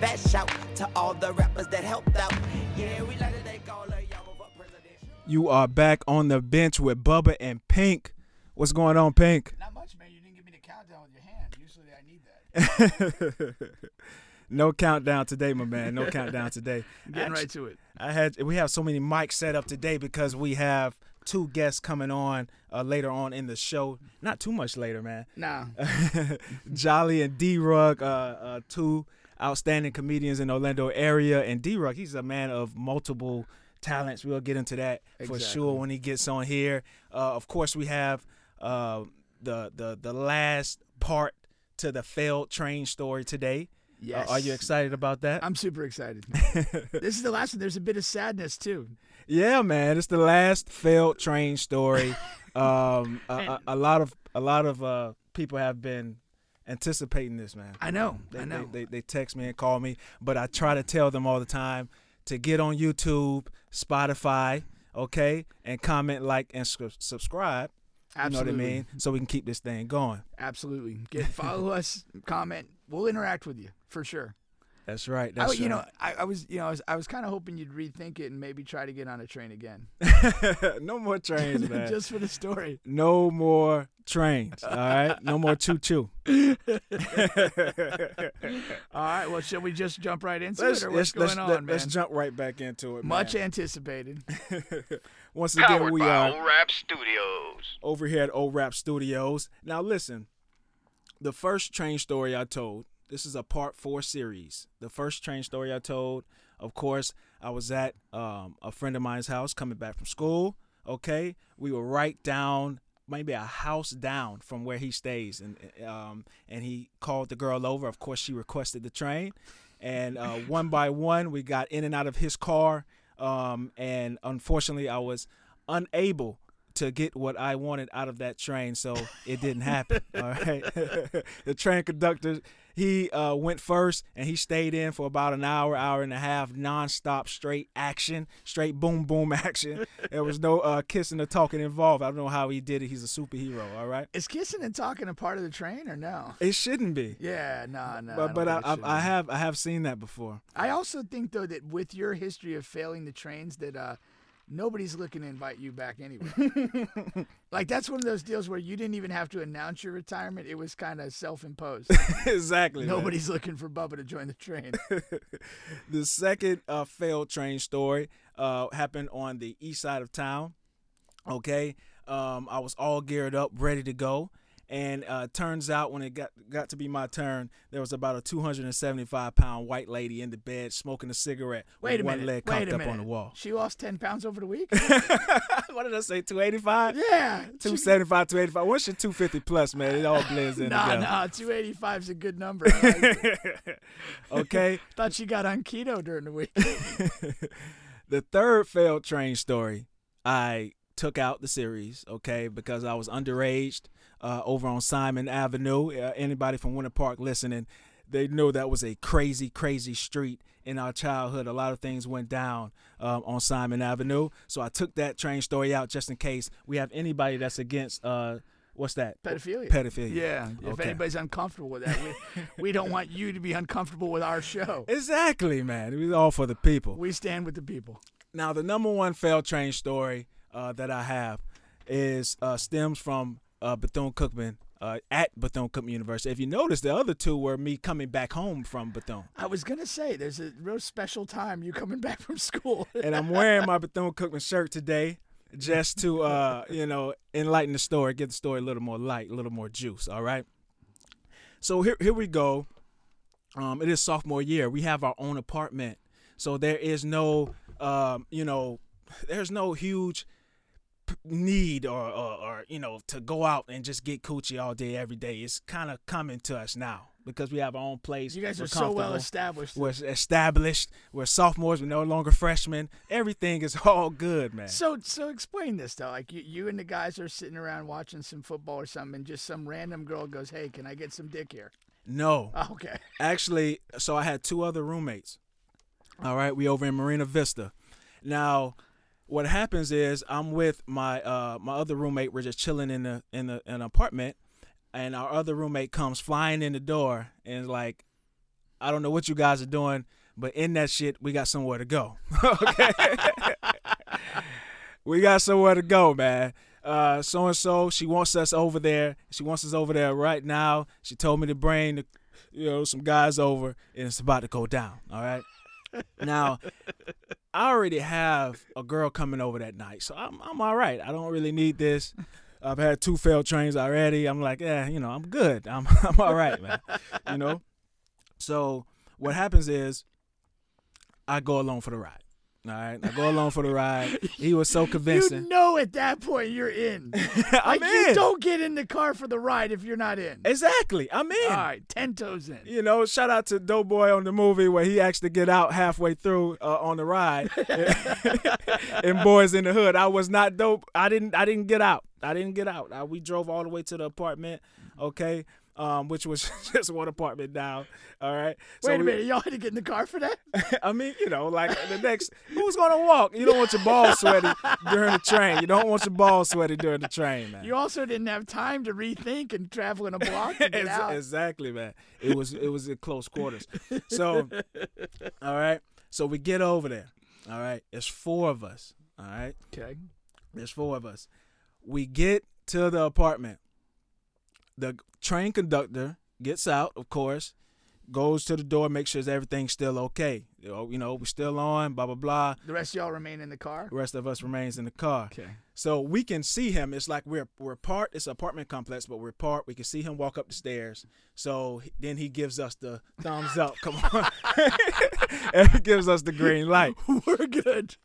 Best shout to all the rappers that helped out. Yeah, we like to thank all of y'all for president. You are back on the bench with Bubba and Pink. What's going on, Pink? Not much, man. You didn't give me the countdown with your hand. Usually I need that. no countdown today, my man. No countdown today. Getting right Actu- to it. I had we have so many mics set up today because we have two guests coming on uh, later on in the show. Not too much later, man. Nah. Jolly and D Rug, uh, uh, two outstanding comedians in Orlando area. And D Rug, he's a man of multiple talents. We'll get into that for sure when he gets on here. Uh, of course, we have uh, the the the last part to the failed train story today. Uh, Yes. are you excited about that? I'm super excited. this is the last one. There's a bit of sadness too. Yeah, man, it's the last failed train story. um, a, a, a lot of a lot of uh, people have been anticipating this, man. I know. They, I know. They, they, they text me and call me, but I try to tell them all the time to get on YouTube, Spotify, okay, and comment, like, and sc- subscribe. Absolutely. You know what I mean? So we can keep this thing going. Absolutely. Get follow us, comment. We'll interact with you for sure. That's right. I, That's Oh, uh, you know, I, I was, you know, I was, I was kind of hoping you'd rethink it and maybe try to get on a train again, know, no more trains, man. just for the story. no more trains. All right, no more choo choo. All right. Well, shall we just jump right into Let's, it, or what's let's, let's, going on, man? let's jump right back into it. Much man. anticipated. Once again, we uh, are Rap Studios. over here at O Rap Studios. Now, listen, the first train story I told, this is a part four series. The first train story I told, of course, I was at um, a friend of mine's house coming back from school. Okay. We were right down, maybe a house down from where he stays. And, um, and he called the girl over. Of course, she requested the train. And uh, one by one, we got in and out of his car. Um, and unfortunately, I was unable to get what I wanted out of that train, so it didn't happen. all right, the train conductor he uh, went first, and he stayed in for about an hour, hour and a half, nonstop, straight action, straight boom, boom action. There was no uh, kissing or talking involved. I don't know how he did it. He's a superhero. All right, Is kissing and talking a part of the train or no? it shouldn't be, Yeah, no, no. but but I, don't think it should I, I be. have I have seen that before. I also think though that with your history of failing the trains, that uh, nobody's looking to invite you back anyway. like that's one of those deals where you didn't even have to announce your retirement; it was kind of self-imposed. exactly. man. nobody's looking for Bubba to join the train. The second uh, failed train story uh, happened on the east side of town. Okay, um, I was all geared up, ready to go, and uh, turns out when it got got to be my turn, there was about a 275 pound white lady in the bed smoking a cigarette Wait a with one minute. leg wait cocked a up minute. on the wall. She lost ten pounds over the week. what did I say? 285. yeah. she- 275, 285. Once you're 250 plus, man, it all blends in Nah, together. nah, 285 is a good number. I like it. Okay. Thought she got on keto during the week. the third failed train story, I took out the series, okay, because I was underage uh, over on Simon Avenue. Uh, anybody from Winter Park listening, they know that was a crazy, crazy street in our childhood. A lot of things went down um, on Simon Avenue. So I took that train story out just in case we have anybody that's against, uh, what's that? Pedophilia. Pedophilia. Yeah. If Okay. anybody's uncomfortable with that, we, we don't want you to be uncomfortable with our show. Exactly, man. It was all for the people. We stand with the people. Now, the number one fail train story uh, that I have is uh, stems from uh, Bethune Cookman uh, at Bethune Cookman University. If you notice, the other two were me coming back home from Bethune, I was gonna say there's a real special time you coming back from school. and I'm wearing my Bethune Cookman shirt today just to uh, you know enlighten the story, give the story a little more light, a little more juice. All right. So here, here we go. Um, it is sophomore year. We have our own apartment, so there is no, um, you know, there's no huge p- need or, or, or you know to go out and just get coochie all day every day. It's kind of coming to us now because we have our own place. You guys We're are so well comfortable. established. We're established. We're sophomores. We're no longer freshmen. Everything is all good, man. So so explain this though. Like you, you and the guys are sitting around watching some football or something, and just some random girl goes, "Hey, can I get some dick here?" No, Oh, okay. actually, so I had two other roommates. All right, we over in Marina Vista. Now, what happens is I'm with my uh, my other roommate. We're just chilling in the in the in an apartment, and our other roommate comes flying in the door and is like, I don't know what you guys are doing, but in that shit, we got somewhere to go. okay. we got somewhere to go, man. Uh, so and so, she wants us over there. She wants us over there right now. She told me to bring, the, you know, some guys over, and it's about to go down. All right. Now, I already have a girl coming over that night, so I'm I'm all right. I don't really need this. I've had two failed trains already. I'm like, yeah, you know, I'm good. I'm I'm all right, man. You know. So what happens is, I go along for the ride. All right, I go along for the ride. He was so You convincing. know at that point you're in. like I'm you in. don't get in the car for the ride if you're not in. Exactly, I'm in. All right, ten toes in. You know, shout out to Doughboy on the movie where he actually get out halfway through uh, on the ride. and Boys in the Hood, I was not dope. I didn't. I didn't get out. I didn't get out. I, we drove all the way to the apartment. Okay. Um, which was just one apartment down. All right. So Wait a we- minute, y'all had to get in the car for that? I mean, you know, like the next, who's gonna walk? You don't want your balls sweaty during the train. You don't want your balls sweaty during the train, man. You also didn't have time to rethink and travel in a block to get Ex- out. Exactly, man. It was it was at close quarters. So, all right. So we get over there. All right. There's four of us. All right. Okay. There's four of us. We get to the apartment. The train conductor gets out, of course, goes to the door, makes sure everything's still okay. You know, you know, we're still on. Blah blah blah. The rest of y'all remain in the car. The rest of us remains in the car. Okay. So we can see him. It's like we're we're part. It's an apartment complex, but we're part. We can see him walk up the stairs. So he- then he gives us the thumbs up. Come on, and he gives us the green light. We're good.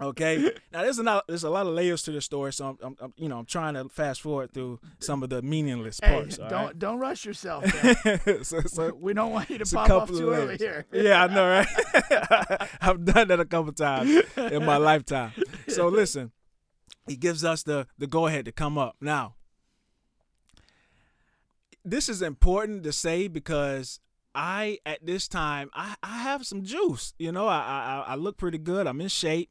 Okay. Now there's a lot, there's a lot of layers to the story, so I'm, I'm, I'm you know I'm trying to fast forward through some of the meaningless Hey, parts. all don't right? don't rush yourself. man. so, so we don't want you to it's pop off too early layers. here. Yeah, I know, right? I've done that a couple times in my lifetime. So listen, he gives us the the go ahead to come up. Now, this is important to say because I at this time I, I have some juice. You know, I, I I- I look pretty good. I'm in shape.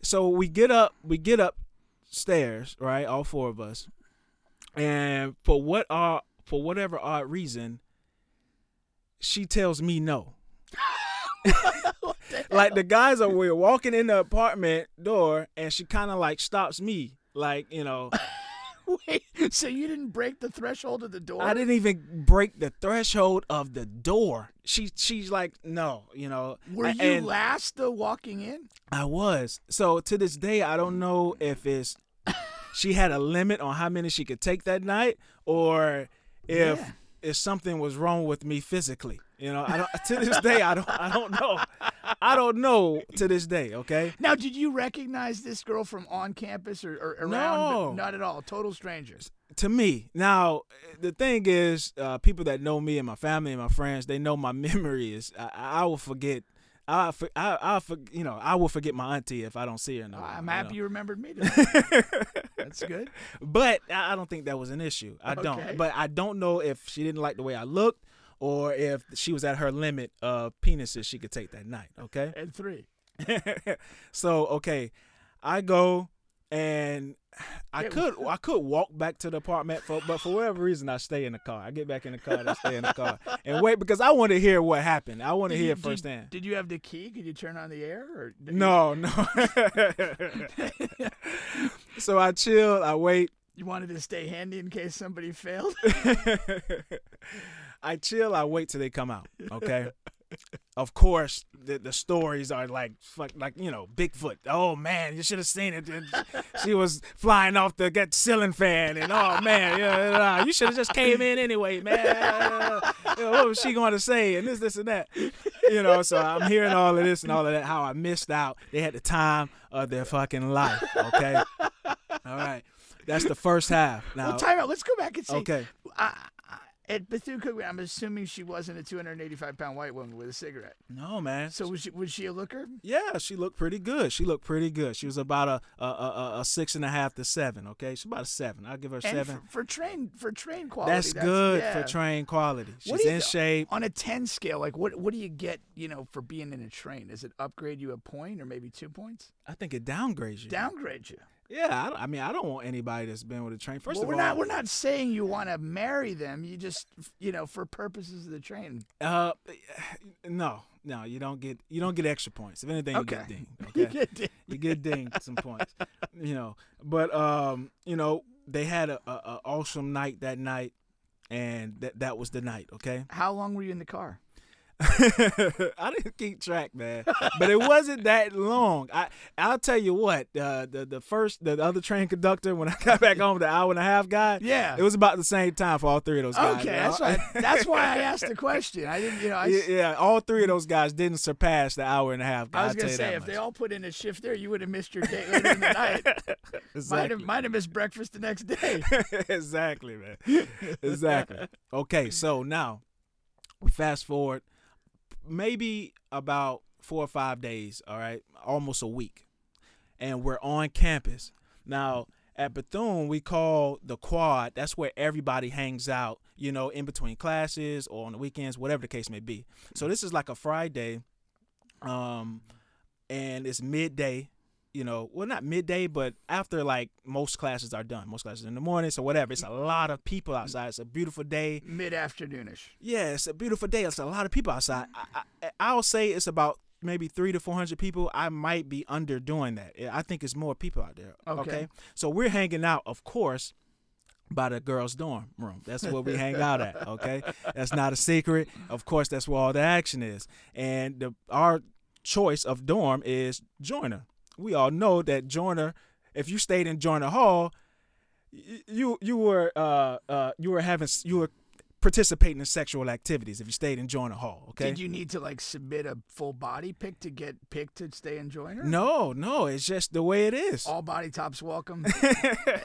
So we get up, we get upstairs, right? All four of us, and for what are for whatever odd reason, she tells me no. like the guys are we're walking in the apartment door and she kind of like stops me like you know Wait, so you didn't break the threshold of the door? I didn't even break the threshold of the door. She she's like no, you know. Were a- you and last the walking in? I was. So to this day I don't know if it's she had a limit on how many she could take that night or if Yeah. if something was wrong with me physically. You know, I don't to this day I don't I don't know. I don't know to this day, okay? Now, did you recognize this girl from on campus or, or around? No. But Not at all. Total strangers. to me now the thing is uh, people that know me and my family and my friends they know my memory is i, I will forget I, for- I, I, for- you know, I will forget my auntie if I don't see her. in a while, I'm you happy know. you remembered me. today. That's good. but I I don't think that was an issue. I Okay. don't. But I don't know if she didn't like the way I looked, or if she was at her limit of penises she could take that night. Okay. And three. so okay, I go and I Yeah. could I could walk back to the apartment, for, but for whatever reason I stay in the car. I get back in the car, and I stay in the car and wait because I want to hear what happened. I want to Did hear you- it firsthand. Did you have the key? Could you turn on the air? Or did you- no, no. so I chill. I wait. You wanted to stay handy in case somebody failed. I chill. I wait till they come out. Okay. Of course, the, the stories are like, fuck, like you know, Bigfoot. Oh man, you should have seen it. She was flying off the get ceiling fan, and oh man, yeah, yeah, you should have just came in anyway, man. You know, what was she going to say? And this, this, and that. You know, so I'm hearing all of this and all of that. How I missed out. They had the time of their fucking life. Okay. All right. That's the first half. Now, Well, time out. Let's go back and see. okay. I, I, at Bethune I'm assuming she wasn't a 285 pound white woman with a cigarette. No man. So was she, was she a looker? Yeah, she looked pretty good. She looked pretty good. She was about a a, a, a- a six and a half to seven. Okay, she's about a seven. I'll give her And seven. for, for train for train quality. that's, good yeah. for train quality. What She's do you in th- shape. On a 10 scale, like what what do you get, you know, for being in a train? Does it upgrade you a point or maybe two points? I think it downgrades you. Downgrade you. Yeah, I, don't- I mean, I don't want anybody that's been with a train. First well, of we're all, not we're not saying you want to marry them. You just you know for purposes of the train. Uh, no, no, you don't get you don't get extra points. If anything, you Okay. get dinged. Okay, You get it. you get dinged some points. You know, but um, you know, they had a, a, a awesome night that night, and that that was the night. Okay, How long were you in the car? I didn't keep track, man, but it wasn't that long. I I'll tell you what, uh, the the first the other train conductor when I got back home, the hour and a half guy, Yeah. it was about the same time for all three of those guys. Okay, you know? that's why Uh, that's why I asked the question. I didn't you know I, yeah, s- yeah, all three of those guys didn't surpass the hour and a half. I was I'll gonna tell you say that if they much. all put in a shift there, you would have missed your day later in the night. Might have exactly. might have missed breakfast the next day. exactly, man, exactly. Okay, so now we fast forward, maybe about four or five days. All right, almost a week, and we're on campus now. At Bethune, we call the quad. That's where everybody hangs out, you know, in between classes or on the weekends, whatever the case may be. So this is like a Friday, um, and it's midday. You know, well, not midday, but after like most classes are done, most classes in the morning, so whatever. It's a lot of people outside. It's a beautiful day. Mid afternoonish. Yeah, it's a beautiful day. It's a lot of people outside. I, I, I'll say it's about maybe three to four hundred people. I might be underdoing that. Yeah, I think it's more people out there. Okay. Okay. so we're hanging out, of course, by the girls' dorm room. That's where we hang out at. Okay, that's not a secret. Of course, that's where all the action is. And the our choice of dorm is Joyner. We all know that Joyner. If you stayed in Joyner Hall, y- you you were uh uh you were having s- you were participating in sexual activities if you stayed in Joyner Hall. Okay. Did you need to like submit a full body pick to get picked to stay in Joiner? no, no, it's just the way it is. All body tops welcome.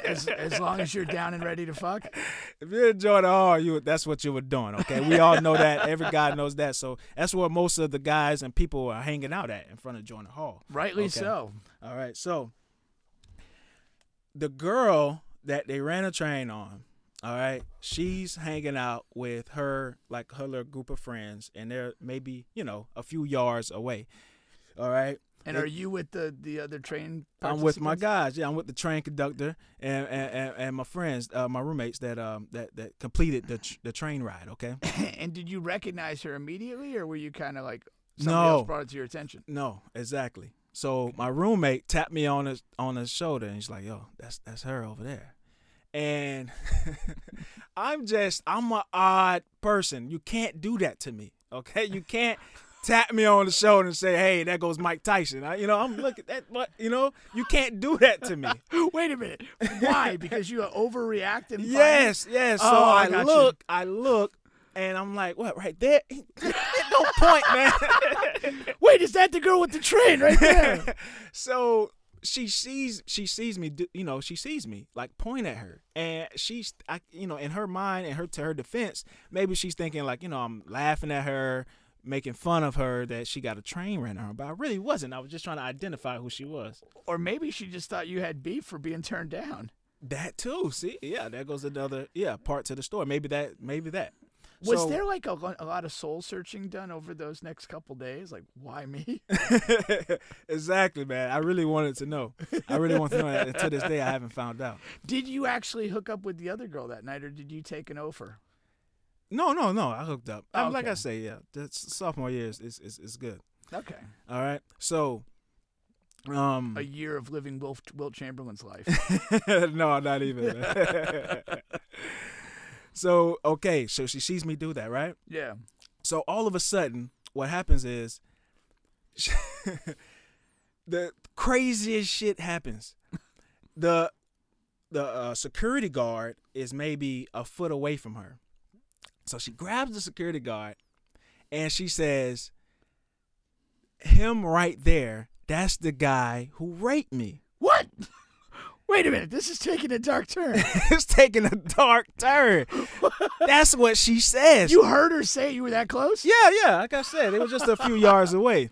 as, as long as you're down and ready to fuck. If you're in Joyner Hall, you that's what you were doing. Okay, we all know that. Every guy knows that. So that's where most of the guys and people are hanging out at in front of Joyner Hall. Rightly Oh, Okay. so. All right, so the girl that they ran a train on, all right, she's hanging out with her like her little group of friends, and they're maybe you know a few yards away. All right, And are you with the the other train? I'm with my participants? guys. Yeah, I'm with the train conductor and and, and, and my friends, uh, my roommates that um that that completed the tr- the train ride. Okay, and did you recognize her immediately, or were you kind of like somebody No. else brought it to your attention? no, exactly. So my roommate tapped me on his on his shoulder, and he's like, "Yo, that's that's her over there." And I'm just I'm a odd person. You can't do that to me, okay? You can't tap me on the shoulder and say, "Hey, that goes Mike Tyson." I, you know, I'm looking at what you know. You can't do that to me. Wait a minute. Why? because you overreacted. and Yes, yes. So Oh, I I, got you. look, I look, and I'm like, what, right there? no point, man. finally- Wait, is that the girl with the train right there? so she sees she sees me do- you know she sees me like point at her and she's I, you know in her mind and her to her defense maybe she's thinking like you know i'm laughing at her making fun of her that she got a train ran on her but i really wasn't i was just trying to identify who she was or maybe she just thought you had beef for being turned down. that too see yeah there goes another yeah part to the story maybe that maybe that Was So- there like a, lo- a lot of soul searching done over those next couple days? Like, why me? exactly, man. I really wanted to know. I really want to know that. And to this day, I haven't found out. did you actually hook up with the other girl that night, or did you take an offer? No, no, no. I hooked up. I'm, Like Oh, Okay. I say, yeah. That's sophomore year is, is, is, is good. Okay, All right. So, um, Hmm. a year of living Wilt, Wilt Chamberlain's life. no, not even. man. so, okay. So she sees me do that, right? yeah, So all of a sudden, what happens is the craziest shit happens. The the uh, security guard is maybe a foot away from her, so she grabs the security guard and she says, "Him right there, that's the guy who raped me." What? Wait a minute. This is taking a dark turn. it's taking a dark turn. that's what she says. you heard her say you were that close? Yeah, yeah. Like I said, it was just a few yards away.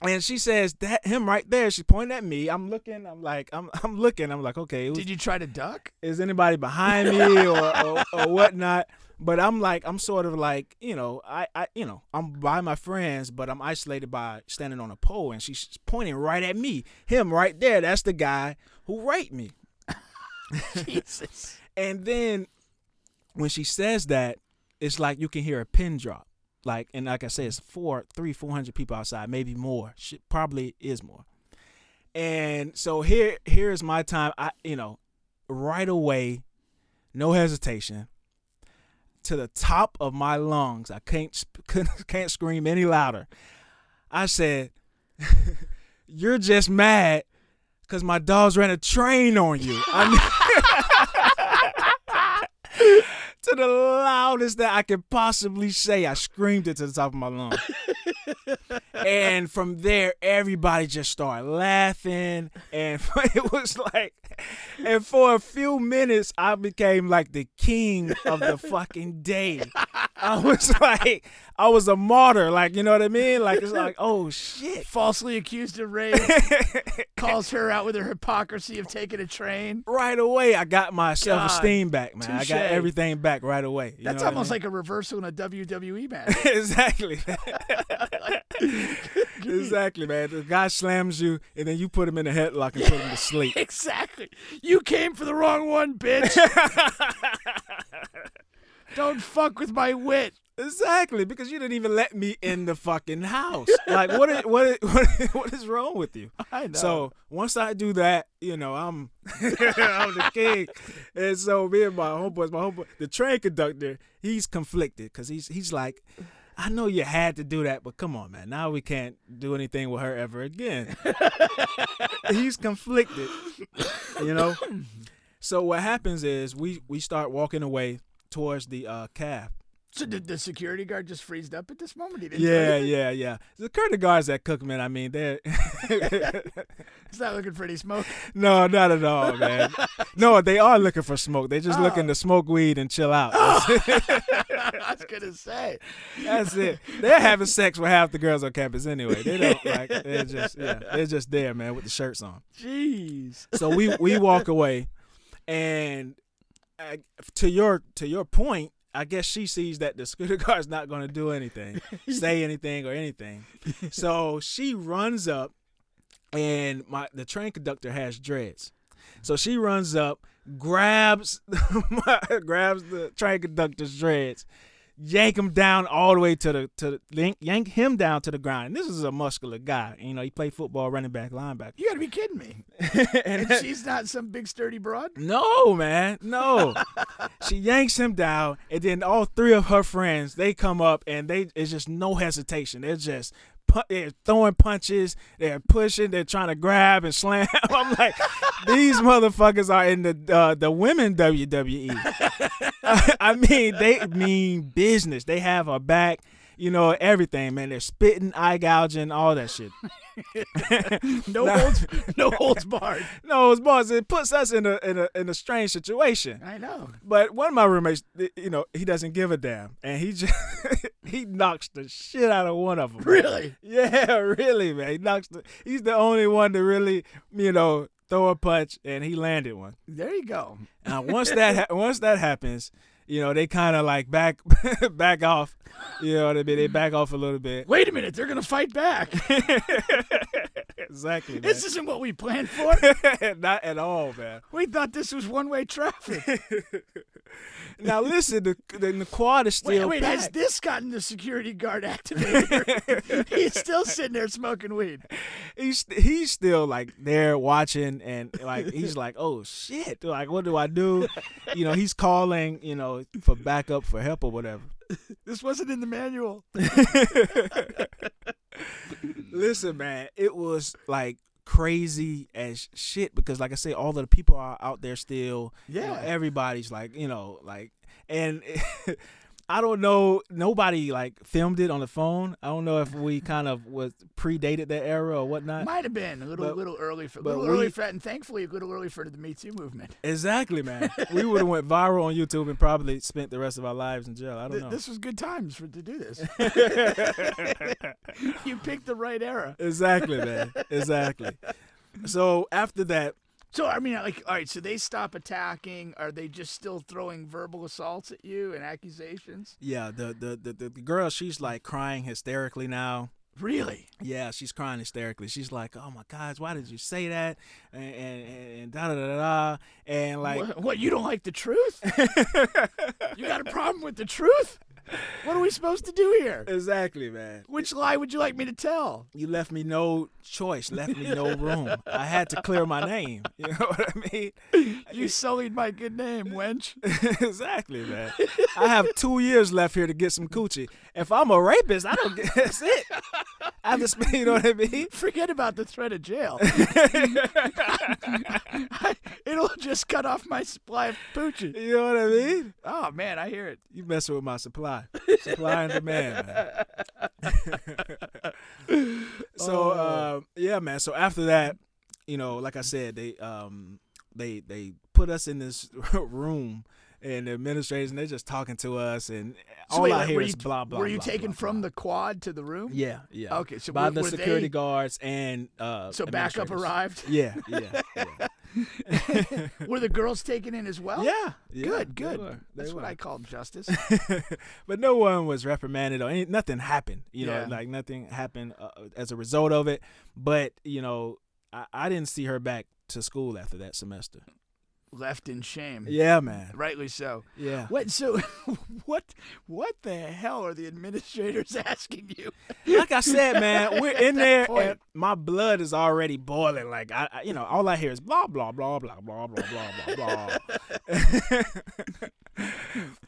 And she says that him right there. She's pointing at me. I'm looking. I'm like, I'm, I'm looking. I'm like, okay, who's, Did you try to duck? is anybody behind me or, or, or whatnot? But I'm like, I'm sort of like, you know, I, I, you know, I'm by my friends, but I'm isolated by standing on a pole, and she's pointing right at me. Him right there. That's the guy who raped me. Jesus. And then when she says that, it's like you can hear a pin drop. Like and like I said, it's four, three, four hundred people outside, maybe more. She probably is more. And so here, here is my time. I, you know, right away, no hesitation, to the top of my lungs. I can't, sp- couldn't, can't scream any louder. I said, "You're just mad because my dogs ran a train on you." I mean- to the loudest that I could possibly say. I screamed it to the top of my lungs. and from there, everybody just started laughing. And it was like, and for a few minutes, I became like the king of the fucking day. I was like, I was a martyr. Like, you know what I mean? Like, it's like, oh shit. Falsely accused of rape. calls her out with her hypocrisy of taking a train. Right away, I got my self esteem back, man. I touche. got everything back right away. You That's know what I almost mean? like a reversal in a WWE match. exactly. exactly, man. The guy slams you, and then you put him in a headlock and put him to sleep. exactly. You came for the wrong one, bitch. Don't fuck with my wit. Exactly, because you didn't even let me in the fucking house. Like, what? Is, what? Is, what, is, what is wrong with you? I know. So once I do that, you know, I'm I'm the king. And so me and my homeboys, my homeboy, the train conductor, he's conflicted because he's he's like, I know you had to do that, but come on, man, now we can't do anything with her ever again. he's conflicted, you know. So what happens is we we start walking away towards the uh, cab. So did the security guard just freezed up at this moment? He didn't Yeah, yeah, yeah. The curtain guards at Cookman, I mean, they're He's not looking for any smoke. No, not at all, man. no, they are looking for smoke. They're just looking to smoke weed and chill out. I was gonna say. That's it. They're having sex with half the girls on campus anyway. They don't like. They're just yeah. They're just there, man, with the shirts on. Jeez. So we we walk away, and uh, to your to your point, I guess she sees that the scooter guard's not going to do anything, say anything or anything. So she runs up, and my the train conductor has dreads, so she runs up, grabs my, grabs the train conductor's dreads. Yank him down all the way to the to the, yank him down to the ground. And this is a muscular guy. You know, he played football, running back, linebacker. You gotta be kidding me. And- And she's not some big sturdy broad. no, man, no. she yanks him down, and then all three of her friends they come up, and they it's just no hesitation. They're just pu- they're throwing punches, they're pushing, they're trying to grab and slam. I'm like, these motherfuckers are in the uh, the women WWE. I mean, they mean business. They have her back. You know everything, man. They're spitting, eye gouging, all that shit. No holds, no holds barred. No, it's boss. It puts us in a in a in a strange situation. I know. But one of my roommates, th- you know, he doesn't give a damn, and he just he knocks the shit out of one of them. Really? Yeah, really, man. He knocks the. He's the only one to really, you know, throw a punch, and he landed one. There you go. Now, once that ha- once that happens, you know, they kind of like back back off. You know what I mean? They back off a little bit. Wait a minute, they're gonna fight back. Exactly. Man. This isn't what we planned for. Not at all, man. We thought this was one-way traffic. Now listen, the the, the quad is Wait, still wait back. has this gotten the security guard activated? He's still sitting there smoking weed. he's he's still like there watching and like he's like oh shit like what do i do you know he's calling you know for backup for help or whatever This wasn't in the manual. listen man it was like crazy as shit because like i say all of the people are out there still You know, Yeah. everybody's like you know like and I don't know. Nobody like filmed it on the phone. I don't know if we kind of was predated that era or whatnot. Might have been a little, But- little early for, but little early we- for, that, and thankfully a little early for the Me Too movement. exactly, man. we would have went viral on YouTube and probably spent the rest of our lives in jail. I don't Th- know. This was good times for to do this. you picked the right era. exactly, man. Exactly. So after that, So I mean, like, all right. So they stop attacking. Are they just still throwing verbal assaults at you and accusations? yeah, the the the, the, the girl, she's like crying hysterically now. Really? Yeah, she's crying hysterically. She's like, "Oh my gosh, why did you say that?" And and and- and da da da da. And like, what, what? You don't like the truth? you got a problem with the truth? What are we supposed to do here? exactly, man. Which lie would you like me to tell? You left me no choice, left me no room. I had to clear my name. You know what I mean? You sullied my good name, wench. exactly, man. I have two years left here to get some coochie. If I'm a rapist, I don't get that's it. I just, you know what I mean? Forget about the threat of jail. it'll just cut off my supply of poochie. You know what I mean? Oh man, I hear it. You messing with my supply, supply and demand, man. so Oh. uh, yeah, man. So after that, you know, like I said, they um they they put us in this room and the administrators, and they're just talking to us, and So all wait, I like, hear were is you, blah blah. Were you blah, taken blah, from blah. the quad to the room? Yeah, yeah. Okay, so by were- the were security they- guards and uh, So backup administrators. arrived. Yeah, yeah, yeah. Were the girls taken in as well? yeah, yeah, Good, they good. were, they That's what were. I called justice. but no one was reprimanded or any, nothing happened. You know, Yeah. like nothing happened uh, as a result of it. But you know, I, I didn't see her back to school after that semester. Left in shame. Yeah, man. Rightly so. Yeah. What so what what the hell are the administrators asking you? Like I said, man, we're in there. point. And my blood is already boiling. Like I, I, you know, all I hear is blah blah blah blah blah blah blah blah blah.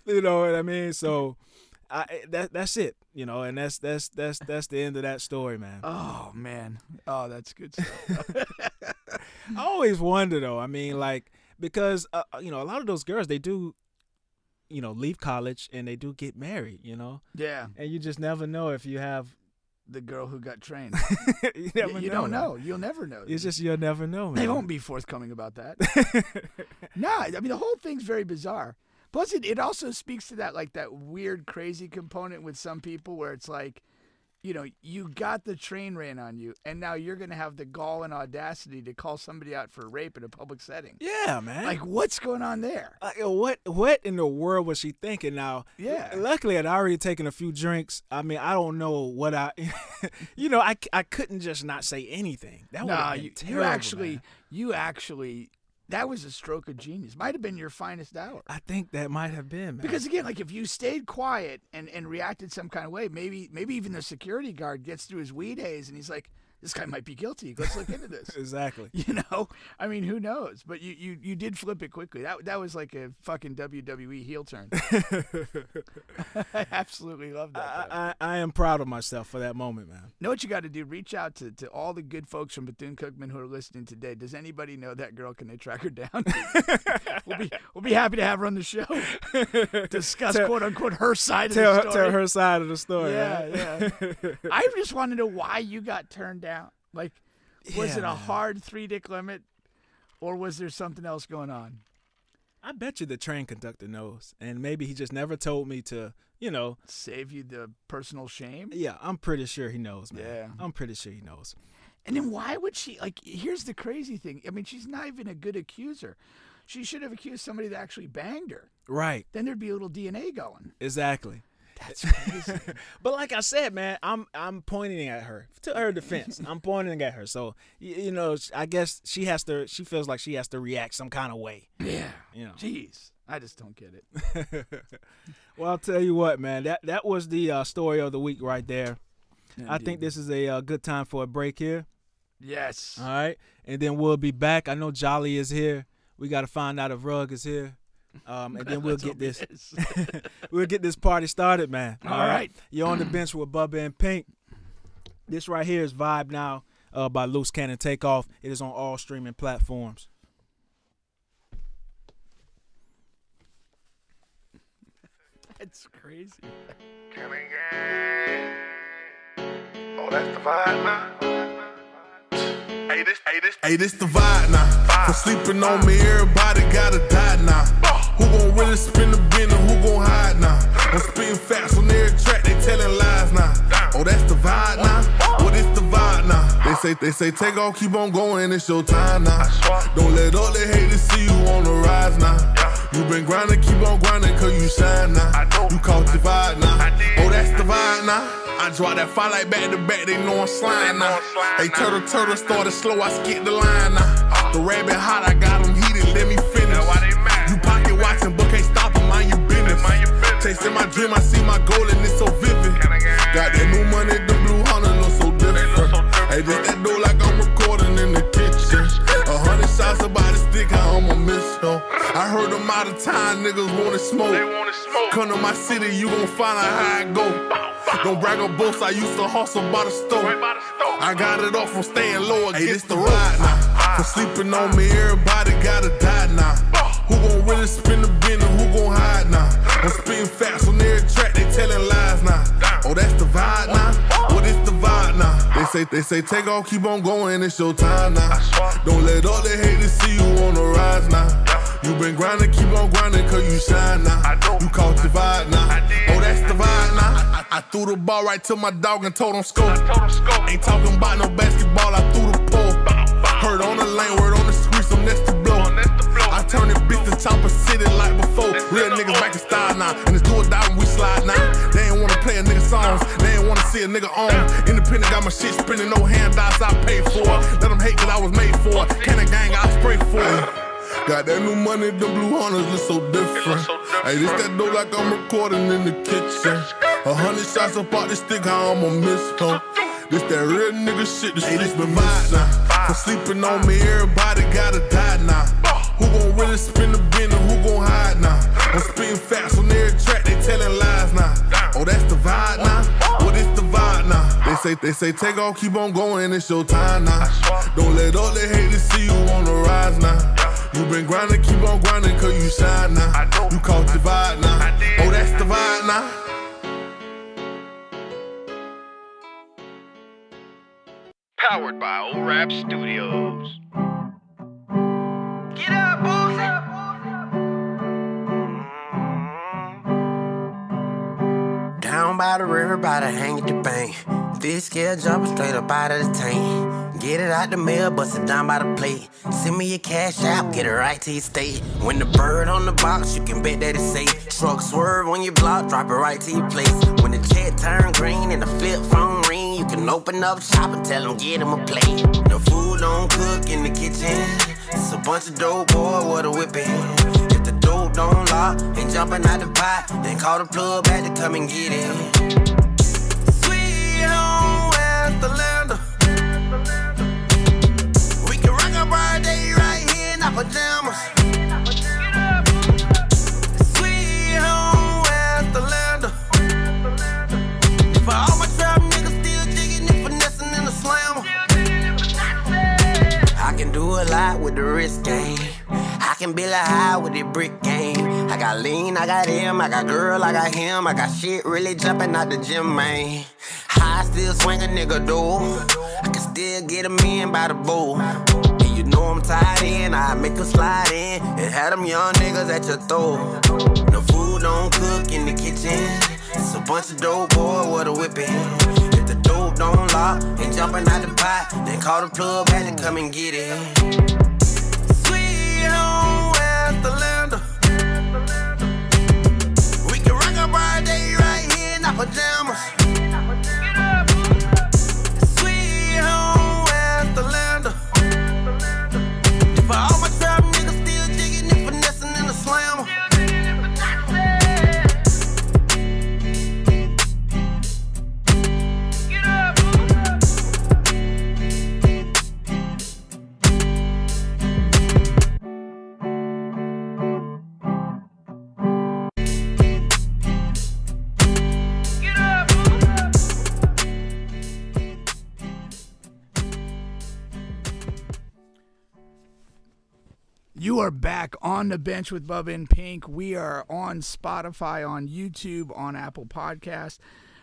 you know what I mean? So, I eh, that that's it. You know, and that's that's that's that's the end of that story, man. Oh man. Oh, that's good stuff. I always wonder though. I mean, like because uh, you know a lot of those girls they do, you know, leave college and they do get married. You know, yeah. and you just never know if you have. The girl who got trained. you Y- never you don't man. know. You'll never know. It's just you'll never know, man. They won't be forthcoming about that. no, I mean the whole thing's very bizarre. Plus, it, it also speaks to that like that weird, crazy component with some people where it's like, you know, you got the train ran on you, and now you're gonna have the gall and audacity to call somebody out for rape in a public setting. Yeah, man. Like, what's going on there? Like, uh, what what in the world was she thinking now? Yeah. L- Luckily, I'd already taken a few drinks. I mean, I don't know what I, you know, I, c- I couldn't just not say anything. That would No, have you, terrible. you actually, man. you actually, that was a stroke of genius. Might have been your finest hour. I think that might have been man. Because again, like if you stayed quiet and, and reacted some kind of way, maybe maybe even the security guard gets through his weed haze and he's like, this guy might be guilty. Let's look into this. exactly. You know, I mean, who knows? But you, you you did flip it quickly. That that was like a fucking WWE heel turn. I absolutely love that. though. I, I, I am proud of myself for that moment, man. know what you got to do? Reach out to, to all the good folks from Bethune Cookman who are listening today. Does anybody know that girl? Can they track her down? we'll be we'll be happy to have her on the show. Discuss quote unquote her side of Tell the her, story. tell her side of the story. Yeah, right? yeah. I just want to know why you got turned down. Like, was Yeah, it a man. hard three dick limit, or was there something else going on? I bet you the train conductor knows, and maybe he just never told me to. You know, Save you the personal shame. yeah, I'm pretty sure he knows, man. Yeah. I'm pretty sure he knows. And then why would she? Like, here's the crazy thing. I mean, she's not even a good accuser. She should have accused somebody that actually banged her. Right, Then there'd be a little DNA going. exactly. That's crazy. But like I said, man, I'm I'm pointing at her to her defense. I'm pointing at her, so you, you know, sh- I guess she has to. She feels like she has to react some kind of way. yeah. You know. Jeez. I just don't get it. Well, I'll tell you what, man. That that was the uh, story of the week right there. I think this is a uh, good time for a break here. Yes. All right, and then we'll be back. I know Jolly is here. We got to find out if Rug is here, um, and then we'll Let's get hope it this. is. we'll get this party started, man. All right. You're on the bench with Bubba and Pink. This right here is Vibe Now uh, by Loose Cannon Takeoff. It is on all streaming platforms. That's crazy. Jimmy Gang. Oh, that's the vibe now. Hey, this, hey, this, Hey, this the vibe now. For sleeping on me, everybody gotta die now. Oh. Who gon' really spin the bin and who gon' hide now? I'm spitting facts on every track, they telling lies now. Oh, that's the vibe now. Well, this the vibe now. They say, they say, take off, keep on going, it's your time now. Don't let all the haters see you on the rise now. You been grinding, keep on grinding, cause you shine now. You caught the vibe now. Oh, that's the vibe now. I draw that fire like back to back, they know I'm slime now. They turtle turtle started slow, I skip the line now. The rabbit hot, I got him heated, let me finish. Now why they mad? You pocket watching, but can't stop 'em, mind your business. Mind your business. Chasing my dream, I see my goal, and it's so vivid. Kinda gang. Got that new money, the blue Honda look so look so different. Hey, this that door like I'm recording in the kitchen. A hundred shots about a stick, I almost missed though. I heard them out of time, niggas wanna smoke. They wanna smoke. Come to my city, you gon' find out how I go. Don't brag on both, I used to hustle by the Right store. by the store. I got it off from staying low against the ride now. For sleeping on me, everybody gotta die now. Who gon' really spin the bin and who gon' hide now? I'm spitting facts on every track, they telling lies now. Oh, that's the vibe now. What is the vibe now? They say, they say, take off, keep on going, it's your time now. Don't let all the haters see you on the rise now. You been grinding, keep on grinding, cause you shine now. You caught the vibe now. Oh, that's the vibe now. I, I- I threw the ball right to my dog and told him score. Told them scope. Ain't talking about no basketball, I threw the pole. Heard on the lane, word on the streets, I'm next to blow. That's the blow. I turn the bitch to chopper city like before. Real niggas back in style now. And it's do or die when we slide now. They ain't wanna play a nigga songs. They ain't wanna see a nigga on. Independent got my shit spinning, no handouts I paid for. it. Let them hate cause I was made for. it. Can a gang I spray for it. Got that new money, the blue hunters look so different. so different. Hey, this that dough like I'm recording in the kitchen. A hundred shots up out the stick, I almost missed them. This that real nigga shit, the streets been missing. For sleeping on me, everybody gotta die now. Who gon' really spin the bin and who gon' hide now? I'm spitting facts on every track, they telling lies now. Oh, that's the vibe now. What is the vibe now? They say, they say, take off, keep on going, it's your time now. Don't let all the haters see you on the rise now. You been grinding, keep on grinding, cause you shine now. You caught the vibe now. Oh, that's the vibe now. Powered by O-Rap Studios. Get up, boys. Down by the river, by the hang at the bank. Fish scale jumping straight up out of the tank. Get it out the mill, bust it down by the plate. Send me your cash out, get it right to your state. When the bird on the box, you can bet that it's safe. Truck swerve on your block, drop it right to your place. When the check turn green and the flip phone ring, you can open up shop and tell them get 'em a plate. The food don't cook in the kitchen. It's a bunch of dope boy with a whipping. If the dope don't lock, ain't jumping out the pot. Then call the plug back to come and get it. Sweet home Westlander. We can rock our birthday right here in our pajamas. Sweet home Westlander. For all my trap niggas still jigging and finessing in the slammer. I can do a lot with the wrist game. I can be like high with the brick game. I got lean, I got him, I got girl, I got him. I got shit really jumping out the gym, man. High still swing a nigga door. I can still get him in by the bowl. And you know I'm tied in, I make him slide in. And had them young niggas at your throat. No food don't cook in the kitchen. It's a bunch of dope boy with a whippin'. If the dope don't lock and jumping out the pot, then call the plug back to come and get it. Sweet home Westlander. We can rock our birthday right here in our pajamas. Sweet home Westlander. For all my trap niggas still jigging and finessing in the slammer. Get up, boys. You are back on the bench with Bubba and Pink. We are on Spotify, on YouTube, on Apple Podcast,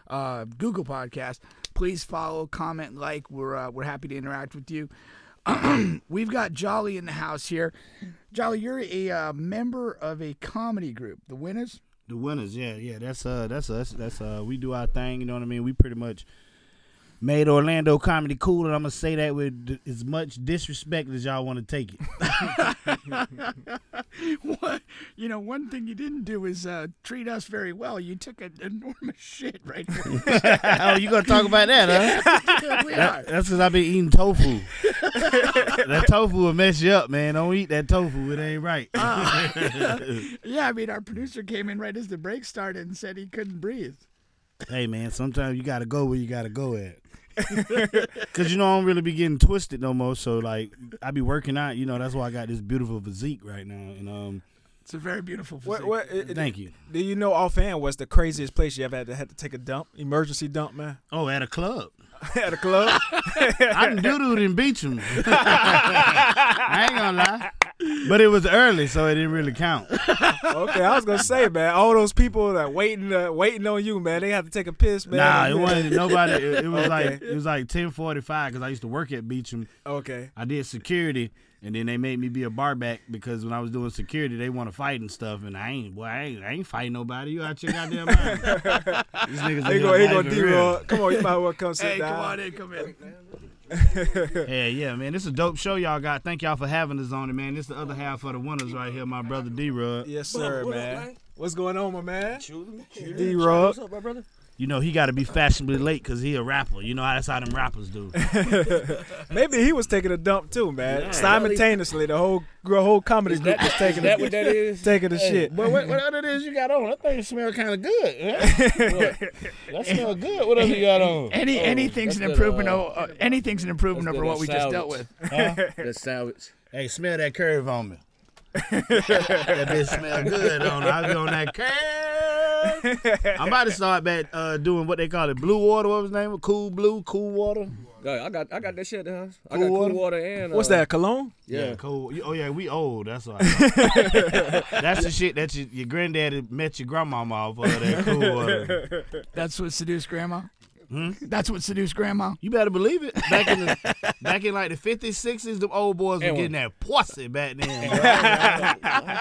uh, Google Podcast. Please follow, comment, like. We're uh, we're happy to interact with you. We've got Jolly in the house here. Jolly, you're a uh, member of a comedy group, The Winners. The winners, yeah, yeah. That's uh, that's us. That's uh, we do our thing. You know what I mean? We pretty much made Orlando comedy cool, and I'm gonna say that with d- as much disrespect as y'all want to take it. What you know, one thing you didn't do is uh, treat us very well. You took an enormous shit right here. oh, you gonna talk about that, huh? Yeah, we are. That's because I've been eating tofu. that tofu will mess you up, man. Don't eat that tofu. It ain't right. Uh, Yeah, I mean, our producer came in right as the break started and said he couldn't breathe. hey, man. Sometimes you gotta go where you gotta go at. Cause you know I don't really be getting twisted no more. So like I be working out. You know that's why I got this beautiful physique right now. And um, It's a very beautiful physique. What, what, it- it- thank you. Do you know offhand what's the craziest place you ever had to had to take a dump? Emergency dump, man, Oh, at a club. at a club. I doodled and beat him. I ain't gonna lie. But it was early, so it didn't really count. okay, I was gonna say, man, all those people that waiting, uh, waiting on you, man, they have to take a piss, man. nah, it wasn't nobody. It, it was Okay. like it was like ten forty five because I used to work at Beecham. Okay, I did security, and then they made me be a barback because when I was doing security, they want to fight and stuff, and I ain't. Boy, I ain't, I ain't fighting nobody. You out your goddamn mind. These niggas here ain't you go, here you go, life D for real. Rod. Come on, you might as well come sit Hey, down. come Ah. on in, come in. Yeah, yeah, man. This is a dope show y'all got. Thank y'all for having us on it, man. This is the other half of the winners right here, my brother D Rod. Yes, sir, man. What's going on, my man? D D Rod. up, my brother? You know, he got to be fashionably late because he a rapper. You know how that's how them rappers do. Maybe he was taking a dump too, man. Simultaneously, the whole the whole comedy group was taking that a, what that is? taking the shit. But what, what other it is you got on? That thing smell kind of good. Yeah? that smell good. What else you got on? Any Oh, anything's an that's improvement. that, uh, o- uh, anything's an improvement that's over that what we just dealt salvage. with. That salvage. hey, smell that curve on me. that bitch smell good on. I be on that curve. I'm about to start back uh, doing what they call it, blue water. What was his name? Cool blue, cool water. Yeah, I got I got that shit at the house. I Cool got water? cool water and uh, What's that? Cologne? Yeah. cool. You- Oh yeah, we old. That's all. that's the shit that your, your granddaddy met your grandmama off of that cool water. That's what seduced grandma. Hmm? That's what seduced grandma. You better believe it. Back in the, back in like the 50s, 60s, them old boys were And getting one. that pussy back then. bro.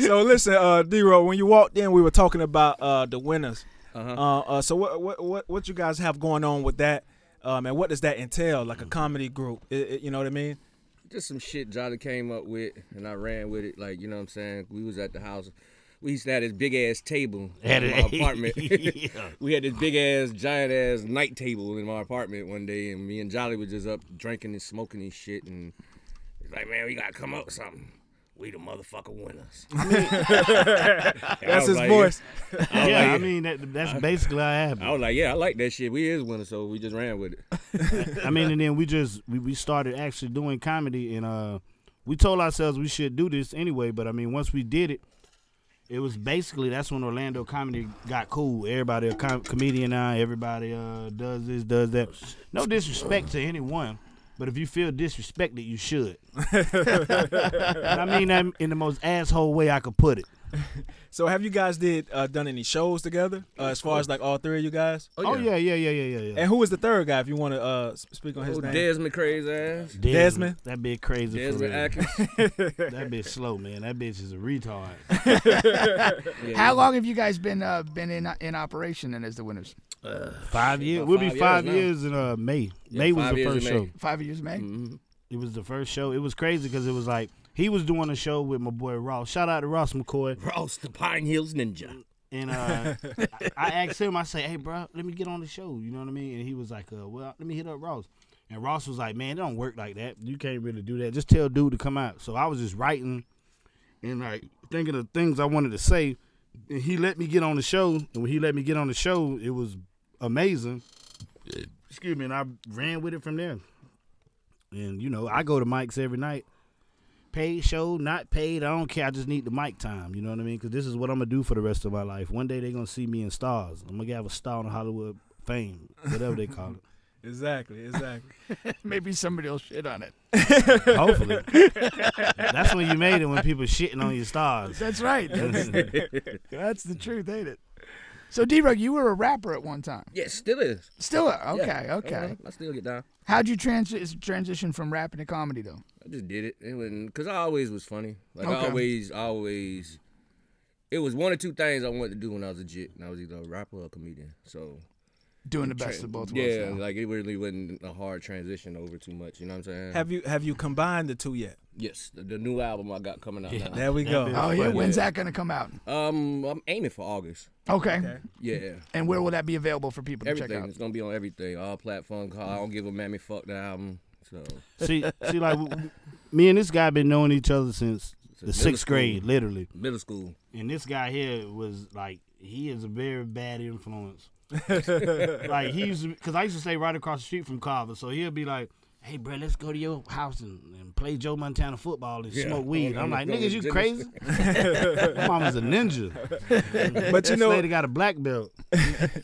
So listen, uh, D Rod, when you walked in, we were talking about uh, the winners. Uh-huh. uh uh, so what, what what what you guys have going on with that? Um, and what does that entail? Like a comedy group, i i you know what I mean? just some shit Jolly came up with, and I ran with it. Like you know what I'm saying. We was at the house. We used to have this big ass table Had in it- my apartment. Yeah. we had this big ass, giant ass night table in my apartment one day, and me and Jolly was just up drinking and smoking and shit. And it's like, man, we gotta come up with something. We the motherfucker winners. That's his voice. yeah, I like it. mean that, that's basically how it I happened. was like, yeah, I like that shit. We is winners, so we just ran with it. I mean, and then we just we, we started actually doing comedy, and uh, we told ourselves we should do this anyway. But I mean, once we did it, it was basically that's when Orlando comedy got cool. Everybody a com- comedian now. Everybody uh, does this, does that. No disrespect to anyone, but if you feel disrespected, you should. and I mean that in the most asshole way I could put it. So have you guys did uh, done any shows together? Uh, as far as like all three of you guys, Oh yeah, yeah, yeah, yeah, yeah. yeah. and who is the third guy? If you want to uh, s- speak on his Oh, name, Desmond crazy ass. Desmond. That bitch crazy. for Desmond real. Atkins. That bitch slow, man. That bitch is a retard. Yeah. How long have you guys been uh, been in in operation then as the winners? Five years. about We'll be Uh, five five years now. years, in uh, May. Yeah, May was five the years in first May. Mm-hmm. show. Five years, May. It was the first show. It was crazy because it was like he was doing a show with my boy Ross. Shout out to Ross McCoy. Ross the Pine Hills Ninja. And uh, I- I asked him. I say, "Hey, bro, let me get on the show." You know what I mean? And he was like, uh, "Well, let me hit up Ross." And Ross was like, "Man, it don't work like that. You can't really do that. Just tell dude to come out." So I was just writing and like thinking of things I wanted to say. And he let me get on the show. And when he let me get on the show, it was amazing. Excuse me. And I ran with it from there. And you know, I go to mics every night. Paid show, not paid. I don't care. I just need the mic time. You know what I mean? Because this is what I'm gonna do for the rest of my life. One day they're gonna see me in stars. I'm gonna have a star in Hollywood fame, whatever they call it. Exactly, exactly. Maybe somebody will shit on it. Hopefully. That's when you made it when people shitting on your stars. That's right. That's, that's the truth, ain't it? So, d you were a rapper at one time. Yeah, still is. Still, a- okay, Yeah. okay. Uh-huh. I still get down. How'd you transi- transition from rapping to comedy, though? I just did it. It wasn't because I always was funny. Like Okay. I always, always. It was one or two things I wanted to do when I was a jit, and I was either a rapper or a comedian. So Doing the best of both worlds. yeah, now. like it really wasn't a hard transition over too much. You know what I'm saying? have you have you combined the two yet? yes, the, the new album I got coming out now. There we go. Oh yeah, But, when's yeah. that gonna come out? Um, I'm aiming for August. Okay. Yeah, And where will that be available for people to check everything. out? It's gonna be on everything, all platforms. I don't give a mammy fuck the album. So See, see, like me and this guy been knowing each other since the middle sixth school. grade, literally. middle school. And this guy here was like, he is a very bad influence. like he used, because I used to stay right across the street from Carver, so he'll be like, "Hey, bro, let's go to your house and, and play Joe Montana football and smoke weed." I'm like, go "Niggas, with you Dennis." crazy? My mama's a ninja. But you this know, lady got a black belt. that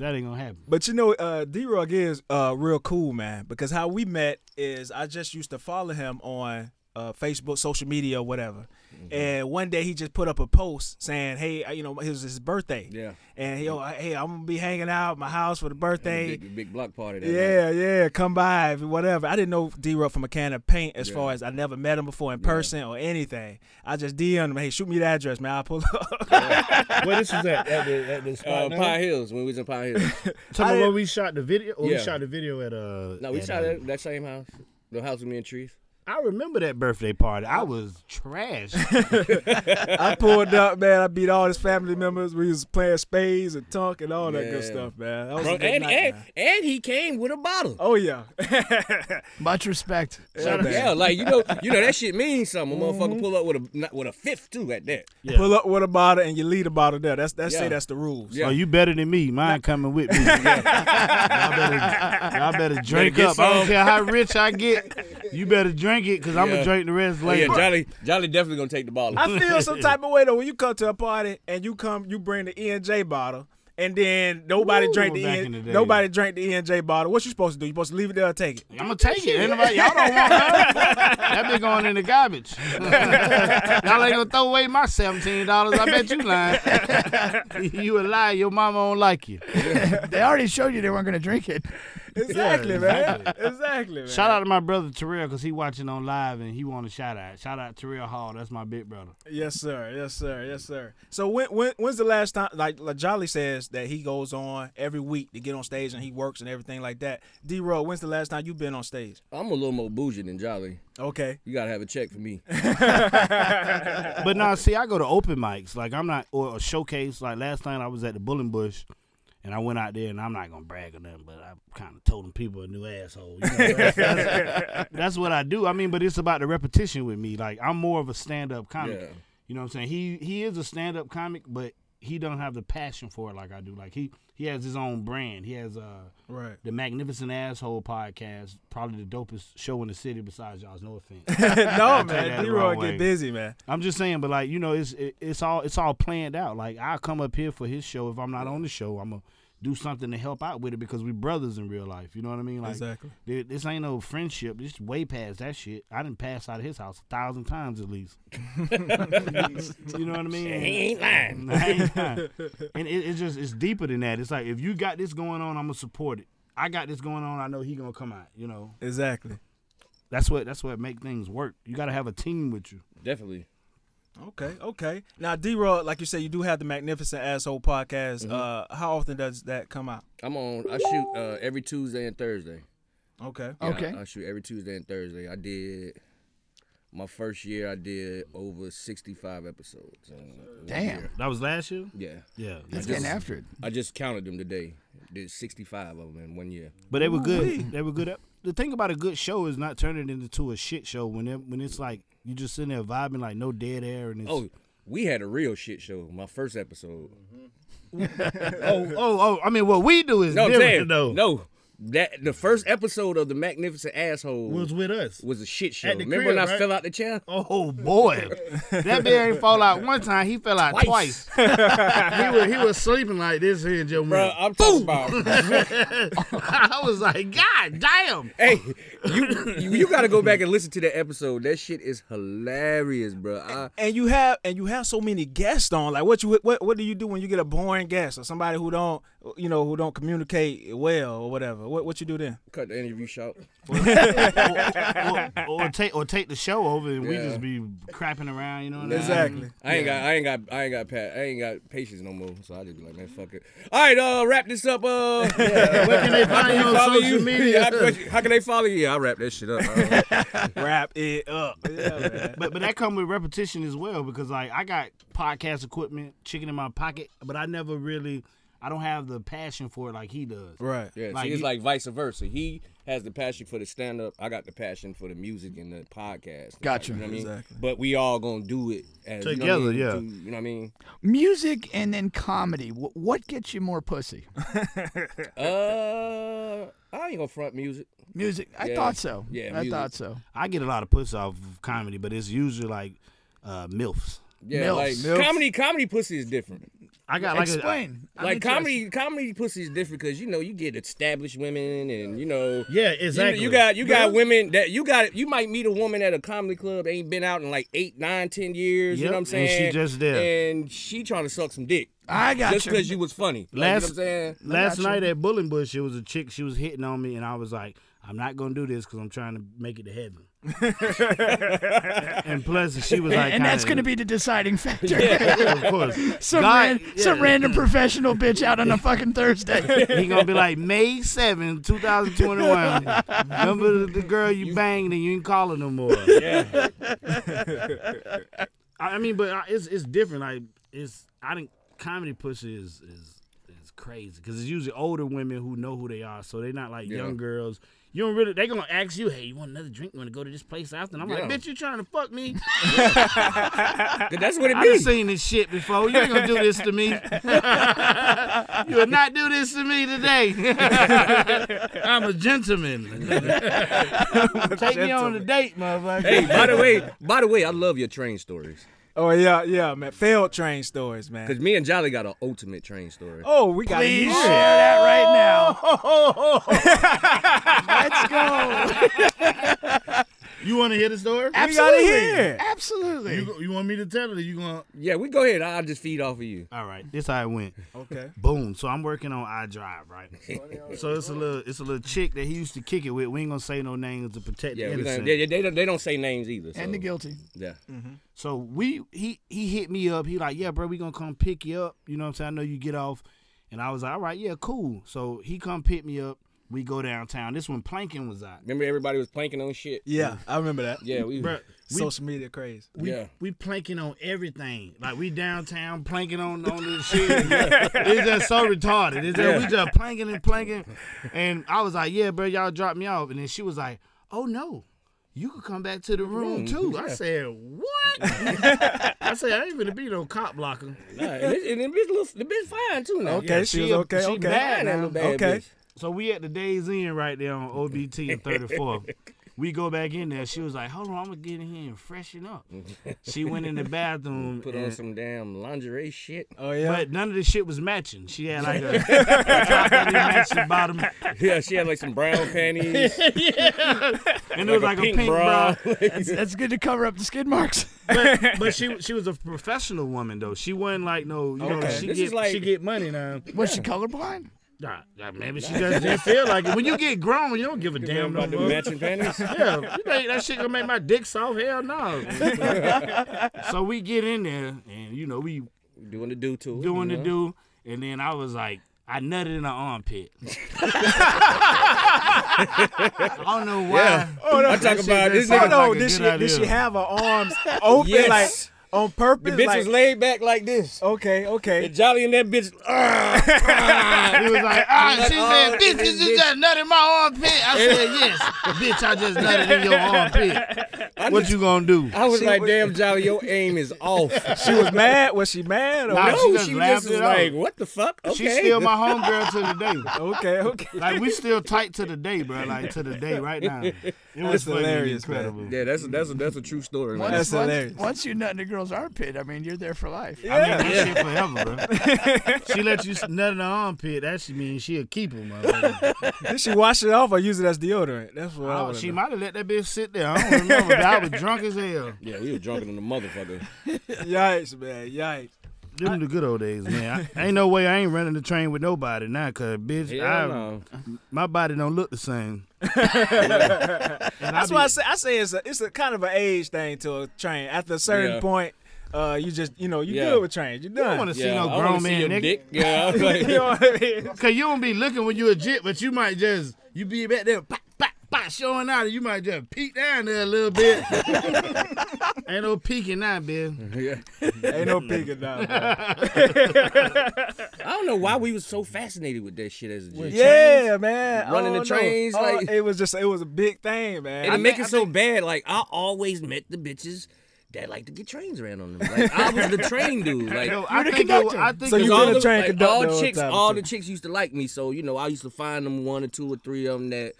ain't gonna happen. But you know, uh, D Rug is uh, real cool, man. Because how we met is I just used to follow him on uh, Facebook, social media, or whatever. Mm-hmm. And one day he just put up a post saying, "Hey, uh, you know, it was his birthday. Yeah. And he, oh, I- Mm-hmm. hey, I'm gonna be hanging out at my house for the birthday. Big, big block party. That night. Yeah, yeah, come by, if- whatever. I didn't know D Rug from a can of paint as far as I never met him before in person or anything. I just DM'd him, hey, shoot me the address, man. I'll pull up. Where this was at? At the, at the Uh, Pine Hills when we was in Pine Hills. Talking about where we shot the video. Or Yeah. We shot the video at uh. No, we at, shot uh, at that same house. The house with me and Trees. I remember that birthday party. I was trash. I pulled up, man. I beat all his family members. We was playing spades and tunk and all that good Yeah. stuff, man. That was a Bro, good and, night, and, man. and he came with a bottle. Oh yeah, Much respect. yeah, like you know, you know that shit means something. A Mm-hmm. motherfucker pull up with a not- with a fifth too at that. Yeah. pull up with a bottle and you lead a bottle there. That's that say Yeah. that's the rules. Yeah. Oh, you better than me. Mine coming with me. y'all, better, y'all better drink get up. I don't some. care how rich I get. You better drink it because I'm Yeah. gonna drink the rest Oh, yeah, later. Jolly, Jolly definitely gonna take the bottle. I feel some type of way though when you come to a party and you come, you bring the E and J bottle. And then nobody Ooh, drank the, back EN in the day. nobody drank the ENJ bottle. What you supposed to do? You supposed to leave it there or take it? I'm gonna take it. Ain't nobody, y'all don't want that. That be going in the garbage. y'all ain't gonna throw away my seventeen dollars. I bet you lying. you a liar. Your mama don't like you. They already showed you they weren't gonna drink it. Exactly, man. Exactly, man. Shout out to my brother Terrell because he watching on live and he want a shout out. Shout out Terrell Hall. That's my big brother. Yes, sir. Yes, sir. Yes, sir. So when when when's the last time? Like, like Jolly says that he goes on every week to get on stage and he works and everything like that. D. Row, when's the last time you been on stage? I'm a little more bougie than Jolly. Okay. You gotta have a check for me. But now, see, I go to open mics. Like I'm not or a showcase. Like last night, I was at the Bull and Bush, and I went out there, and I'm not gonna brag or nothing, but I kind of told them people a new asshole. You know, that's, that's- that's what I do. I mean, but it's about the repetition with me. Like I'm more of a stand up comic. Yeah. You know what I'm saying? He he is a stand up comic, but he don't have the passion for it like I do. Like he he has his own brand. He has uh Right. the Magnificent Asshole podcast, probably the dopest show in the city besides y'all's. No offense. no, that man. the D. Row wrong way. get busy, man. I'm just saying, but like you know, it's it, it's all it's all planned out. Like I come up here for his show. If I'm not on the show, I'm gonna do something to help out with it because we brothers in real life. You know what I mean? Like, Exactly. Dude, this ain't no friendship. This is way past that shit. I didn't pass out of his house a thousand times at least. you know what I mean? He ain't lying. I ain't lying. and it, it's just it's deeper than that. It's like if you got this going on, I'm gonna support it. I got this going on. I know he gonna come out. You know, Exactly. that's what that's what make things work. You gotta have a team with you. Definitely. Okay. Okay. Now, D. Row, like you said, you do have the Magnificent Asshole podcast. Uh, how often does that come out? Mm-hmm. I'm on. I shoot uh, every Tuesday and Thursday. Okay. Yeah, Okay. I, I shoot every Tuesday and Thursday. I did. My first year, I did over 65 episodes. in one Damn. year. That was last year. Yeah. Yeah, He's getting after it. I just counted them today. Did 65 of them in one year. But they were good. They were good. The thing about a good show is not turning it into a shit show when it, when it's like you just sitting there vibing like no dead air and it's Oh, we had a real shit show. My first episode. Mm-hmm. oh oh oh. I mean what we do is No, I'm different saying, though. no. that the first episode of the Magnificent Asshole was was with us. was a shit show. At the Remember crib, when I right? fell out the chair? Oh boy, that bear ain't fall out one time. He fell out twice. Twice. he was he was sleeping like this here, Joe. Bro, Bro, I'm talking about. I was like, God damn. hey, you, you you gotta go back and listen to that episode. That shit is hilarious, bro. I, and you have and you have so many guests on. Like what you what what do you do when you get a boring guest or somebody who don't you know who don't communicate well or whatever? What what you do then? Oh, cut the interview short. or, or take or take the show over and we Yeah. just be crapping around. You know what Exactly. I ain't got, I ain't got, I ain't got, pat, I ain't got patience no more. So I just be like, man, fuck it. All right, uh, wrap this up. Uh, I mean? Where can they find you on follow social you. media? How, can- how can they follow you? Yeah, I wrap that shit up. Uh, Wrap it up. Yeah, man. but but that come with repetition as well because like I got podcast equipment, chicken in my pocket, but I never really, I don't have the passion for it like he does. right. yeah, Like see, it's you- like vice versa. He has the passion for the stand up. I got the passion for the music and the podcast. Gotcha. You know what I mean? Exactly. But we all gonna do it as, you know what I Together, mean? yeah. Do- You know what I mean? Music and then comedy. Wh- What gets you more pussy? Uh, I ain't gonna front music. Music. I Yeah. thought so. Yeah, I music. thought so. I get a lot of puss off of comedy, but it's usually like uh, milfs. Yeah, Milfs. like Milfs. comedy, comedy pussy is different. I got like A, Explain. I'm like interested. comedy, comedy pussy is different because you know you get established women and you know Yeah, You- exactly. You, got you got women that you got you might meet a woman at a comedy club that ain't been out in like eight, nine, ten years. you Yep, know what I'm and saying? she just there. and she trying to suck some dick I got just you. because you was funny. Like, Last- you know what I'm saying? Last you. night at Bull and Bush, it was a chick. She was hitting on me, and I was like, "I'm not gonna do this because I'm trying to make it to heaven." and plus, she was like, and, and that's going kinda- to be the deciding factor. of course. some, ran- God- some random professional bitch out on a fucking Thursday. He gonna be like May 7, 2021. Remember the girl you banged and you ain't calling no more. Yeah. I I mean, but I- it's it's different. Like it's I think comedy pussy is is is crazy because it's usually older women who know who they are, so they're not like young girls. You don't really. They gonna ask you, "Hey, you want another drink? You want to go to this place after?" And I'm Yeah. like, "Bitch, you trying to fuck me? 'Cause that's what it I done means. seen this shit before. You ain't gonna do this to me. you will not do this to me today. I'm a gentleman. Take me on a date, motherfucker. Hey, by the way, by the way, I love your train stories Oh yeah, yeah, man. Failed train stories, man. because me and Jolly got an ultimate train story. Oh, we got Please share that right now. You want to hear the story? We got it here. Absolutely. You want me to tell it? Or you gonna? Yeah, we go ahead. I'll just feed off of you. All right, this how it went. Okay. Boom. So I'm working on iDrive, right? so it's a little, it's a little chick that he used to kick it with. We ain't gonna say no names to protect Yeah, the we innocent. gonna, they, they, don't, they don't say names either. So, and the guilty. Yeah. So we he he hit me up. He like, yeah, bro, we gonna come pick you up. You know what I'm saying? I know you get off. And I was like, all right, yeah, cool. So he come pick me up. We go downtown. This when Plankin was out. Remember everybody was planking on shit. Yeah, I remember that. Yeah, we. Bro, we, Social media crazy. we, yeah. we planking on everything. Like we downtown planking on on this shit. it's just so retarded. It's just, We just planking and planking. And I was like, yeah, bro, y'all drop me off. And then she was like, oh no, you could come back to the room Mm. too. I said, what? I said, I ain't gonna be no cop blocker. Nah, and it, and it, bitch look- the bitch fine too now. Okay, Yeah, she, was she a- okay. she okay. bad now. That little bad okay. bitch. So we at the Days Inn right there on OBT and 34th. we go back in there. She was like, "Hold on, I'm gonna get in here and freshen up." she went in the bathroom, Put on and- some damn lingerie shit. Oh yeah. but none of this shit was matching. She had like a, top didn't match the bottom, Yeah, she had like some brown panties, like, and it was a like pink, bra. That's, that's good to cover up the skid marks. But, but she she was a professional woman though. She wasn't like no, you know, Okay. she This get is like- she get money now. Was she colorblind? Nah, nah, maybe she just didn't feel like it. When you get grown, you don't give a damn no about the more. matching panties. Yeah, you think that shit gonna make my dick soft? Hell no. so we get in there, and you know we Doing the do to. it, doing you the know? do, and then I was like, I nutted in her armpit. I don't know why. Yeah. I'm Oh, That talking shit about just this nigga. sounds Hold like on, a did she good did she idea. have her arms open Yes. like on purpose. The bitch like, was laid back like this. Okay, And okay. Jolly and that bitch. ah, He was like, ah, she Oh, said, this bitch, did you bitch- just nut in my armpit? I said, yes. bitch, I just nutted in your armpit. I What just- you gonna do? I was like, damn, Jolly, your aim is off. She was mad. Was she mad? Or Nah, what? she no, just she laughed just was it off. like, what the fuck? Okay. She's still my homegirl to the day. Okay, okay. Like we still tight to the day, bro. Like to the day right now. It That's was fucking hilarious, man. incredible. Yeah, that's a, that's a, that's a true story. man. That's Once, once, hilarious. once you nut in a girl's armpit, I mean, you're there for life. I mean, that shit forever, bro. she let you s- nut in her armpit. That should mean she'll keep him, motherfucker. Did she wash it off or use it as deodorant? That's what I Oh, would. she might have let that bitch sit there. I don't remember. but I was drunk as hell. Yeah, we were drunker than a motherfucker. Yikes, man! Yikes. Them the good old days, man. I, ain't no way I ain't running the train with nobody now, cause bitch, I, Hell no. my body don't look the same. That's why I say I say it's a it's a kind of an age thing to a train. After a certain Yeah. point, uh, you just you know you Yeah. good with trains. You You don't done. want to see Yeah, no I grown wanna see man, your nigga. dick. Yeah, I was like, you know what I mean? Cause you don't be looking when you a jit, but you might just you be back there, pop, pop, pop, showing out, and you might just peek down there a little bit. Ain't no peeking now, bitch. Ain't no picking now. man. I don't know why we was so fascinated with that shit as a kid. Yeah, man. I Running the don't know. trains, Oh, like- it was just it was a big thing, man. And I to make think- it so bad, like I always met the bitches that like to get trains ran on them. Like I was the train dude. Like Yo, I think, it, I think So it you was- been a train like, conductor all all the chicks, time, all too. the chicks used to like me. So you know, I used to find them one or two or three of them that.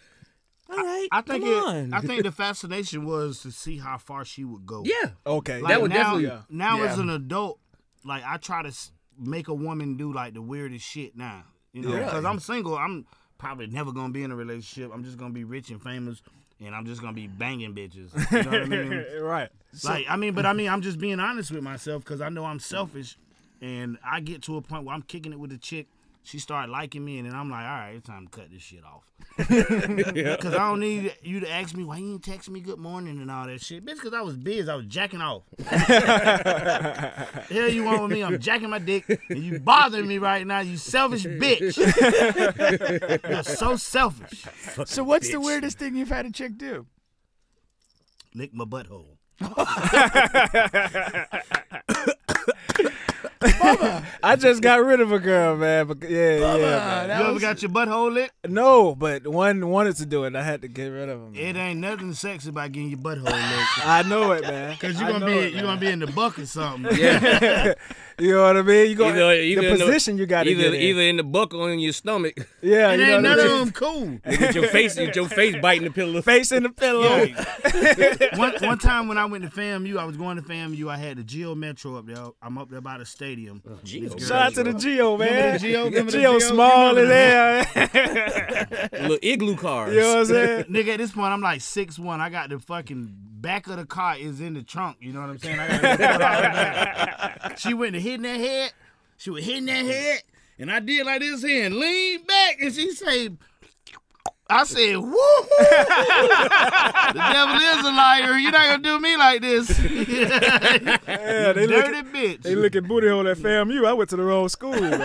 All right, I think come on. it, I think the fascination was to see how far she would go. yeah. okay, Like That would now, definitely- Yeah. now Yeah. as an adult, like I try to s- make a woman do like the weirdest shit now. You know, because I'm single, I'm probably never gonna be in a relationship. I'm just gonna be rich and famous, and I'm just gonna be banging bitches. You know what I mean? right. like I mean, but I mean, I'm just being honest with myself because I know I'm selfish, and I get to a point where I'm kicking it with a chick. She started liking me, and then I'm like, all right, it's time to cut this shit off. Because I don't need you to ask me why you didn't text me good morning and all that shit, bitch. Because I was busy, I was jacking off. Hell, you want with me? I'm jacking my dick, and you bothering me right now. You selfish bitch. You're so selfish. So, what's the weirdest thing you've had a chick do? Lick my butthole. I just got rid of a girl, man. But yeah, yeah. Man. You ever got your butthole licked? No, but one wanted to do it. I had to get rid of him. man. It ain't nothing sexy about getting your butthole licked. I know it, man. Cause you I gonna know be it, you man. gonna be in the buck or something. Yeah, You know what I mean? You go Either- either the in the- position you got to either get in. either in the buck or in your stomach. yeah, It you know what ain't none I of mean? them cool. with your face, with your face biting the pillow. Face in the pillow. one, one time when I went to FAMU, I was going to FAMU. I had the Geo Metro up there. I'm up there by the stadium. Uh, Geo. This girl- Shout out to the Geo, man. Geo, remember the Geo Geo? small as Remember hell. Little igloo cars. You know what I'm saying? Nigga, at this point, I'm like six one. I got the fucking back of the car is in the trunk. You know what I'm saying? I got the foot all the way. she went to hitting that head. She was hitting that head, and I did like this here and leaned back, and she said, "I said, woo The devil is a liar. You're not gonna do me like this, Yeah, they dirty looking, bitch." they looking booty hole at FAMU. I went to the wrong school, man. it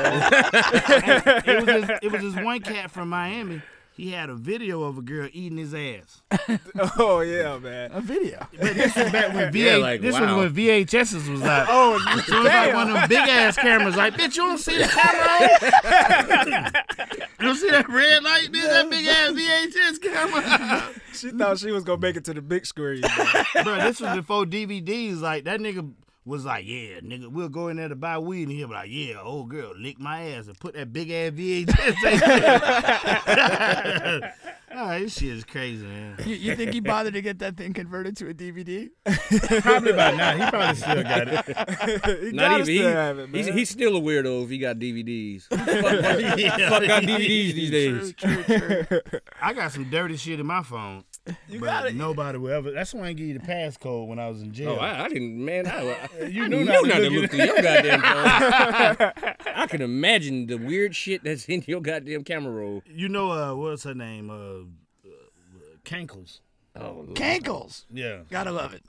was just, it was this one cat from Miami. He had a video of a girl eating his ass. oh yeah, man. A video. back when VH, Yeah, like, this wow. was when VHSs was out. Oh, So it was like one of them big ass cameras. Like, bitch, you don't see the camera? on? you don't see that red light, bitch? That big ass VHS camera. she thought she was gonna make it to the big screen. man. Bro, this was before DVDs. Like that nigga was like, yeah, nigga, we'll go in there to buy weed, and he'll be like, yeah, old girl, lick my ass and put that big ass VHS. in." oh, this shit is crazy, man. You, you think he bothered to get that thing converted to a DVD? Probably by now, he probably still got it. he Not gotta still even. He, have it, he's, man. he's still a weirdo if he got DVDs. fuck, fuck got DVDs these days. True, true. I got some dirty shit in my phone. but gotta- nobody will ever. That's why I give you the passcode when I was in jail. Oh, I, I didn't, man. I, I, You I knew knew not to not, to look at look through your goddamn phone. I can imagine the weird shit that's in your goddamn camera roll. you know uh, what's her name? Uh, uh, Cankles. Oh, Lord. Cankles. Yeah. Gotta love it.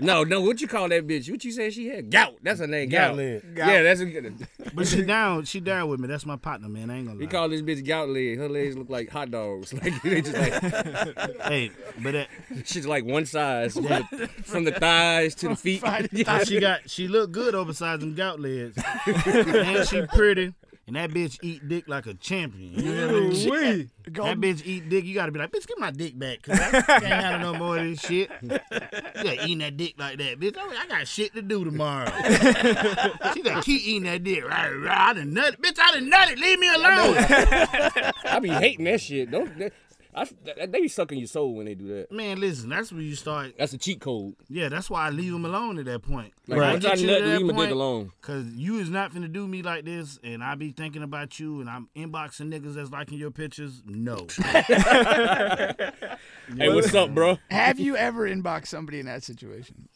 No, no, what you call that bitch? What you say she had? Gout. That's her name. Gout. Goutlet. Yeah, that's what But she down, she down with me. That's my partner, man. I ain't gonna we lie. call this bitch gout leg. Her legs look like hot dogs. Like they just like hey, but that, she's like one size from the, from the thighs to the feet. how she got she look good over besides them gout legs, and she pretty, and that bitch eat dick like a champion. You know what I mean? Wee. That bitch eat dick. You gotta be like, bitch, get my dick back, cause I can't handle no more of this shit. You gotta eating that dick like that, bitch. I, I got shit to do tomorrow. she gotta keep eating that dick. Right, right. I done nut it, bitch. I done nut it. Leave me alone. I be hating that shit. Don't that, I, that, they be sucking your soul when they do that. Man, listen, that's when you start. That's a cheat code. Yeah, that's why I leave him alone at that point. Like, I once I get you nut, to that leave my dick point, alone. Cause you is not finna do me like this, and I be thinking about you, and I'm inboxing niggas that's liking your pictures. No, Hey, what's up, bro? Have you ever inboxed somebody in that situation?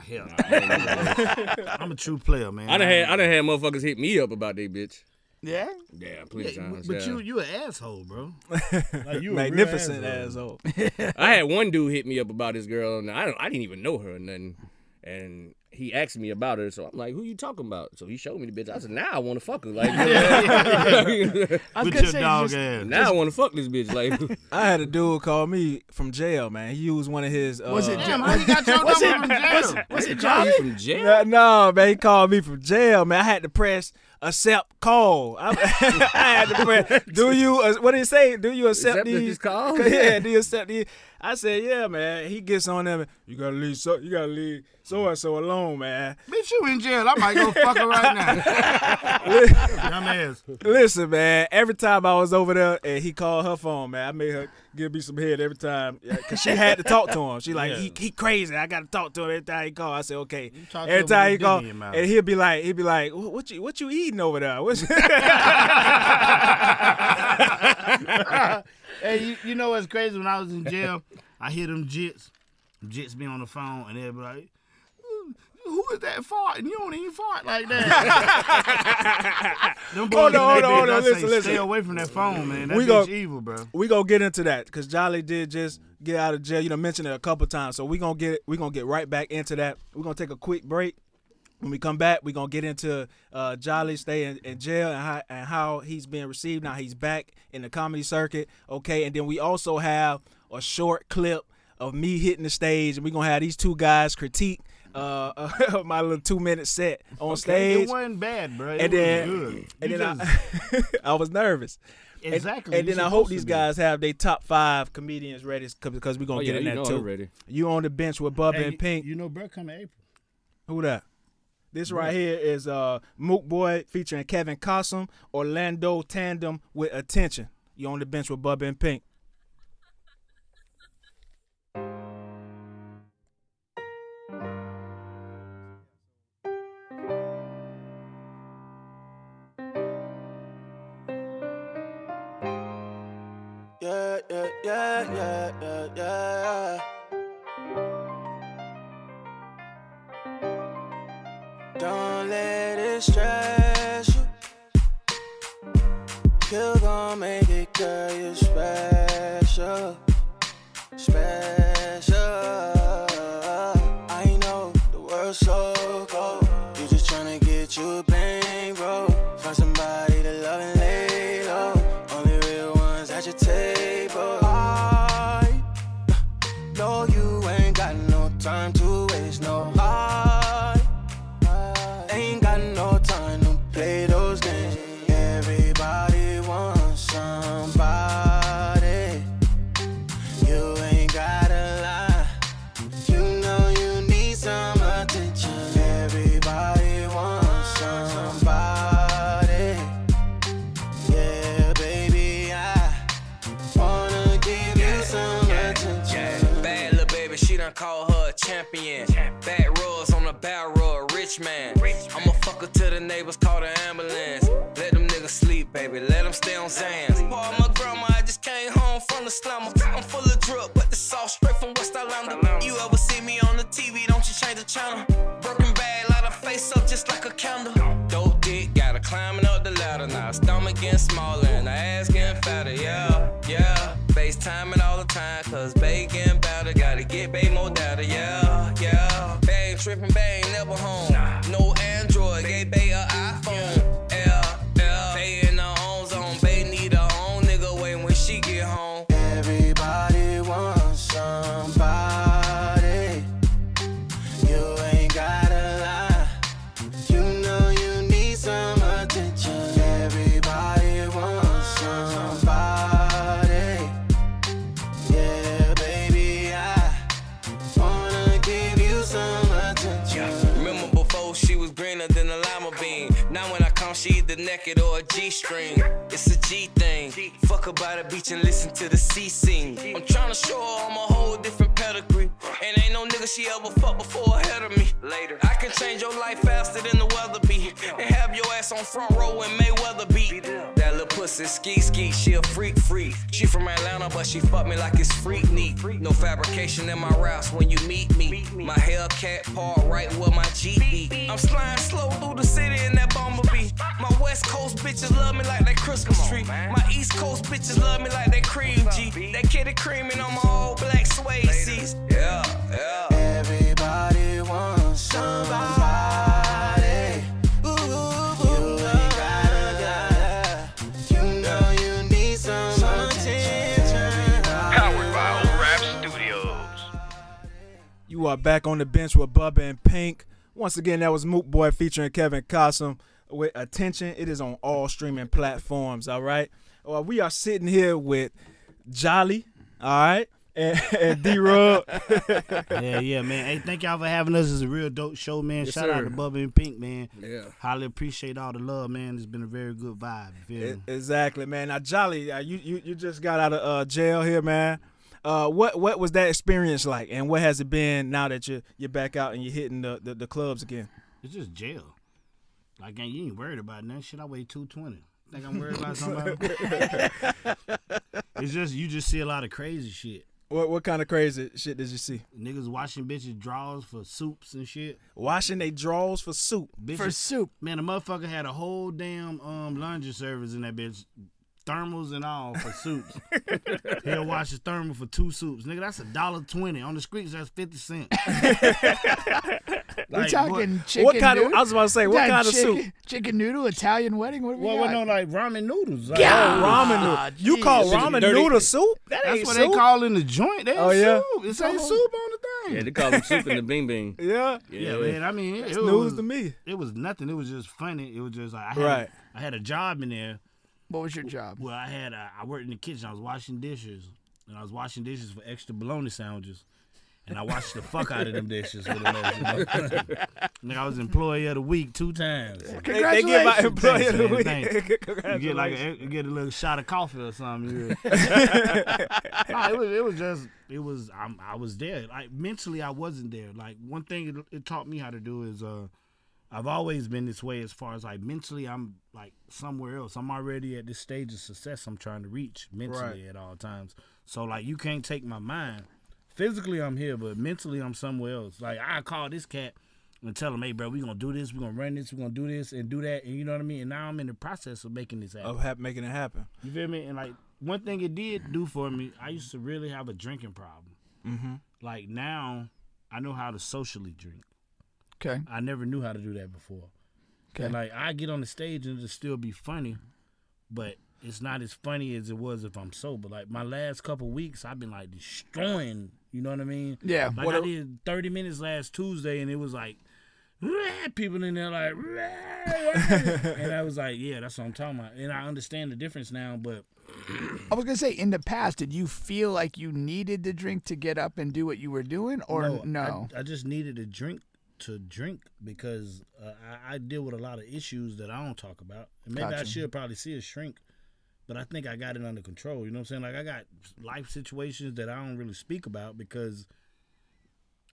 hell. no. I'm a true player, Oh, man. I done had I done had motherfuckers hit me up about they bitch. Yeah. Yeah, plenty Yeah, of times. but yeah. you you an asshole, bro. Like, you a real Magnificent asshole. I had one dude hit me up about this girl, and I don't, I didn't even know her or nothing. And he asked me about her, so I'm like, "Who you talking about?" So he showed me the bitch. I said, "Now I want to fuck her. Like, I was With gonna your say dog just- ass. now I want to fuck this bitch." Like, I had a dude call me from jail, man. He was one of his. Uh, Was it Damn, how you got your Was number it, from was jail? it, was it "Are Johnny? you from jail? No, no, man, he called me from jail, man. I had to press accept call. I, I had to press. Do you? Uh, what did he say? Do you accept, Accept these this call? Yeah, do you accept these? I said, yeah, man. He gets on them. You gotta leave. So you gotta leave so and so alone, man. Bitch, you in jail. I might go fuck her right now. Dumbass. Listen, man. Every time I was over there and he called her phone, man, I made her give me some head every time yeah, cause she had to talk to him. She like he, he crazy. I gotta talk to him every time he call. I said okay. talk to Every him time he with a call, ding in your mouth. and he'll be like he'll be like "Wh- what you what you eating over there? What's Hey, you, you know what's crazy? When I was in jail, I hear them jits, jits be on the phone, and they be like, "Who- "Who is that farting? You don't even fart like that." them boys Hold on, in hold that on, hold on. bitch, I say, Listen, listen. Stay away from that phone, man. That We go- bitch evil, bro. we gonna get into that because Jolly did just get out of jail. You know, mentioned it a couple times, so we gonna get we gonna get right back into that. We're gonna take a quick break. When we come back, we're gonna get into uh, Jolly stay in, in jail and how, and how he's being received. Now he's back in the comedy circuit, okay. And then we also have a short clip of me hitting the stage, and we're gonna have these two guys critique uh, my little two minute set on It stage. wasn't bad, bro. It And was then, good. and You then just- I, I was nervous. And- Exactly, And, you then I hope supposed to these be. guys have their top five comedians ready because we're gonna Oh, get yeah, in you that know too. already. You on the bench with Bubba Hey, and Pink. You know, bro, come in April. Who that? This right here is uh Mook Boy featuring Kevin Cossom, Orlando tandem with Attention. You on the bench with Bubba and Pink. Yeah, yeah, yeah, yeah, yeah, yeah. Don't let it stress you. You gon' make it, girl, you special. Special. I know the world's so cold. You just tryna get you a bankroll. Find somebody to love and lay low. Only real ones at your table. I know you ain't got no time to waste, no. I ain't got no time to play those games. Everybody wants somebody. You ain't gotta lie. You know you need some attention. Everybody wants somebody. Yeah, baby, I wanna give you some attention. Bad little baby, she done call her a champion. Back roads on the barrel, a rich man. I'ma fuck her till the neighbors call the ambulance. Let them niggas sleep, baby. Let them stay on Zans. Paul, my grandma, I just came home from the slum. I'm full of drip, but the sauce straight from West Islander. You ever see me on the TV? Don't you change the channel? Broken bag, light her face up just like a candle. Dope dick, got her climbing up the ladder now. Stomach getting smaller and her ass getting fatter. Yeah, yeah. FaceTiming all the time, cause babe getting better. Gotta get babe more data, yeah, yeah. Babe tripping, babe never home. No Android, gave babe a iPhone. Yeah, yeah. Babe in her own zone, babe need her own nigga wait when she get home. Everybody wants somebody. You ain't gotta lie. You know you need some attention. Everybody wants somebody. Yeah, baby, I wanna give you some attention. Remember before she was greener than a lima bean. Now when I come, she either naked or a G string. It's a G thing. Fuck her by the beach and listen to the sea scene. I'm tryna show her I'm a whole different pedigree. And ain't no nigga she ever fucked before ahead of me. Later. I can change your life faster than the weather be. And have your ass on front row when Mayweather beat. That little pussy ski ski, she a freak freak. She from Atlanta, but she fuck me like it's freak neat. No fabrication in my raps when you meet me. My Hellcat parked right where my Jeep be. I'm sliding slow through the city in that Bumblebee. My West Coast bitches love me like that Christmas tree. My East Coast bitches love me like that cream G. That kitty creaming on my all black suede seats. Yeah, yeah. Everybody wants somebody. Ooh, you ain't gotta lie. You know you need some attention. Powered by Old Rap Studios. You are back on the bench with Bubba and Pink. Once again, that was Moot Boy featuring Kevin Cosm with Attention. It is on all streaming platforms, all right? Well, we are sitting here with Jolly, all right? And, and D Rub. yeah, yeah, man. Hey, thank y'all for having us. It's a real dope show, man. Yes, Shout out sir. to Bubba and Pink, man. Yeah. Highly appreciate all the love, man. It's been a very good vibe. You feel E- me? Exactly, man. Now, Jolly, uh, you, you you just got out of uh, jail here, man. Uh, what what was that experience like, and what has it been now that you you're back out and you're hitting the, the, the clubs again? It's just jail. Like, ain't- you ain't worried about nothing. Shit, I weigh 220. Think I'm worried about somebody? it's just, you just see a lot of crazy shit. What what kind of crazy shit did you see? Niggas washing bitches' drawers for soups and shit. Washing they drawers for soup. Bitches, For soup. Man, the motherfucker had a whole damn um laundry service in that bitch. Thermals and all for soups. He'll wash his thermal for two soups. Nigga, that's a dollar twenty. On the streets, that's fifty cents. We're talking chicken. what kind noodle? of? I was about to say, what Yeah, kind of chicken, soup? Chicken noodle, Italian wedding. What do we Well, got? what no like ramen noodles. Like, Yeah. oh, Ramen noodle. Ah, you call Jesus. ramen Dirty- noodle soup? That That's ain't what soup. they call in the joint. They Oh, oh, yeah? yeah. soup. It's ain't soup on the thing. Yeah, they call them soup and the bing bing. Yeah, Yeah, man. I mean, it, it news was to me. It was nothing. It was just funny. It was just like I had, Right. I had a job in there What was your job? where I had a, I worked in the kitchen. I was washing dishes, and I was washing dishes for extra bologna sandwiches. And I washed the fuck out of them dishes. With the Nigga, I was employee of the week two times. They, they give out Congratulations. employee of the Thanks, man, week. You get like Congratulations. a, you get a little shot of coffee or something. you- Nah, it was it was just it was I'm, I was there like mentally I wasn't there. Like one thing it, it taught me how to do is uh I've always been this way as far as like mentally I'm like somewhere else. I'm already at this stage of success I'm trying to reach mentally at all times. So like you can't take my mind. Physically I'm here, but mentally I'm somewhere else. Like I call this cat and tell him, hey bro, we gonna do this, we gonna run this, we gonna do this and do that, and you know what I mean. And now I'm in the process of making this happen. Of hap- making it happen. You feel me? And like one thing it did do for me, I used to really have a drinking problem. Mm-hmm. Like now, I know how to socially drink. Okay. I never knew how to do that before. Okay. And like I get on the stage and it'll still be funny, but it's not as funny as it was if I'm sober. Like my last couple weeks, I've been like destroying. You know what I mean? Yeah. Like I did 30 minutes last Tuesday, and it was like "Rah," people in there like, "Rah," and I was like, yeah, that's what I'm talking about. And I understand the difference now, but I was gonna say, in the past, did you feel like you needed to drink to get up and do what you were doing, or no? I, I just needed a drink to drink because uh, I, I deal with a lot of issues that I don't talk about. And maybe I Gotcha. should probably see a shrink, but I think I got it under control. You know what I'm saying? Like I got life situations that I don't really speak about because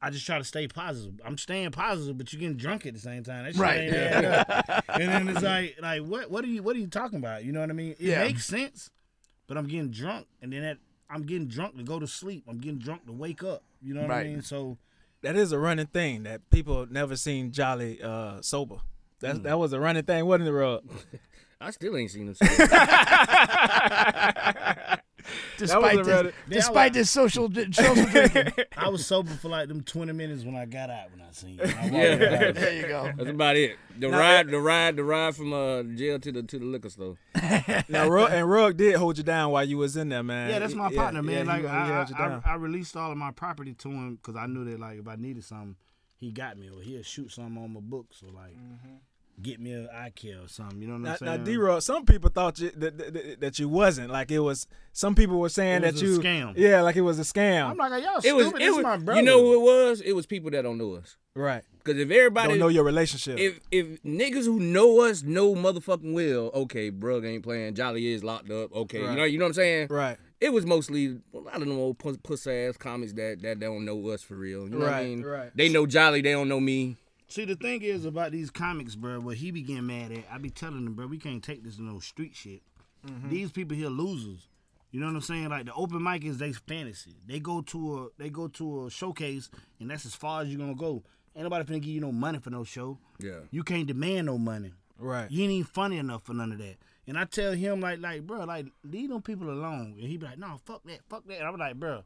I just try to stay positive. I'm staying positive, but you're getting drunk at the same time. That shit Right. ain't adding up. and then it's like, like what? What are you? What are you talking about? You know what I mean? It Yeah. makes sense, but I'm getting drunk, and then that I'm getting drunk to go to sleep. I'm getting drunk to wake up. You know what Right. I mean? So That is a running thing that people never seen Jolly uh, sober. That that was a running thing, wasn't it, Rub? I still ain't seen them. sober. despite this, despite this social di- social drinking. I was sober for like them twenty minutes when I got out. When I seen you, I walked Yeah, out. There you go. That's about it. The Now- ride, the ride, the ride from uh, jail to the to the liquor store. Now, Rug, and Rug did hold you down while you was in there, man. Yeah, that's my partner, man. yeah, like he- he I, held you I, down. I, I released all of my property to him because I knew that like if I needed something, he got me or he'll shoot something on my books or like Mm-hmm. get me an eye care or something. You know Now, what now I'm saying? D Rug, some people thought you, that, that, that you wasn't. Like it was, some people were saying It was that a you scam. Yeah, like it was a scam. I'm like, y'all It stupid. was, This it was. my brother. You know who it was? It was people that don't know us. right. Because if everybody Don't know your relationship. if if niggas who know us know motherfucking well, okay, Brug ain't playing. Jolly is locked up. Okay, Right. you know, you know what I'm saying. right. It was mostly a lot of them old puss, puss ass comics that that don't know us for real. You know what I Right, mean? right. They know Jolly, they don't know me. See, the thing is about these comics, bro. What he be getting mad at, I be telling him, bro, we can't take this no street shit. Mm-hmm. These people here losers. You know what I'm saying? Like the open mic is they fantasy. They go to a they go to a showcase, and that's as far as you're gonna go. Ain't nobody finna give you no money for no show. Yeah. You can't demand no money. Right. You ain't even funny enough for none of that. And I tell him like like bro like leave them people alone. And he be like, no fuck that, fuck that. And I'm like, bro,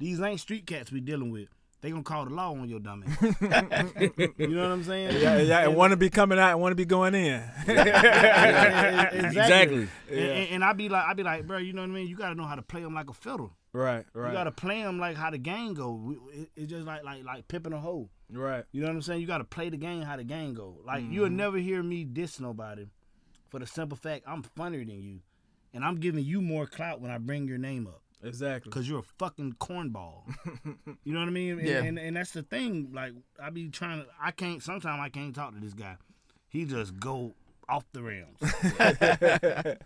these ain't street cats we dealing with. They gonna call the law on your dumb ass. you know what I'm saying? Yeah, yeah, and want to be coming out and want to be going in. Yeah, yeah, Exactly. And, and, and I be like, I be like, bro, you know what I mean? You gotta know how to play them like a fiddle. right, right, You gotta play them like how the game go. We- It, it's just like like like pipping a hole. right. Mm-hmm. You know what I'm saying? You gotta play the game how the game go. Like you'll never hear me diss nobody, for the simple fact I'm funnier than you, and I'm giving you more clout when I bring your name up Exactly. because you're a fucking cornball. you know what I mean? And, Yeah. and, and that's the thing. Like I be trying to, I can't. Sometimes I can't talk to this guy. He just go off the rails.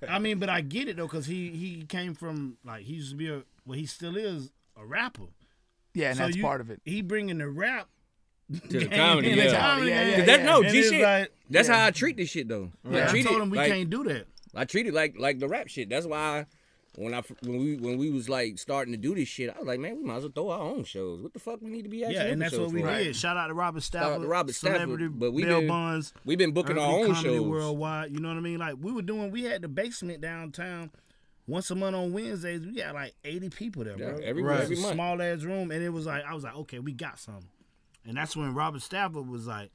I mean, but I get it though, cause he he came from like he used to be a well, he still is a rapper. Yeah, and So that's you- part of it. He bringing the rap To the comedy. and the Yeah. comedy Yeah, yeah, game. That's no And G it's shit. like- That's how I treat this shit though. Yeah, I I treat told it him we like- can't do that. I treat it like like the rap shit. That's why I, when I f- when we when we was like starting to do this shit, I was like, man, we might as well throw our own shows. What the fuck we need to be actually Yeah, doing and that's shows what we for? did. Shout out to Robert Stafford, out to Robert Stafford, celebrity but we Bill been- Buns. we been booking our Urban own Comedy shows. worldwide. You know what I mean? Like we were doing, we had the basement downtown. Once a month on Wednesdays, we got like eighty people there, Yeah, bro. every- It was every a month. small ass room, and it was like I was like, okay, we got something. And that's when Robert Stafford was like,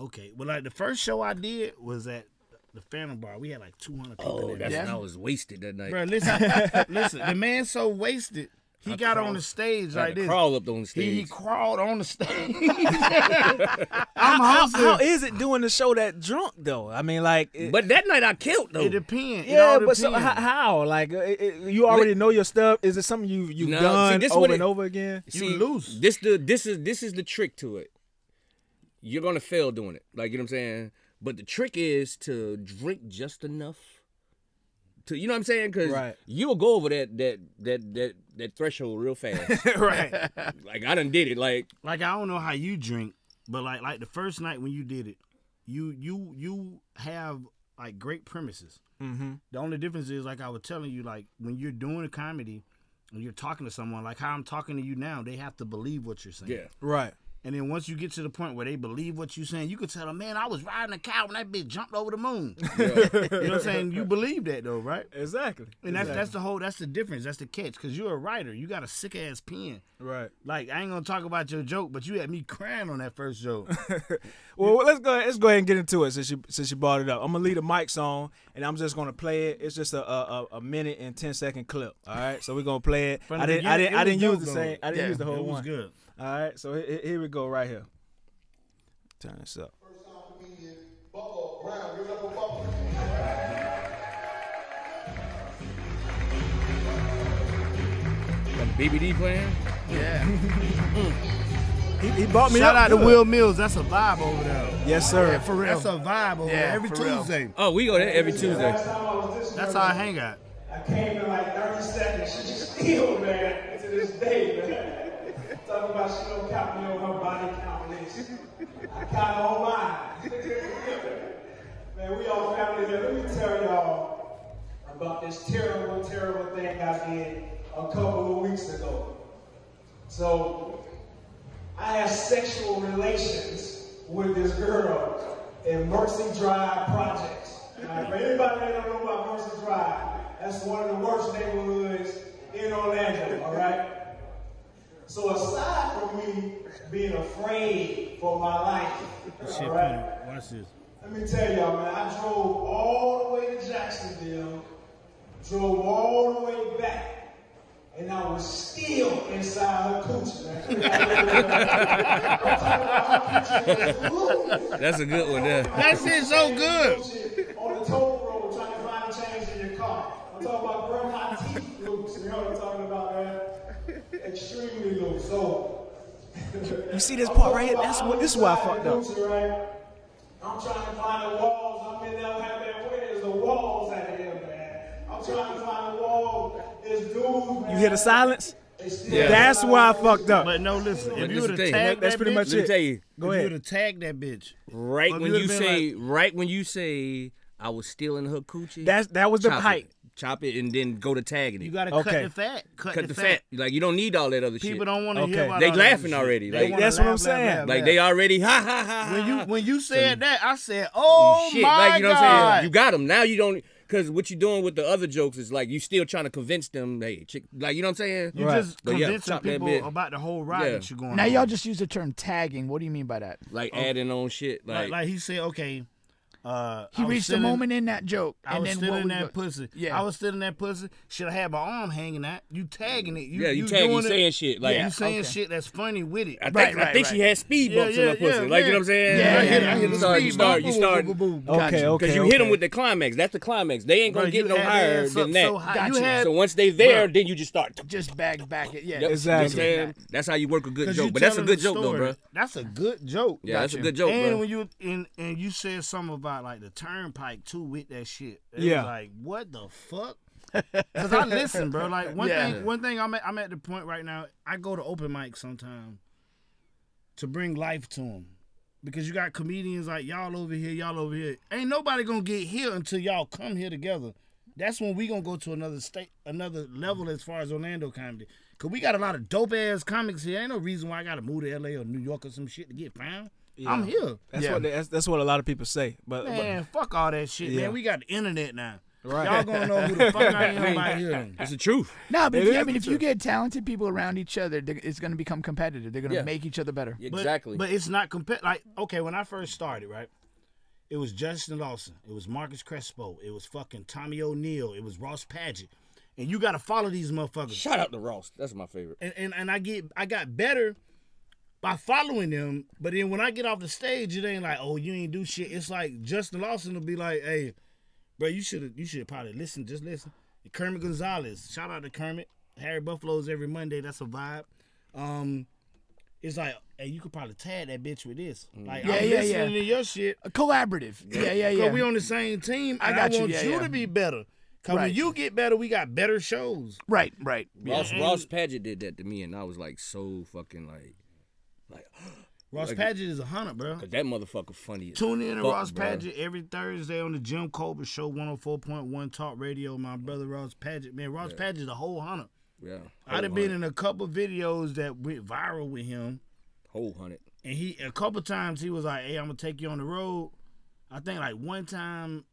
okay, well, like the first show I did was at the Phantom Bar. We had like two hundred people. Oh, there. that's Yeah. when I was wasted that night. Bro, listen, listen. The man so wasted, he got on the stage I had like to this. crawl up on stage. He, he crawled on the stage. I'm how, hosting. how is it doing the show that drunk though? I mean, like, it, but that night I killed though. It depends. It yeah, all but so, how, depends. how? Like, uh, it, it- you already know your stuff. Is it something you you've No, see, done this what over it- and over again? you lose. This the this is this is the trick to it. You're gonna fail doing it. Like you know what I'm saying. But the trick is to drink just enough. To you know what I'm saying? Because Right. you'll go over that that that that that threshold real fast. right. like I done did it. Like like I don't know how you drink, but like like the first night when you did it, you you you have like great premises. Mm-hmm. The only difference is like I was telling you, like when you're doing a comedy and you're talking to someone, like how I'm talking to you now, they have to believe what you're saying. yeah, Right. And then once you get to the point where they believe what you're saying, you could tell them, man, I was riding a cow when that bitch jumped over the moon. you know what I'm saying? You believe that though, right? Exactly. And that's that's Exactly. the whole that's the difference. That's the catch. Cause you're a writer. You got a sick ass pen. right. Like I ain't gonna talk about your joke, but you had me crying on that first joke. Well, let's go. Let's go ahead and get into it since you since you brought it up. I'm gonna leave the mics on, and I'm just gonna play it. It's just a a, a- a minute and 10 second clip. All right, so we're gonna play it. From I the didn't I beginning, didn't I it was didn't use dope, the same. though. I didn't Yeah, use the it whole was one. good. All right, so he- he- here we go right here. Turn this up. like BBD playing. Mm. He, he bought me Shout up out to good. Will Mills. That's a vibe over there. Yes, sir. For real. That's a Oh, vibe over Yeah, there. Every for real. Tuesday. Oh, we go there every Tuesday. That's how I hang out. I came in like 30 seconds. She just still, man, to this day, man. Talking about she don't count me on her body count list. I count on mine. man, we all family here. Let me tell y'all about this terrible, terrible thing I did a couple of weeks ago. So, I had sexual relations with this girl in Mercy Drive Projects. Now, if anybody that don't know about Mercy Drive, that's one of the worst neighborhoods in Orlando, all right? So aside from me being afraid for my life, Shit, all right? Peter, watch this. Let me tell y'all, man, I drove all the way to Jacksonville, drove all the way back, and I was still inside her coochie, man. That's a good one there. That shit's so good. On the toll road trying to find a change in your car. I'm talking about burn my teeth loose. You know what I'm talking about, man? Extremely loose. So, You see this part right here? That's what this is why I fucked up. Right? I'm trying to find the walls. I'm in there, man. man, Where is the walls at here, man? I'm trying to find the wall. This dude, man. You hear the silence? Yeah. That's why I fucked up. But no, listen. But If you this would have the thing. tagged That's that pretty bitch, much Let me it. tell you. Go if ahead. You would have tagged that bitch. Right If when would've you been say, right when you say, I was stealing her coochie. That's- that was the chop it. hype. Chop it and then go to tagging it. You gotta cut Okay. the fat. Cut the fat. Like you don't need all that other shit. People don't wanna hear about They all that laughing shit. already. They Like, wanna That's what laugh, I'm laugh, saying. laugh, Like laugh. they already ha ha ha. when you when you said that, I said, Oh "Oh shit! my like you know god!" what I'm saying? You got them now. You don't because what you doing with the other jokes is like you still trying to convince them. Hey, chick, like you know what I'm saying? You just But yeah, convincing chop that people bit. about the whole ride Yeah. that you're going. Now on. y'all just use the term tagging. What do you mean by that? like adding on shit. like, Like, like he said, okay. Uh, He I was reached sitting- a moment in that joke, I and was then still what we in that go- pussy. Yeah. I was still in that pussy. Should I had my arm hanging out? You tagging it. You, Yeah, you you tagging, doing you it. saying shit, like- yeah, you saying Okay. shit that's funny with it. I think, I think she had speed bumps in her pussy. like you know what I'm saying? Yeah, Like, I hit, I hit you the start, speed you start, you bump. start. Boom, boom, boom, boom. Okay, okay, Because you hit them okay. with the climax. That's the climax. They ain't gonna Bro, get you no had higher ass than up that. so high. You Gotcha. had- so once they there, Bruh. then you just start. Just back back it. Yeah. Yep, Exactly. You know what I'm saying? That's how you work a good 'Cause joke. you But that's a telling good the joke though, story. bro. That's a good joke. Yeah, that's a good joke, And bro. when you and and you said something about like the turnpike too with that shit. It was Yeah. like what the fuck? Cause I listen, bro. Like one Yeah. thing, one thing. I'm at, I'm at the point right now. I go to open mic sometime to bring life to them, because you got comedians like y'all over here, y'all over here. Ain't nobody gonna get here until y'all come here together. That's when we gonna go to another state, another level as far as Orlando comedy. Cause we got a lot of dope ass comics here. Ain't no reason why I gotta move to LA or New York or some shit to get found. I'm Yeah. here. That's what they- that's, that's what a lot of people say. But, but- Man, fuck all that shit, Yeah. man. We got the internet now. Right. Y'all gonna know who the fuck I am by hearing. It's the truth. No, but It if you, is I the mean, if you truth. get talented people around each other, they're- it's going to become competitive. They're going to Yeah. make each other better. But- But, it's not compet. Like okay, when I first started, right, it was Justin Lawson, it was Marcus Crespo, it was fucking Tommy O'Neill, it was Ross Padgett, and you got to follow these motherfuckers. Shout out to Ross. That's my favorite. And, and and I get I got better by following them. But then when I get off the stage, it ain't like oh you ain't do shit. It's like Justin Lawson will be like, hey, bro, you should you should probably listen, just listen. Kermit Gonzalez, shout out to Kermit. Harry Buffalo's every Monday. That's a vibe. Um, it's like hey, you could probably tag that bitch with this. Like Yeah, I'm yeah, listening yeah. to your shit. A collaborative. Yeah, yeah, yeah. Cause we on the same team. I and got you. want Yeah, you yeah. to be better. Cause when Right. you get better, we got better shows. Right, right. Ross Yeah. Ross Padgett did that to me, and I was like so fucking like Ross Like- Padgett is a hunter, bro. 'cause that motherfucker funny. as Tune in to fuck, Ross bro. Padgett every Thursday on the Jim Colbert Show, 104.1 Talk Radio. My brother Ross Padgett, man, Ross Yeah. Padgett's a whole hunter. Yeah, Oh, I'd have whole been hundred. in a couple videos that went viral with him, whole hundred. and he a couple times he was like, "Hey, I'm gonna take you on the road." I think like one time.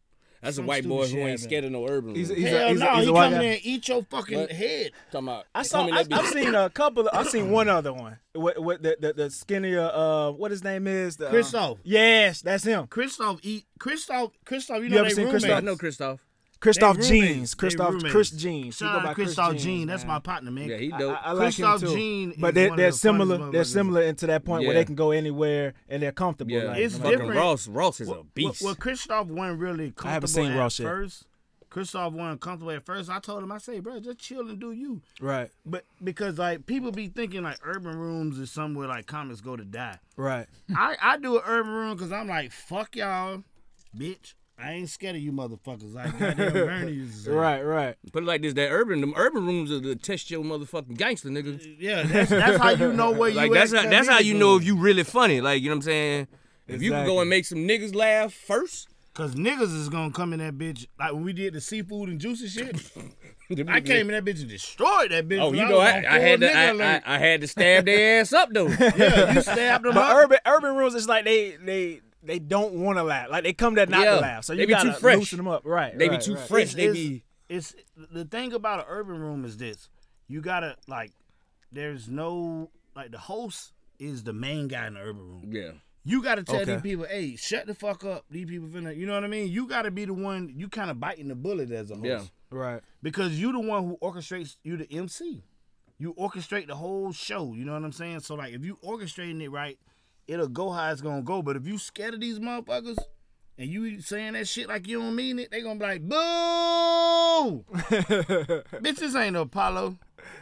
That's some a white stupid boy shit who ain't happened. scared of no urban. He's a- room. he's a- Hell he's a- no, he's he a white come guy. there and eat your fucking What? head. Talking about. I saw. Tell me I, that I've bitch. seen a couple. Of, I've seen one other one. What, what the, the the skinnier? Uh, what his name is? The, uh, Christoph. yes, that's him. Christoph eat Christoph Christoph. You, You know ever they seen roommates. Christoph? I know Christoph. Christoph They roommates. Jeans. They Christoph roommates. Chris Jeans. He Shout go out by to Christoph Chris Jean. Jeans, That's man. my partner, man. Yeah, he I- dope. I, I like Christoph him too. Jean is but they, one of they're the similar. funniest They're motherfuckers. similar into that point where Yeah. they can go anywhere and they're comfortable. Yeah, like, It's no matter- fucking different. Ross. Ross is a Well, beast. Well, Christoph wasn't really comfortable I haven't seen at Ross yet. first. Christoph wasn't comfortable at first. I told him, I say, bro, just chill and do you. Right, But because like people be thinking like urban rooms is somewhere like comics go to die. right. I, I do an urban room because I'm like, fuck y'all, bitch. I ain't scared of you motherfuckers. Like goddamn Bernie used to say. Right, right. Put it like this: that urban, them urban rooms are the test your motherfucking gangster, nigga. Yeah, that's, that's how you know where you Like at that's how, that's how you know if comedically. you really funny. Like you know what I'm saying? If you can Exactly. go and make some niggas laugh first, Cause niggas is gonna come in that bitch like when we did the seafood and juicy shit. I came in that bitch and destroyed that bitch. Oh, you I know was I, on I had full to nigga I, I, alert. I had to stab their ass up though. yeah, you stabbed them But up. urban urban rules is like they they they don't want to laugh. Like they come there not Yeah. to laugh. So They you be too gotta fresh. loosen them up. Right. They be right, too right. fresh. They it's, be it's the thing about an urban room is this: you gotta like there's no like the host is the main guy in the urban room. Yeah. You gotta tell Okay. these people, hey, shut the fuck up. These people finna you know what I mean? You gotta be the one you kinda biting the bullet as a host. Yeah. Right. Because you the one who orchestrates you the MC. You orchestrate the whole show. You know what I'm saying? So like if you orchestrating it right, it'll go how it's gonna go. But if you scared of these motherfuckers and you saying that shit like you don't mean it, they gonna be like, boo! Bitch, this ain't no Apollo.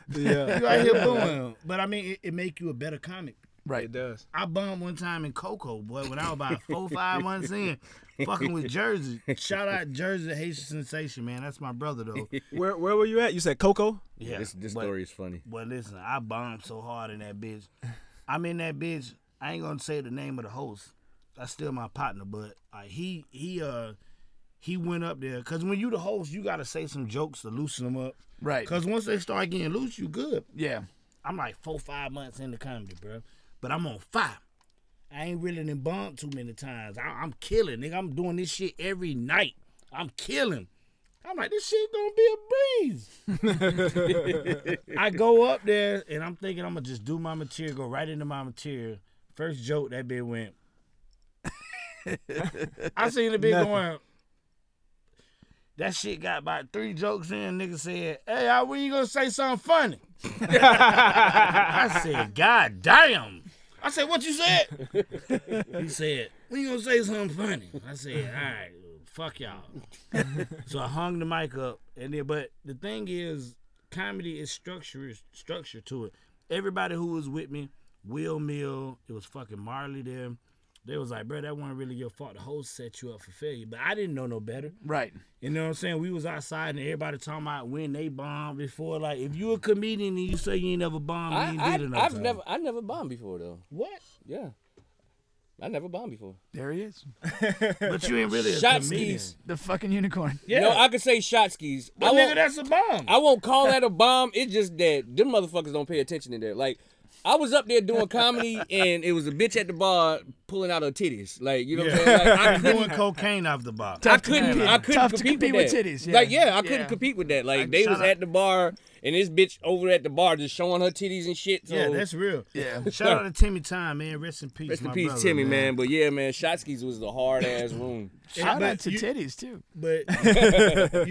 Yeah. you out here booing. But I mean, it, it make you a better comic. Right. It does. I bummed one time in Coco, boy, when I was about four, five months in, fucking with Jersey. Shout out Jersey, the Haitian sensation, man. That's my brother, though. Where Where were you at? You said Coco. Yeah. This this but- story is funny. Well, listen, I bombed so hard in that bitch. I'm in that bitch. I ain't gonna say the name of the host. That's still my partner, but uh, he he uh he went up there because when you the host, you gotta say some jokes to loosen them up. Right. Because once they start getting loose, you good. Yeah. I'm like four five months into comedy, bro, but I'm on fire. I ain't really been bombed too many times. I, I'm killing, nigga. I'm doing this shit every night. I'm killing. I'm like, this shit gonna be a breeze. I go up there and I'm thinking I'm gonna just do my material, go right into my material. First joke that bitch went. I seen the bitch Nothing. going. That shit got about three jokes in. Nigga said, "Hey, I, when you gonna say something funny?" I said, "God damn!" I said, "What you said?" he said, "When you gonna say something funny?" I said, "All right, fuck y'all." so I hung the mic up, and then but the thing is, comedy is structure is structure to it. Everybody who was with me, Will Mill, it was fucking Marley there. They was like, bro, that wasn't really your fault. The host set you up for failure, but I didn't know no better. Right. You know what I'm saying? We was outside and everybody talking about when they bombed before. Like, if you a comedian and you say you ain't never bombed, you ain't I, did I, enough. I've time. never I never bombed before though. What? Yeah. I never bombed before. There he is. But you ain't really a Shot comedian. skis. The fucking unicorn. Yeah. No, I could say shot skis. But I nigga, won't- that's a bomb. I won't call that a bomb. It's just that them motherfuckers don't pay attention in there. Like I was up there doing comedy and it was a bitch at the bar pulling out her titties. Like you know what I'm saying? Like, I I'm couldn't- doing cocaine off the box. I couldn't. I couldn't compete, with, that. Like yeah, I couldn't compete with that. Like they shut was up. at the bar and this bitch over at the bar just showing her titties and shit. So Yeah, that's real. Shout out to Timmy Time, man. Rest in peace. Rest in my peace, brother, Timmy, man. But yeah, man, Shotskis was the hard ass room. Shout But out to you- titties too. But you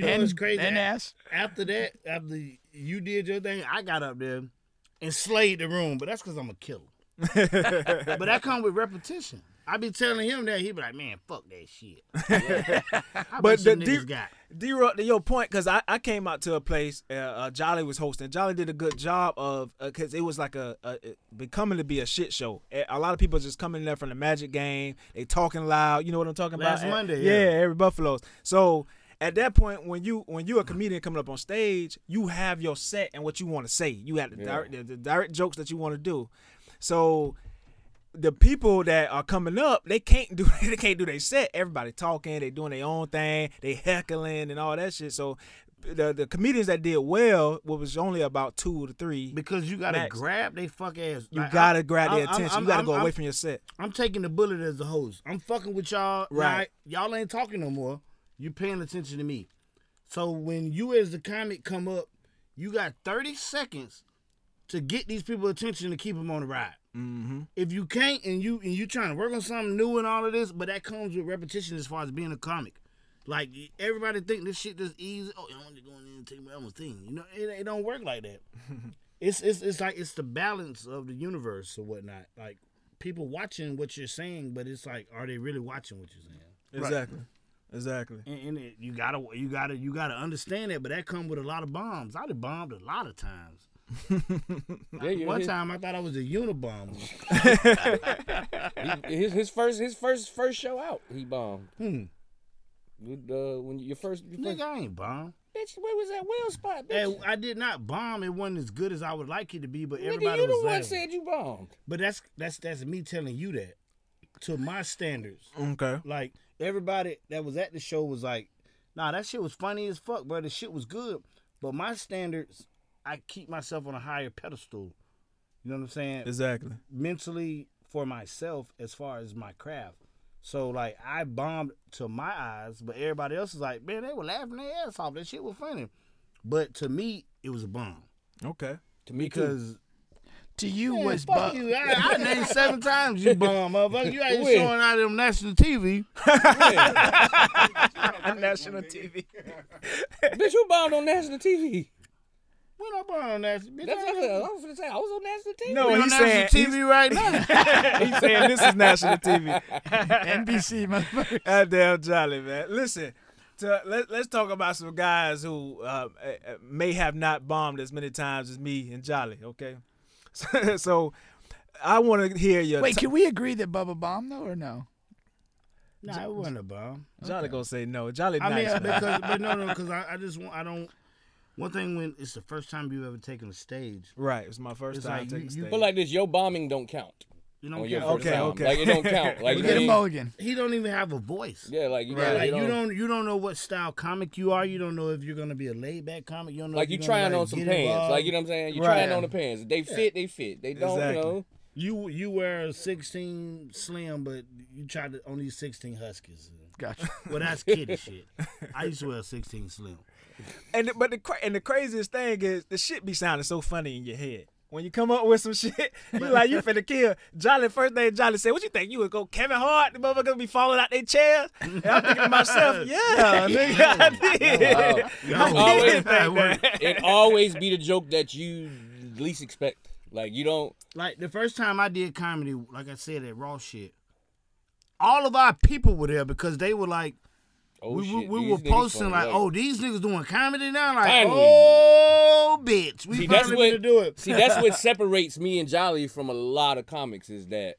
know And- what's crazy? and ass. After that, after you did your thing, I got up there and slayed the room. But that's because I'm a killer. but that come with repetition. I be telling him that he be like, man, fuck that shit. I but bet the you D, niggas got. D Rock, to your point, because I, I came out to a place uh, uh, Jolly was hosting. Jolly did a good job of because it was like a, a it becoming to be a shit show. A a lot of people just coming in there from the Magic game. They talking loud. You know what I'm talking Last about? Monday, yeah, yeah. every Buffaloes. So. At that point, when you when you a comedian coming up on stage, you have your set and what you want to say. You have the, Yeah. direct, the, the direct jokes that you want to do. So the people that are coming up, they can't do they can't do their set. Everybody talking, they doing their own thing, they heckling and all that shit. So the the comedians that did well what was only about two to three. Because you gotta grab they fuck ass. You Like, gotta I'm- grab their I'm- I'm- attention. I'm- you gotta I'm- go away I'm- from your set. I'm taking the bullet as the host. I'm fucking with y'all. Right. Right. y'all ain't talking no more. You paying attention to me. So when you as the comic come up, you got 30 seconds to get these people attention to keep them on the ride. Mm-hmm. If you can't and you and you trying to work on something new and all of this, but that comes with repetition as far as being a comic. Like everybody think this shit just easy. Oh, I'm just going in and take my own thing. You know, it, it don't work like that. It's it's it's like it's the balance of the universe or whatnot. Like people watching what you're saying, but it's like, are they really watching what you're saying? Exactly. Exactly. And, and it, you gotta you gotta you gotta understand that, but that come with a lot of bombs. I done bombed a lot of times. you- One time I thought I was a unibomber. He- his, his first his first first show out, he bombed. Hmm. With, uh, when your first, your Nigga, first I ain't bomb. bitch, where was that whale spot? Bitch, Hey, I did not bomb. It wasn't as good as I would like it to be, but nigga, everybody you the was one laughing. said you bombed. But that's that's that's me telling you that to my standards. Okay. Like everybody that was at the show was like, "Nah, that shit was funny as fuck, bro. The shit was good." But my standards, I keep myself on a higher pedestal. You know what I'm saying? Exactly. Mentally for myself as far as my craft. So like I bombed to my eyes, but everybody else is like, "Man, they were laughing their ass off. That shit was funny." But to me, it was a bomb. Okay. To me, because to you Man, was fuck bu- you. I, I named seven times. You bum motherfucker. You ain't When? showing out on national TV. national TV. bitch, you bombed on national TV. When I bought on national, bitch, That's I what I ain't- was- I was gonna say. I was on national TV. No, We on he's national saying TV he's- right now. he's saying this is national TV. NBC, motherfucker. That damn jolly man. Listen, to, let, let's talk about some guys who uh, eh, eh, may have not bombed as many times as me and Jolly. Okay, so, I want to hear your. Wait, t- can we agree that Bubba bomb though, or no? Nah, it wasn't a bomb. Jolly gonna say no. Jolly I mean, nice man. because but no, no, because I, I just want I don't. One thing when it's the first time you've ever taken a stage, right, it's my first It's time like taking you- you- stage. But like this, your bombing don't count. you don't On your care. first Okay, time. okay. Like it don't count. Like You you Get a ain't- mulligan. He don't even have a voice. Yeah, like you, Like, you, you don't, don't you don't know what style comic you are. You don't know if you're gonna be a laid back comic. You don't know like if you you're gonna trying like, on some get pants. involved. Like you know what I'm saying? You Right. trying on the pants. If They fit. They fit. They don't. Exactly. You know. You you wear a sixteen slim, but you try to only sixteen huskies. Gotcha. Well, that's kiddie shit. I used to wear a sixteen slim. and the- but the cra- and the craziest thing is the shit be sounding so funny in your head. When you come up with some shit, you like you finna kill Jolly. First day Jolly said, "What you think you would go Kevin Hart? The motherfuckers be falling out their chairs." And I'm thinking to myself, "Yeah, nigga, I did. I Always- did think that." it always be the joke that you least expect. Like you don't. Like the first time I did comedy, like I said at Raw shit, all of our people were there because they were like, Oh we, we, shit, we these were niggas posting funny, like, right. oh, these niggas doing comedy now. Like, Finally. oh, bitch, we See, that's finally what- to do it. See, that's what separates me and Jolly from a lot of comics is that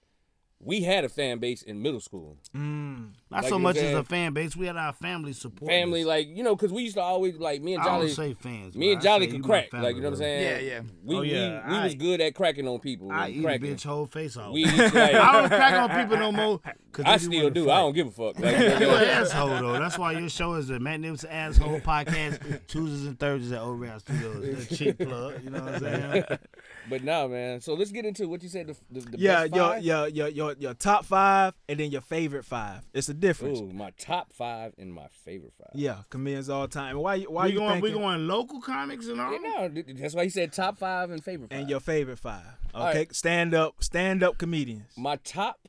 we had a fan base in middle school. Mm, Not like so you much as said- a fan base. We had our family support. Family, us. like you know, because we used to always like me and I Jolly. don't say fans. me but and I Jolly say could my crack. family, Like you know what I'm bro. saying? Yeah, yeah. We Oh, yeah, we, we I- was good at cracking on people. I and eat cracking. a bitch whole face off. We used, like, I don't crack on people no more. 'cause I they be still wanting to do. fight. I don't give a fuck. Like, you know what I'm You an saying? asshole though. That's why your show is the Magnificent Asshole Podcast Tuesdays and Thursdays at Old Round Studios. The cheap plug. You know what I'm saying? but nah, man. So let's get into what you said. The, the, the Yeah, best your, five? your your your your top five and then your favorite five. It's a difference. Ooh, my top five and my favorite five. Yeah, comedians all time. Why you- why we you going we thinking- going local comics and all. Yeah, no, th- th- that's why he said top five and favorite five. and your favorite five? All Okay, right. stand up stand up comedians. my top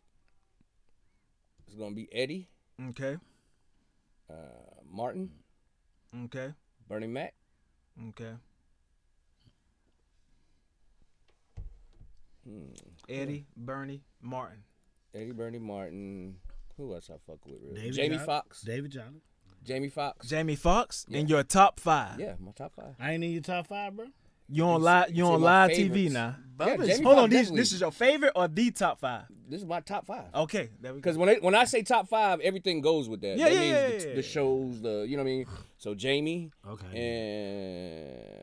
is gonna be Eddie, Okay, uh, Martin, okay, Bernie Mac, okay. Eddie, Bernie, Martin. Hmm. Eddie, Bernie, Martin. Who else I fuck with? Really? David Jamie Johnson- Foxx. David Johnson. Jamie Foxx. Jamie Foxx in Yeah. your top five. yeah, my top five. I ain't in your top five, bro. You on It's- live you it's on in my live TV favorites. now. Yeah, Bubba's- Jamie Hold on, Foxx this definitely. this is your favorite or the top five? this is my top five. Okay, there we go. Because when I, when I say top five, everything goes with that. Yeah, that yeah, means yeah, the, yeah, yeah. the shows, the you know what I mean. So Jamie, Okay.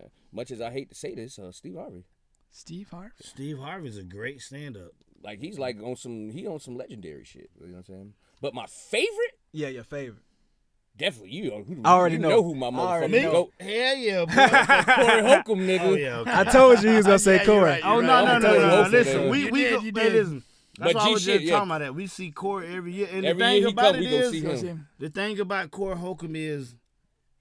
and much as I hate to say this, uh, Steve Harvey, Steve Harvey. Steve Harvey's a great stand up. like he's like on some he on some legendary shit. You know what I'm saying? But my favorite, Yeah, your favorite. definitely you. Know, who, I already you know. know. who my I already motherfucker know. goat. Hell yeah, boy. Corey Holcomb, nigga. oh yeah. Okay. I told you he was gonna say Yeah, you're Corey. right, you're Oh right. no no I'm no telling no! you, Listen, Wilson, we you we did, go- you man, did. listen. That's But why I was G-shit, just yeah. talking about that. We see Corey every year, and Every the year thing he about come, it we gonna is, see Go see him. him. the thing about Corey Holcomb is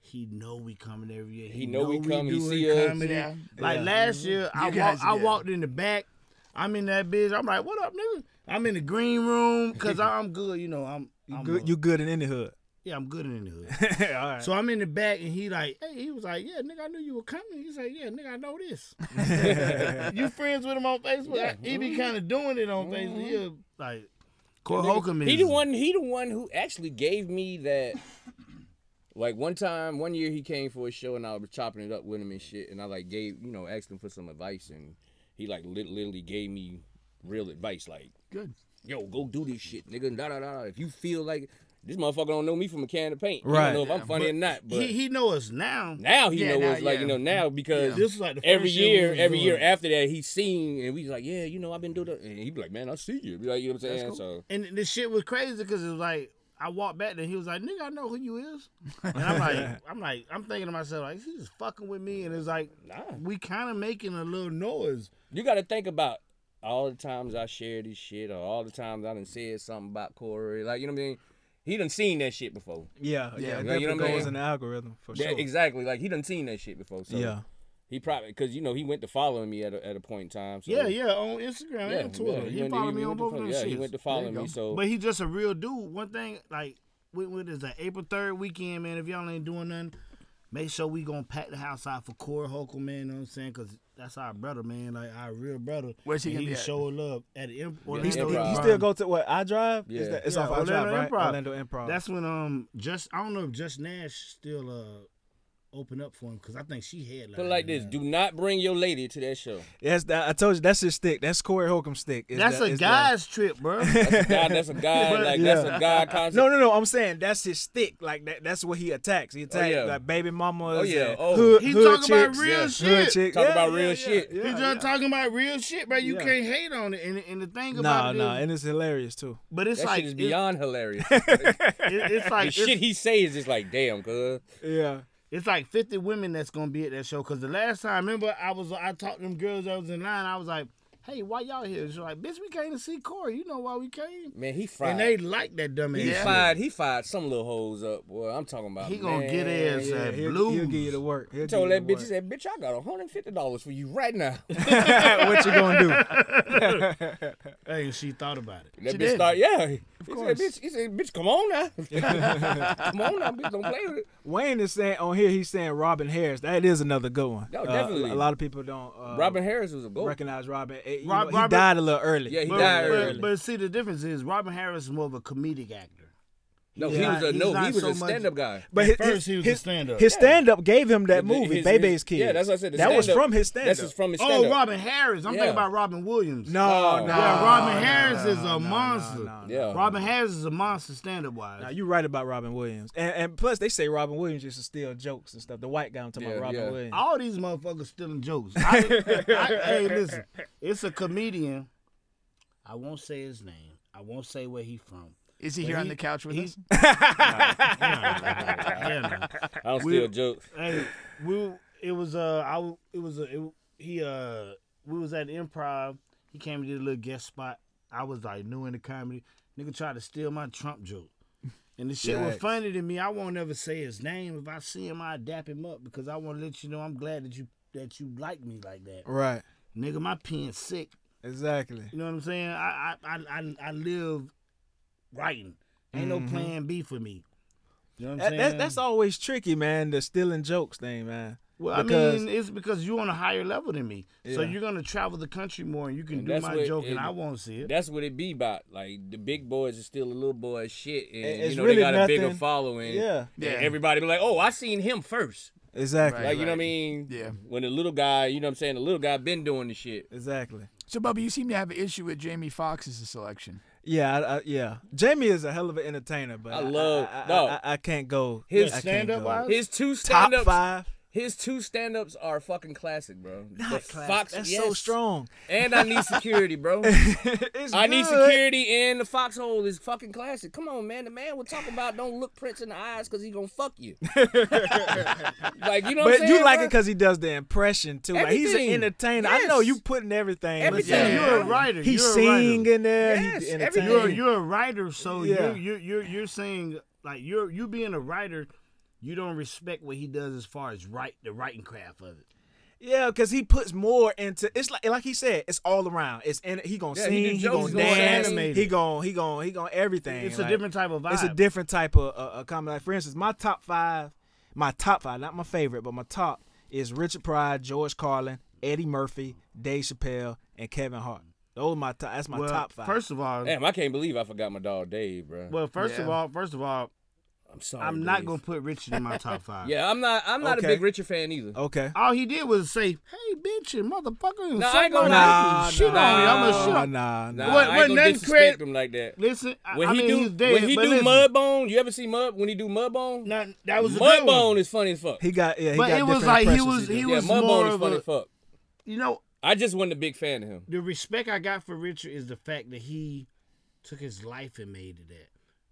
he know we coming every year. He know we come, he doing see us. comedy. Yeah. Mm-hmm. Like last year, I guys, walked, I yeah. walked in the back. I'm in that bitch. I'm like, what up, nigga? I'm in the green room because I'm good. You know, I'm, You I'm good a- you good in any hood. yeah, I'm good in the hood. all right. So I'm in the back, and he like, hey, he was like, yeah, nigga, I knew you were coming. He's like, yeah, nigga, I know this. you friends with him on Facebook? He Mm-hmm. be kind of doing it on Facebook. He a- like, Corey Holcomb is He the one. He the one who actually gave me that. Like one time, one year he came for a show and I was chopping it up with him and shit, and I like gave you know asked him for some advice and he like lit- literally gave me real advice like Good. yo go do this shit nigga and da da da da. if you feel like this motherfucker don't know me from a can of paint He Right. don't know if I'm funny or not but He, he know us now. now he Yeah, knows now, like you yeah. know now because This is like the every first year we year, was every doing year it. after that, he's seen and we like, yeah, you know, I've been doing that, and he'd be like, man, I see you, like you know what I'm saying. So And the shit was crazy because it was like I walked back there. He was like, "Nigga, I know who you is." And I'm like, I'm like, I'm thinking to myself like, he's just fucking with me. And it's like, Nah. we kind of making a little noise. you got to think about all the times I shared this shit, or all the times I done said something about Corey, like you know what I mean. He done seen that shit before. Yeah, Yeah, yeah, it you know what I definitely goes mean? in the algorithm for Yeah, sure. exactly. Like he done seen that shit before. So Yeah. He probably because you know he went to following me at a, at a point in time. So yeah, yeah, on Instagram Yeah, and yeah, Twitter. he he went- followed he me on went to both of follow- those yeah, he shits. went to follow There you me, go. so- but he just a real dude. One thing, like, when, when is that April third weekend, man? If y'all ain't doing nothing, make sure we gonna pack the house out for Corey Hochul, man. You know what I'm saying? Cause that's our brother, man. Like our real brother. Where's he And gonna be can at? Show love at the Imp- Yeah, Orlando he, still, he Improv. still go to what I drive. Is that- it's Yeah, off I drive, right? Orlando Improv. That's when um just I don't know if Just Nash still uh opened up for him because I think she had Put it like this: Do not bring your lady to that show. Yes, that, I told you that's his stick. That's Corey Holcomb's stick. Is That's the- a is the- guy's trip, bro. That's a guy- that's a guy, But- like, that's a guy concept. No, no, no. I'm saying that's his stick. Like that, that's what he attacks. He attacks Oh, yeah. like baby mamas. Oh, yeah. and Oh. hood, He hood talking about chicks. real Hood shit. chick. Talk Yeah, about yeah, real yeah. shit. He Yeah, just yeah. talking about real shit, bro. You Yeah. can't hate on it. And, and the thing Nah, about it nah, is- and it's hilarious too. but it's that like shit is it- beyond hilarious. it- it's like the it's, shit he say is just like, damn, cuz. Yeah. it's like fifty women that's gonna be at that show. Cause the last time, remember, I was I talked to them girls that was in line. I was like, Hey, why y'all here? She's like, Bitch, we came to see Corey. You know why we came? Man, he fried. And they like that dumb ass. he shit. fired. He fired some little hoes up. Boy, I'm talking about. He gonna get man. his uh, he'll, blues. he'll give you the work. He'll He told give that you bitch, the he said, "Bitch, I got 150 dollars for you right now." work. what you gonna do? Hey, and she thought about it. That She bitch did. start, yeah. He course. said, bitch, he said, bitch, come on now. come on now, bitch, don't play with it. Wayne is saying on here. He's saying Robin Harris. That is another good one. No, Uh, definitely. a lot of people don't. Uh, Robin Harris was a goat. recognize Robin. Eh, you Rob- know, he Robin- died a little early. Yeah, he But, died but- early. but see, the difference is Robin Harris is more of a comedic actor. no, he's he not- was a he's no, not he was so a much- stand-up guy. But At his, first, his, he was a his stand-up. His Yeah. stand up gave him that His- movie, his- Bebe's his- Kid. Yeah, that's what I said. the That was stand-up- from his stand That's just from his Oh, stand-up. Robin Harris. I'm Yeah. thinking about Robin Williams. No, Wow. no. yeah, Robin Harris is a monster. Yeah. Robin Harris is a monster stand-up wise. Now you right about Robin Williams, and, and plus they say Robin Williams used to steal jokes and stuff. The white guy I'm talking about Yeah, Robin yeah. Williams. All these motherfuckers stealing jokes. I, I, hey, listen, it's a comedian. I won't say his name. I won't say where he from. Is he But here on he- the couch with us? he's- Hell no. I don't steal jokes. hey, we it was uh I w- it was a it, he uh we was at improv. He came to do a little guest spot. I was like new into comedy. Nigga tried to steal my Trump joke. And the shit was Yikes. funny to me. I won't ever say his name. If I see him, I dap him up because I want to let you know I'm glad that you that you like me like that. Right. Nigga, my pen's sick. Exactly. You know what I'm saying? I I I I, I live writing. Ain't no plan B for me. You know what I'm Mm-hmm. That, saying? that's, that's always tricky, man. The stealing jokes thing, man. Well, Because- I mean, it's because you're on a higher level than me, so Yeah. you're gonna travel the country more, and you can And do that's my what joke, and it- I won't see it. That's what it be about. Like the big boys are still a little boy shit, and It- it's you know really they got a bigger nothing- following. Yeah. And Yeah. everybody be like, "Oh, I seen him first. Exactly. Like you know what Right. I mean? Yeah. When the little guy, you know what I'm saying, the little guy been doing the shit. Exactly. So, Bubba, you seem to have an issue with Jamie Foxx's selection. Yeah. I, I, yeah. Jamie is a hell of an entertainer, but I love- I, I, no. I, I can't go. His I can't stand-up go. wise? His two top stand ups five. His two stand ups are fucking classic, bro. The Not class. Fox- that's yes. so strong. And I need security, bro. It's I need good. security and the foxhole is fucking classic. Come on, man. The man will talk about don't look Prince in the eyes because he gonna fuck you. like you know, what But I'm you saying, like bro? it because he does the impression too. Like he's an Everything. entertainer. I know Yes. you putting everything. Everything. Yeah. You're a writer. He you're a sing writer. in there. Yes, Yes, he everything. You're entertaining. you're a writer, so Yeah. you're you're you're you're saying like you're you being a writer, you don't respect what he does as far as write the writing craft of it. Yeah, because he puts more into it's like like he said, it's all around. It's in he gonna Yeah, sing, he do he, jokes, gonna he's gonna dance, animate he it. gonna he gonna he gonna everything. It's a like, different type of vibe. It's a different type of uh, uh, comedy. Like for instance, my top five, my top five, not my favorite, but my top is Richard Pryor, George Carlin, Eddie Murphy, Dave Chappelle, and Kevin Hart. Those are my top. That's my well, top five. First of all, Damn, I can't believe I forgot my dog Dave, bro. well, first of Yeah. all, first of all, I'm sorry. I'm not Dave. gonna put Richard in my top five. Yeah, I'm not. I'm not Okay. a big Richard fan either. okay. All he did was say, "Hey, bitch, and motherfucker, and Nah, I suck ain't my gonna dick lie. and shit Nah, on me. I'm gonna shit nah, on nah, Nah, nah. What- I what ain't gonna nothing disrespect crazy- him like that. Listen, I, When I he mean, do he's dead. when he but do listen, Mudbone, you ever see Mud? When he do Mudbone, Nah, that was a good Mudbone one. is funny as fuck. He got yeah. He But got it was different like he impressions was- did. he yeah, was more Mudbone is of funny a- as fuck. You know, I just wasn't a big fan of him. the respect I got for Richard is the fact that he took his life and made it that.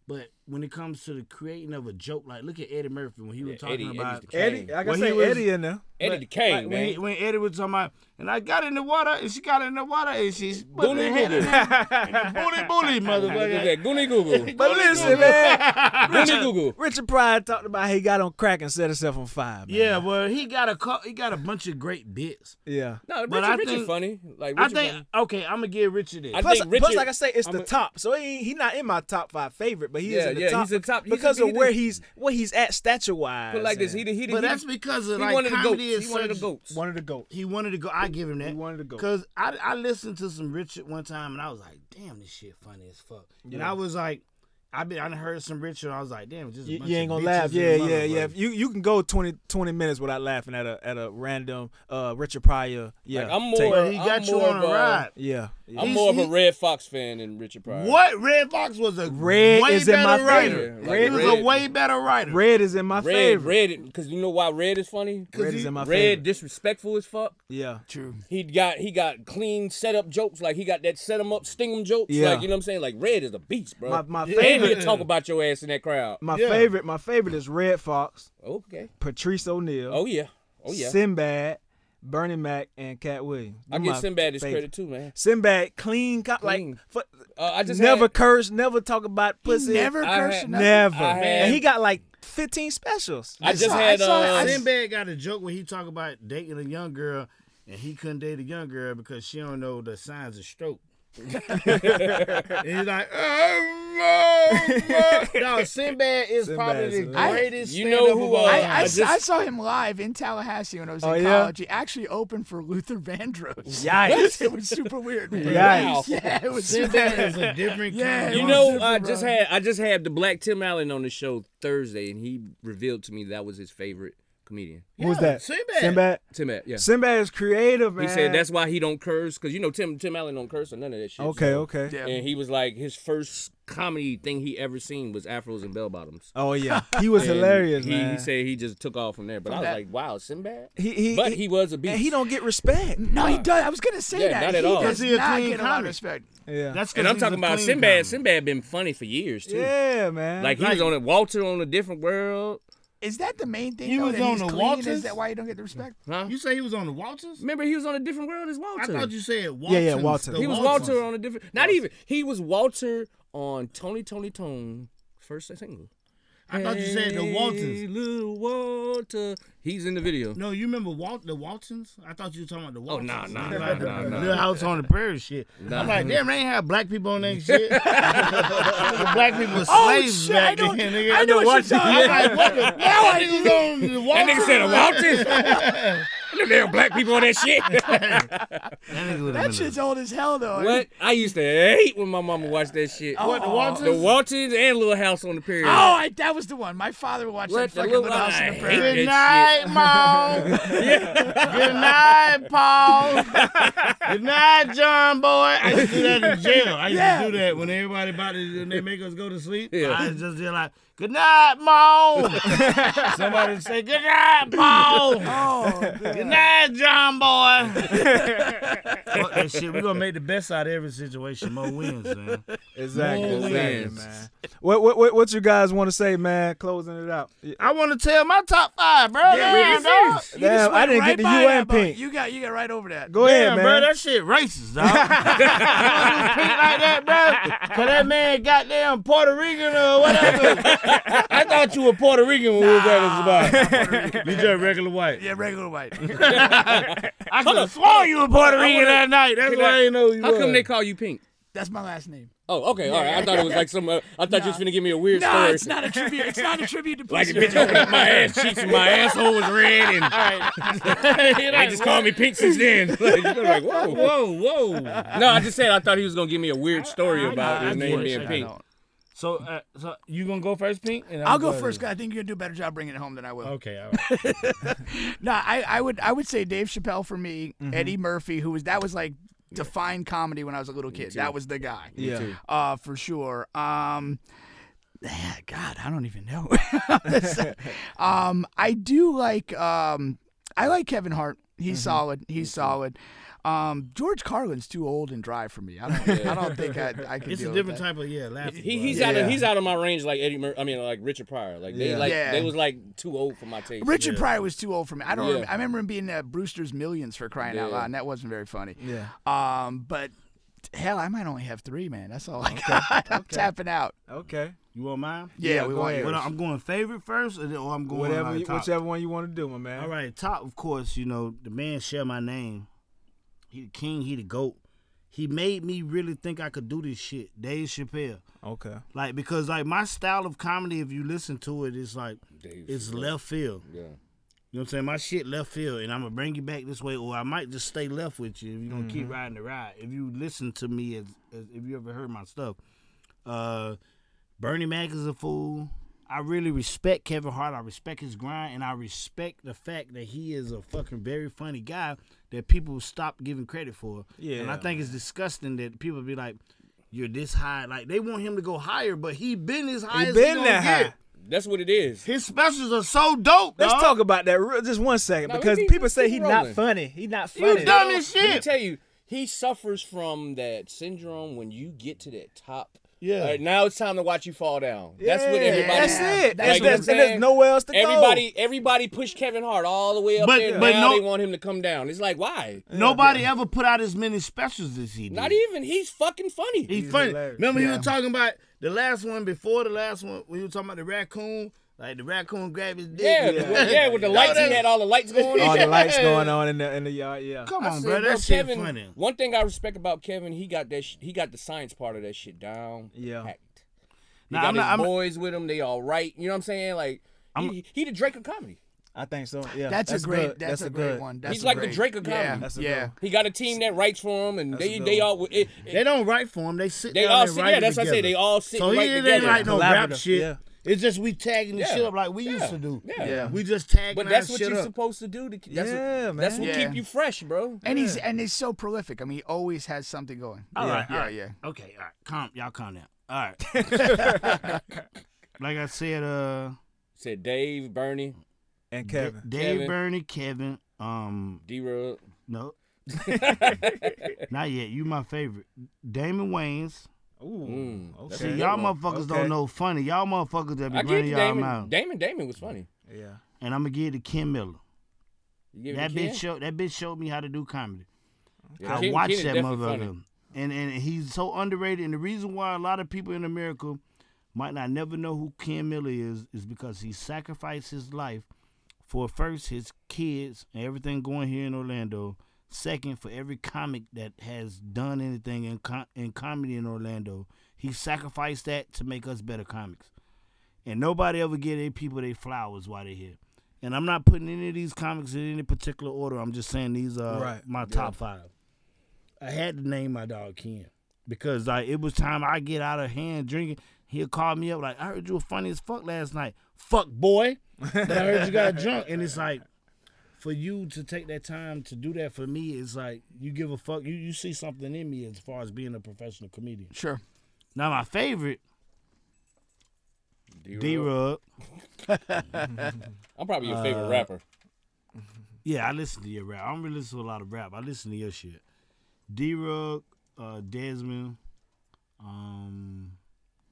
But when it comes to the creating of a joke, like look at Eddie Murphy when he was Yeah, talking Eddie- about Eddie's the Eddie. Dang. Like I Well, he say, was- Eddie in there. Eddie But, the King, like, man. When, he- when Eddie was talking about, and I got in the water, and she got in the water, and she's Booty booty booty, booty booty, motherfucker. Goonie Google. But listen, man. Richard, Google. Richard Pryor talked about he got on crack and set himself on fire. Man. Yeah, well, he got a cou- he got a bunch of great bits. Yeah. No, But I Richard, Richard think- funny. Like I Richard think funny. okay, I'm gonna give Richard this. I plus, think plus, Richard- like I say, it's I'm the a- top. So he he not in my top five favorite, but he is Yeah, in the yeah, top. he's the top- he's because the- of he where the- he's what he's at stature wise. But like this, he the he the But he the- that's because of he like wanted the comedy goats. is He wanted the such- goats. one of the goats. He wanted to go. I give him that. He wanted to go. Cause I, I listened to some Richard one time and I was like, damn, this shit funny as fuck. And Yeah. I was like, I been I done heard some Richard. and I was like, damn, just a You, bunch you of ain't gonna bitches laugh. and Yeah, yeah, yeah. motherfuckers. You you can go 20, 20 minutes without laughing at a at a random uh Richard Pryor. Yeah, Like, I'm take. more- But he got I'm you more on a of a- ride. Yeah, yeah. I'm He's- more of a he- Red Fox fan than Richard Pryor. What Red Fox was a Red way is in better my writer. favorite. Yeah, like he was Red. a way better writer. Red is in my Red, favorite. red, because you know why red is funny. Red is in my Red favorite. disrespectful as fuck. Yeah, True. He got he got clean setup jokes like he got that set 'em up sting 'em jokes Yeah. like you know what I'm saying like red is a beast bro. My- my And favorite- he'll talk about your ass in that crowd. my Yeah. favorite. My favorite is Red Fox, okay. Patrice O'Neal, Oh yeah. Oh yeah. Sinbad, Bernie Mac, and Cat Williams. I Them give my Sinbad his favorite. credit too, man. Sinbad, clean, cop, like Clean. fu- Uh, I just never had- curse, never talk about pussy, never I curse. had- nothing. never. I had- and he got like 15 specials. I just saw- I had saw- uh, I Sinbad got a joke when he talk about dating a young girl and he couldn't date a young girl because she don't know the signs of stroke. and he's like, oh, no, no. Sinbad is Sinbad's probably the hilarious. greatest. You know stand-up who, of all uh, time. I, I, I s- I just- saw him live in Tallahassee when I was in Oh, yeah? college. He actually opened for Luther Vandross. Yikes. it was super weird. man. Yikes. Yeah, it was Sinbad is a different Yeah, kind. it You was know, super I just wrong. had I just had the black Tim Allen on the show Thursday, and he revealed to me that was his favorite comedian. Who's that? Sinbad. Sinbad. Tim, Al- yeah. Sinbad is creative, man. He said that's why he don't curse, cause you know Tim Tim Allen don't curse or none of that shit. Okay, so- okay. Yeah. And he was like, his first comedy thing he ever seen was afros and bell bottoms. Oh yeah, he was And hilarious, he, man. He said he just took off from there, but I was that- like, wow, Sinbad. He- he- but he was a beast. and he don't get respect. No, he does. I was gonna say Yeah, that. not at he all. Does Is he a not clean get a lot of comic? respect. Yeah, That's 'cause And I'm he's a talking about clean Sinbad. comic. Sinbad been funny for years too. yeah, man. Like he was on it, Walter on a different world. Is that the main thing? He though, was that on he's the clean? Is Walters? that why you don't get the respect? Huh? You say he was on the Walters? Remember he was on a different world as Walter. I thought you said Walters. yeah, Walters. the He was Walters. Walter on a different. Not even. He was Walter on Tony Tony Tone first single. I thought you said the Hey, Walters. little Walter. He's in the video. No, you remember Walt the Waltons? I thought you were talking about the Waltons. Oh, nah, nah, Like nah, the nah, nah. Little House on the Prairie shit. I'm like, damn, they ain't have black people on that shit. the black people were Oh, slaves shit, I back know- then. nigga. I know what you're The Waltons. talking I'm like, what the now I on the That Waltons? nigga said a Walter. Them damn black people on that shit. That shit's old as hell though. what? I used to hate when my mama watched that shit. Oh, What, the Walters? The Waltons and Little House on the Prairie. Oh, I, that was the one. My father watched that What the fucking little- Little House on the I Prairie. hate Good that night, Mom. Good night, Paul. Good night, John Boy. I used to do that in jail. I used to do that when everybody about to, when they make us go to sleep. Yeah. I was just there like, good night, Mom. Somebody would say, good night, Paul. Oh, good night, John Boy. Fuck that shit. We're going to make the best out of every situation. Mo wins, man. exactly, More exactly, wins. man. What, what what what you guys want to say, man? Closing it out. I want to tell my top five, bro. Damn, dog. You Damn, just I went didn't get right the by you that, and bro. Pink. You got you got right over that. Go ahead, Damn, man. bro, that shit racist, dog. you wanna do pink like that, bro? Cause that man goddamn Puerto Rican or whatever. I thought you were Puerto Rican when we was at this bar. You just regular white. Yeah, regular white. I could have sworn you were Puerto Rican that night. That's Can why I ain't know you How was. come they call you Pink? That's my last name. Oh, okay, all right. I thought it was like some. Uh, I thought you was Nah. gonna give me a weird No, story. it's not a tribute. It's not a tribute to Like pussy. the bitch opened up my ass cheeks and my asshole was red and they just called me pink since then. Like, you know, like, whoa, whoa, whoa. No, I just said I thought he was gonna give me a weird story about I- his I name get being it. pink. So, uh, so you gonna go first, Pink? And I'll go first because I think you're gonna do a better job bringing it home than I will. Okay, all right. No, I, I would I would say Dave Chappelle for me, Mm-hmm. Eddie Murphy, who was that was like defined comedy when I was a little kid. That was the guy. Yeah. too. Uh for sure. Um yeah, God, I don't even know. Mm-hmm. um I do like um I like Kevin Hart. He's solid. He's solid. Um, George Carlin's too old and dry for me. I don't. I don't think I. I could. It's deal a with different that. type of yeah. Laughing. He, he's out of he's out of my range like Eddie Mur- I mean like Richard Pryor like they Yeah. like Yeah. they was like too old for my taste. Richard Pryor was too old for me. I don't. Yeah. Remember, I remember him being at Brewster's Millions for crying out Yeah. loud, and that wasn't very funny. Yeah. Um, but hell, I might only have three, man. That's all I got. I'm tapping out. Okay. You want mine? Yeah, Yeah, we go want ahead. yours. Well, I'm going favorite first, or, then- or I'm going Whatever, like, you- top. whichever one you want to do, my man. All right, top of course. You know the man share my name. He the king. He the goat. He made me really think I could do this shit. Dave Chappelle. Okay. Like because like my style of comedy, if you listen to it, it's like it's left field. Yeah. You know what I'm saying? My shit left field, and I'm gonna bring you back this way, or I might just stay left with you if you're gonna keep Mm-hmm. Mhm. riding the ride. If you listen to me, as, as if you ever heard my stuff, uh, Bernie Mac is a fool. I really respect Kevin Hart. I respect his grind, and I respect the fact that he is a fucking very funny guy that people stop giving credit for. Yeah, and I think it's disgusting that people be like, "You're this high," like they want him to go higher, but he been as high. as been he gonna that high. get. That's what it is. His specials are so dope. Let's dog. talk about that real, just one second No, let's because keep- people let's say keep he's rolling. not funny. He's not You funny. dumb as shit. Let me tell you, he suffers from that syndrome when you get to that top. Yeah. All right, now it's time to watch you fall down. That's what Yeah, everybody. that's it. That's- you know what I'm that's- there's saying? nowhere else to go. everybody, go. Everybody pushed Kevin Hart all the way up But- there. but now no- they want him to come down. It's like why? Nobody ever put out as many specials as he did. Not even. He's fucking funny. He's, funny. Remember, he was talking about the last one before the last one. We were talking about the raccoon, like the raccoon grabbed his dick. Yeah, yeah, yeah, with the No, lights. that- he had all the lights going. All the lights Yeah. going on in the in the yard. Yeah. Come I on, said, bro, that shit Kevin, funny. One thing I respect about Kevin, he got that. Sh- he got the science part of that shit down. Yeah. packed. He Nah, got I'm his not- I'm- boys with him. They all right. You know what I'm saying? Like he, he the Drake of comedy. I think so. Yeah. That's, a great. good. That's, a, great good. one. That's He's a like great, the Drake of comedy. Yeah. That's a yeah. good He got a team that writes for him, and That's they a they good all it, it, They don't write for him. They sit. They down all and sit- write yeah, it that's what I together. said, they all sit So and he write it ain't together. like no rap Collaborative, shit. yeah. It's just we tagging the Yeah. shit up like we used to do. Yeah. Yeah. We just tagging. But that's our what shit you're up. supposed to do. To, that's Yeah, what, That's man. what Yeah. keep you fresh, bro. And he's and he's so prolific. I mean, he always has something going. All yeah, right, yeah, all right. yeah. Okay, all right. Calm, y'all calm down. All right. like I said, uh, Said Dave, Bernie, And Kevin. Dave, Kevin. Bernie, Kevin. Um, D. Rug. no, not yet. You my favorite, Damon Wayans. Ooh. Mm, Okay. that's See, a good y'all one. motherfuckers Okay. don't know funny. Y'all motherfuckers that I be give running you y'all Damon. mouth. Damon. Damon was funny. Yeah. Uh, And I'm gonna give it to Kim Miller. You give it that to bitch Ken? show that bitch showed me how to do comedy. Yeah, I Ken- watched Ken is that definitely motherfucker, funny. and and he's so underrated. And the reason why a lot of people in America might not never know who Ken Miller is is because he sacrificed his life for first his kids and everything going here in Orlando. Second, for every comic that has done anything in com- in comedy in Orlando, he sacrificed that to make us better comics and nobody ever give their people their flowers while they're here. And I'm not putting any of these comics in any particular order. I'm just saying these are Right. my top five. I had to name my dog Ken because like it was time I get out of hand drinking. He'll call me up like, "I heard you were funny as fuck last night, fuck boy." But I heard you got drunk, and it's like for you to take that time to do that for me is like you give a fuck. You you see something in me as far as being a professional comedian. Sure. Now my favorite D-Rug. D Rub. I'm probably your favorite rapper. Yeah, I listen to your rap. I don't really listen to a lot of rap. I listen to your shit. D Rug, uh, Desmond, um,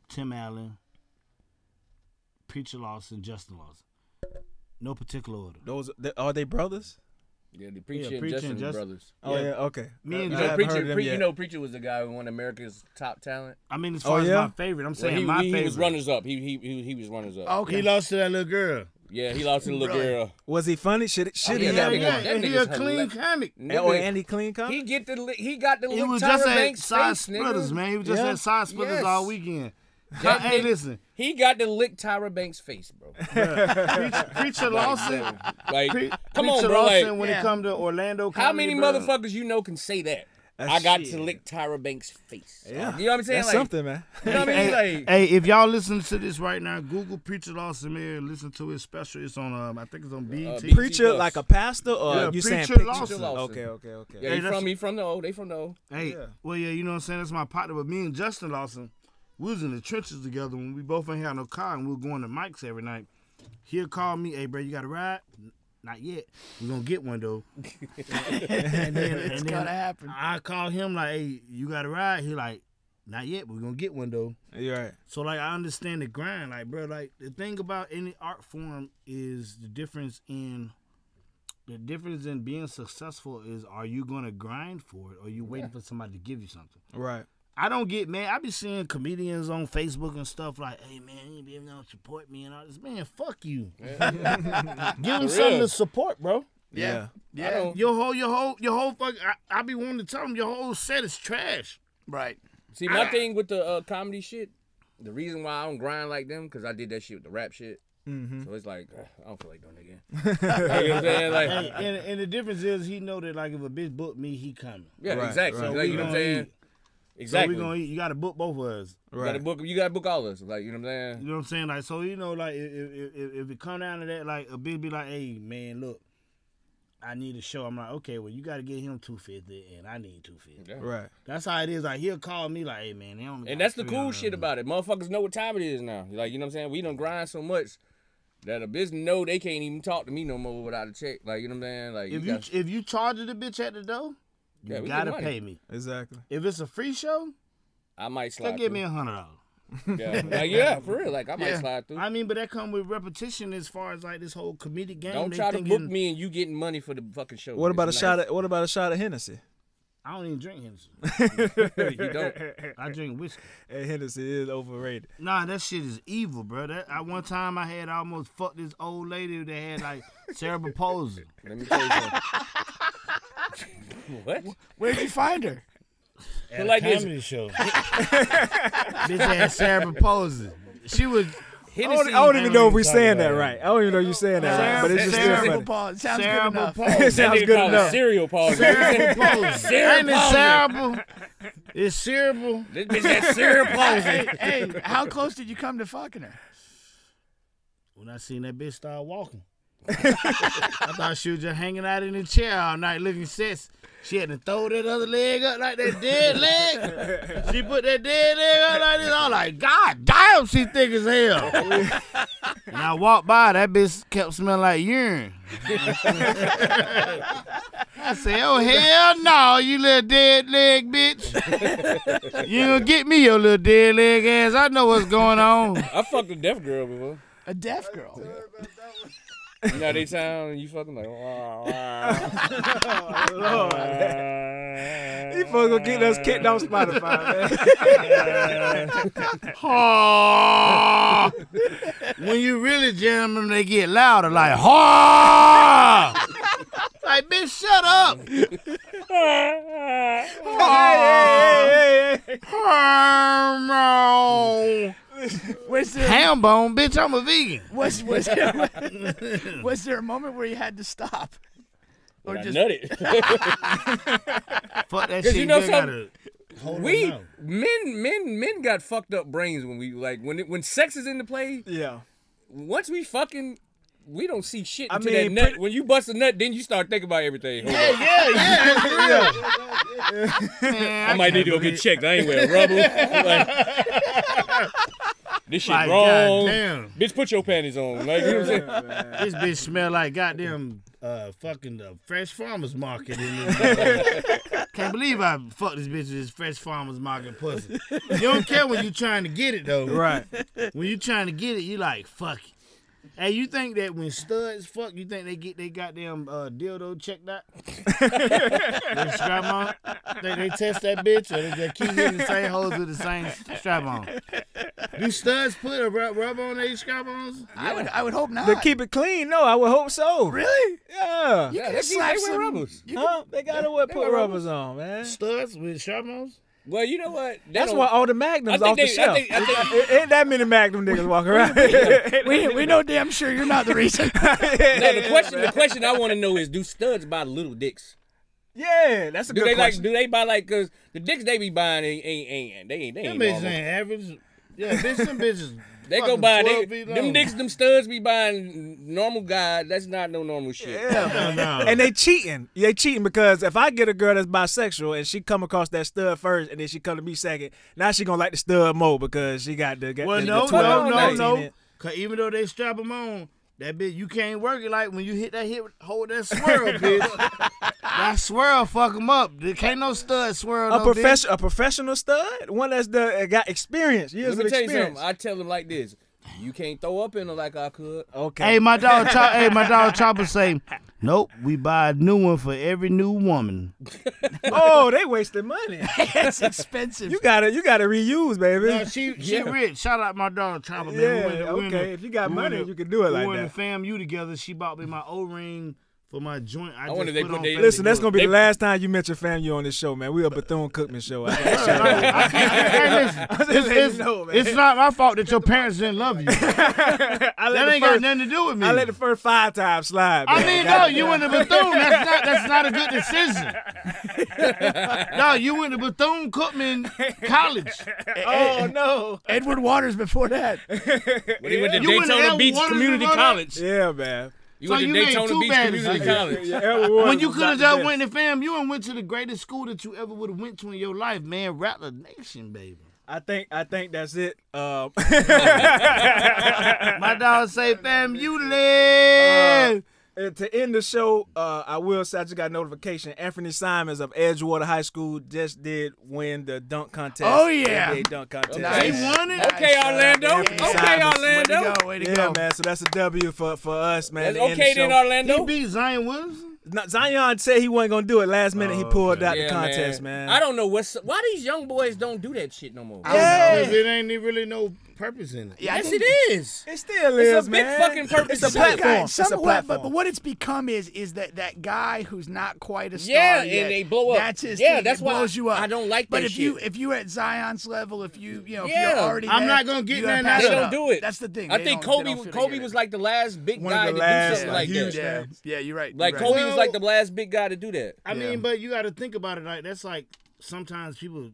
Tim Allen, Preacher Lawson, Justin Lawson. No particular order. Those th- are they brothers? Yeah, the preacher, and Preacher Justin, and Justin. brothers. Oh yeah. Okay. Me and You I know, haven't heard preacher, of them Pre- yet. you know, preacher was the guy who won America's Top Talent. I mean, as Oh, far yeah? as my favorite, I'm Well, saying he, my he, favorite. he was runners up. He he he, he was runners up. Okay. He lost to that little girl. Yeah, he lost to the little Really? girl. Was he funny? Should it? Should Yeah, he? yeah, have yeah. won? that and he a nigga's clean comic. Oh, And- Or Nigga, Andy Clean come? He get the li- he got the He lick was Tyra just at Banks side face, nigga. splitters, man. He was just at Yes. side splitters Yes. all weekend. That hey, nigga- listen, He got to lick Tyra Banks' face, bro. Preacher, Preacher Lawson. Like, Pre- come on, Preacher bro. Lawson, Like, when Yeah. it come to Orlando, how comedy, many bro. motherfuckers you know can say that? That's I got shit. to lick Tyra Banks' face. Yeah. you know what I'm saying? That's like, something, man. You know what I mean? Hey, Like, hey, if y'all listen to this right now, Google Preacher Lawson Mayer. Listen to his special. It's on, um, I think it's on Uh, BET. BET. Preacher Plus. like a pastor, or Yeah, you saying Preacher picture? Lawson. Okay. Okay. Okay. yeah, hey, he that's- from he from the O. They from the O. hey, Yeah. well, yeah, you know what I'm saying? That's my partner. But me and Justin Lawson, we was in the trenches together when we both ain't had no car and we were going to mics every night. He'll call me, hey, bro, you got to ride? Not yet. We're gonna get one though. and then, It's and then gonna happen. I call him like, "Hey, you got a ride?" He like, "Not yet, but we're gonna get one though." You're right. So like, I understand the grind. Like, bro, like the thing about any art form is the difference in the difference in being successful is are you gonna grind for it or you waiting for somebody to give you something? Right. I don't get man. I be seeing comedians on Facebook and stuff like, "Hey man, you be able to support me and all this." Man, fuck you. Give him For something real. to support, bro. Yeah. Yeah. I don't- Your whole, your whole, your whole fuck. I, I be wanting to tell him your whole set is trash. Right. See, my thing with the uh, comedy shit, the reason why I don't grind like them, because I did that shit with the rap shit. Mhm. So it's like, ugh, I don't feel like doing it again. you know what I'm saying? Like, Hey, and, and the difference is he know that like if a bitch book me, he coming. yeah, exactly. So Like, we you know what I'm gonna saying? eat. Exactly. So we gonna eat. You gotta book both of us. You gotta book. You gotta book all of us. Like you know what I'm saying. You know what I'm saying? Like so, you know, like if if, if, if it come down to that, like a bitch be like, "Hey man, look, I need a show." I'm like, "Okay, well you got to get him two fifty, and I need two fifty. Right. That's how it is. Like he'll call me like, "Hey man, they only And got that's the cool 300." shit about it. Motherfuckers know what time it is now. Like you know what I'm saying. We done grind so much that a bitch know they can't even talk to me no more without a check. Like you know what I'm saying. Like If you, you got- if you charge the bitch at the door, you Yeah, we get gotta money. pay me. Exactly. If it's a free show, I might still slide. give through. me a hundred dollars. Yeah, like, yeah, for real. Like I might Yeah. slide through. I mean, but that come with repetition as far as like this whole comedic game. Don't they try to book thinking- me and you getting money for the fucking show. What It's about a nice. shot? Of, what about a shot of Hennessy? I don't even drink Hennessy. you don't. I drink whiskey. Hey, Hennessy is overrated. Nah, that shit is evil, bro. That I one time I had almost fucked this old lady that had like cerebral palsy. Let me tell you something. what? Where'd you find her? At like a this. comedy show. Bitch had cerebral palsy. She was. I don't, e, I don't even know if we're saying that right. I don't even know you're saying that right, but it's just still cerebral funny. palsy. Sounds Cerebral good enough. palsy. It sounds good enough. Cereal palsy. Cerebral palsy. Cerebral Ain't it palsy. cerebral? It's cerebral. This bitch had cereal palsy. hey, hey, how close did you come to fucking her? When I seen that bitch start walking, I thought she was just hanging out in the chair all night looking sexy. She had to throw that other leg up like that dead leg. She put that dead leg up like this. I'm like, God damn, she thick as hell. and I walked by, that bitch kept smelling like urine. I said, oh, hell no, you little dead leg bitch. you ain't gonna get me your little dead leg ass. I know what's going on. I fucked a deaf girl before. A deaf girl. You know how they sound and you fucking like. Wah, wah. Lord, these folks gonna get us kicked off Spotify, man. "Haw." when you really jam them, they get louder, like ha. like bitch, shut up. hey, hey, hey, hey, Ham Was there, bone, bitch. I'm a vegan. was, was, there, was there a moment where you had to stop? Or I just nutted. Fuck 'Cause that shit. you know just something? gotta hold we them down. men men men got fucked up brains when we like when it, when sex is in the play. Yeah. Once we fucking. We don't see shit I into mean, that nut. pretty- When you bust a nut, then you start thinking about everything. Hold on. Yeah, yeah, yeah. Man, I might need to go can't get checked. I ain't wearing rubber. Like, this shit Like, wrong. goddamn. Bitch, put your panties on. Like, you know what I'm saying? believe- This bitch smell like goddamn uh, fucking uh, fresh farmers market. In this can't believe I fucked this bitch with this fresh farmers market pussy. You don't care when you trying to get it though. Right. when you trying to get it, you like fuck it. Hey, you think that when studs fuck, you think they get they goddamn uh, dildo checked out? they strap on. They, they test that bitch, or they just keep hitting the same holes with the same strap on. Do studs put a rub, rub on their strap ons? I would I would hope not. To keep it clean, no, I would hope so. really? Yeah. Yeah, could they, slap they wear some- rubbers. Huh? They gotta wear- put wear rubbers on, man. Studs with strap ons? Well, you know what? They That's don't- why all the I magnums think off the they- I shelf. think- I think- Ain't- ain't that many magnum niggas walking around. We, we know damn sure you're not the reason. No, the question, the question I want to know is: Do studs buy little dicks? yeah, that's a Do good they question. like? Do they buy like? Cause the dicks they be buying ain't ain't, ain't they ain't they ain't. Them bitches normal. ain't average. Yeah, bitch, them bitches. They go fucking buy 12 they, feet them long. dicks, them studs be buying normal guy. That's not no normal shit. yeah. No. And they cheating. They cheating because if I get a girl that's bisexual and she come across that stud first and then she come to me second, now she gonna like the stud more because she got the got Well, the- no, the 12, no, no, 19 no. in. Cause even though they strap them on, That bitch, you can't work it like when you hit that hit, hold that swirl, bitch. that swirl fuck him up. There can't no stud swirl. A no profess- bitch. a professional stud, one that's the uh, got experience, years Let me of tell you experience. something. I tell them like this. You can't throw up in her like I could. Okay. Hey, my dog. Cho- hey, my dog Chopper say, nope. We buy a new one for every new woman. oh, they wasted money. That's expensive. You gotta, you gotta reuse, baby. No, she she Yeah. rich. Shout out my dog Chopper. man. Yeah, We went to- we went okay. to- If you got we went money, to- you can do it we like went that. to FAMU together. She bought me my O ring for my joint. I, I wonder just if they put put on they- Facebook. Listen, that's gonna be They- the last time you mention family on this show, man. We a Bethune Cookman show. I gotta shout it out. I can't- hey, listen, just it's, letting it's- you know, man. it's not my fault that your parents didn't love you. that I let the ain't got first- nothing to do with me. I let the first five times slide. I man. mean, Got no, it. you went to Bethune. That's not that's not a good decision. no, you went to Bethune Cookman College. Oh no. Edward Waters before that. When he went to You went to Daytona L- Beach one of them Community other- College. Yeah, man. You So went to you made two Daytona Beach bad Community decisions. College. Yeah, Edward Waters When you was could have not just the went best. to fam, you and went to the greatest school that you ever would have went to in your life, man. Rattler Nation, baby. I think I think that's it. Um, My dog say, fam, you live. Uh, And to end the show, uh, I will say I just got notification. Anthony Simons of Edgewater High School just did win the dunk contest. Oh, yeah. NBA dunk contest. Nice. They won it. Okay, Orlando. Anthony Okay, Simons. Orlando. Way to go. Way to Yeah, go. man. So that's a W for for us, man. That's to end okay the show. then, Orlando. He beat Zion Williamson. No, Zion said he wasn't gonna do it. Last minute, he pulled out the Yeah, contest, man. I don't know what's why these young boys don't do that shit no more. Yeah. Cause it ain't really no purpose in it. Yeah, I yes, think- it is. It still It's a is, big man. fucking purpose It's a too. Guys, platform. Guys, it's a somewhat, platform. but, but what it's become is is that that guy who's not quite a star. Yeah, yet, and they blow up. That's his. Yeah, thing. that's it why blows you up. I don't like But that if you shit. if you at Zion's level, if you you know if Yeah. you're already, I'm there, not gonna get you gotta nothing out pass They Shut of don't up. do it. That's the thing. I They think don't- they Kobe don't feel they Kobe get was it. like the last big One of guy the to last, do something yeah, like huge Yeah, that. yeah, you're right. Like you're Kobe right. was Well- like the last big guy to do that. I Yeah. mean, but you got to think about it. Like that's like sometimes people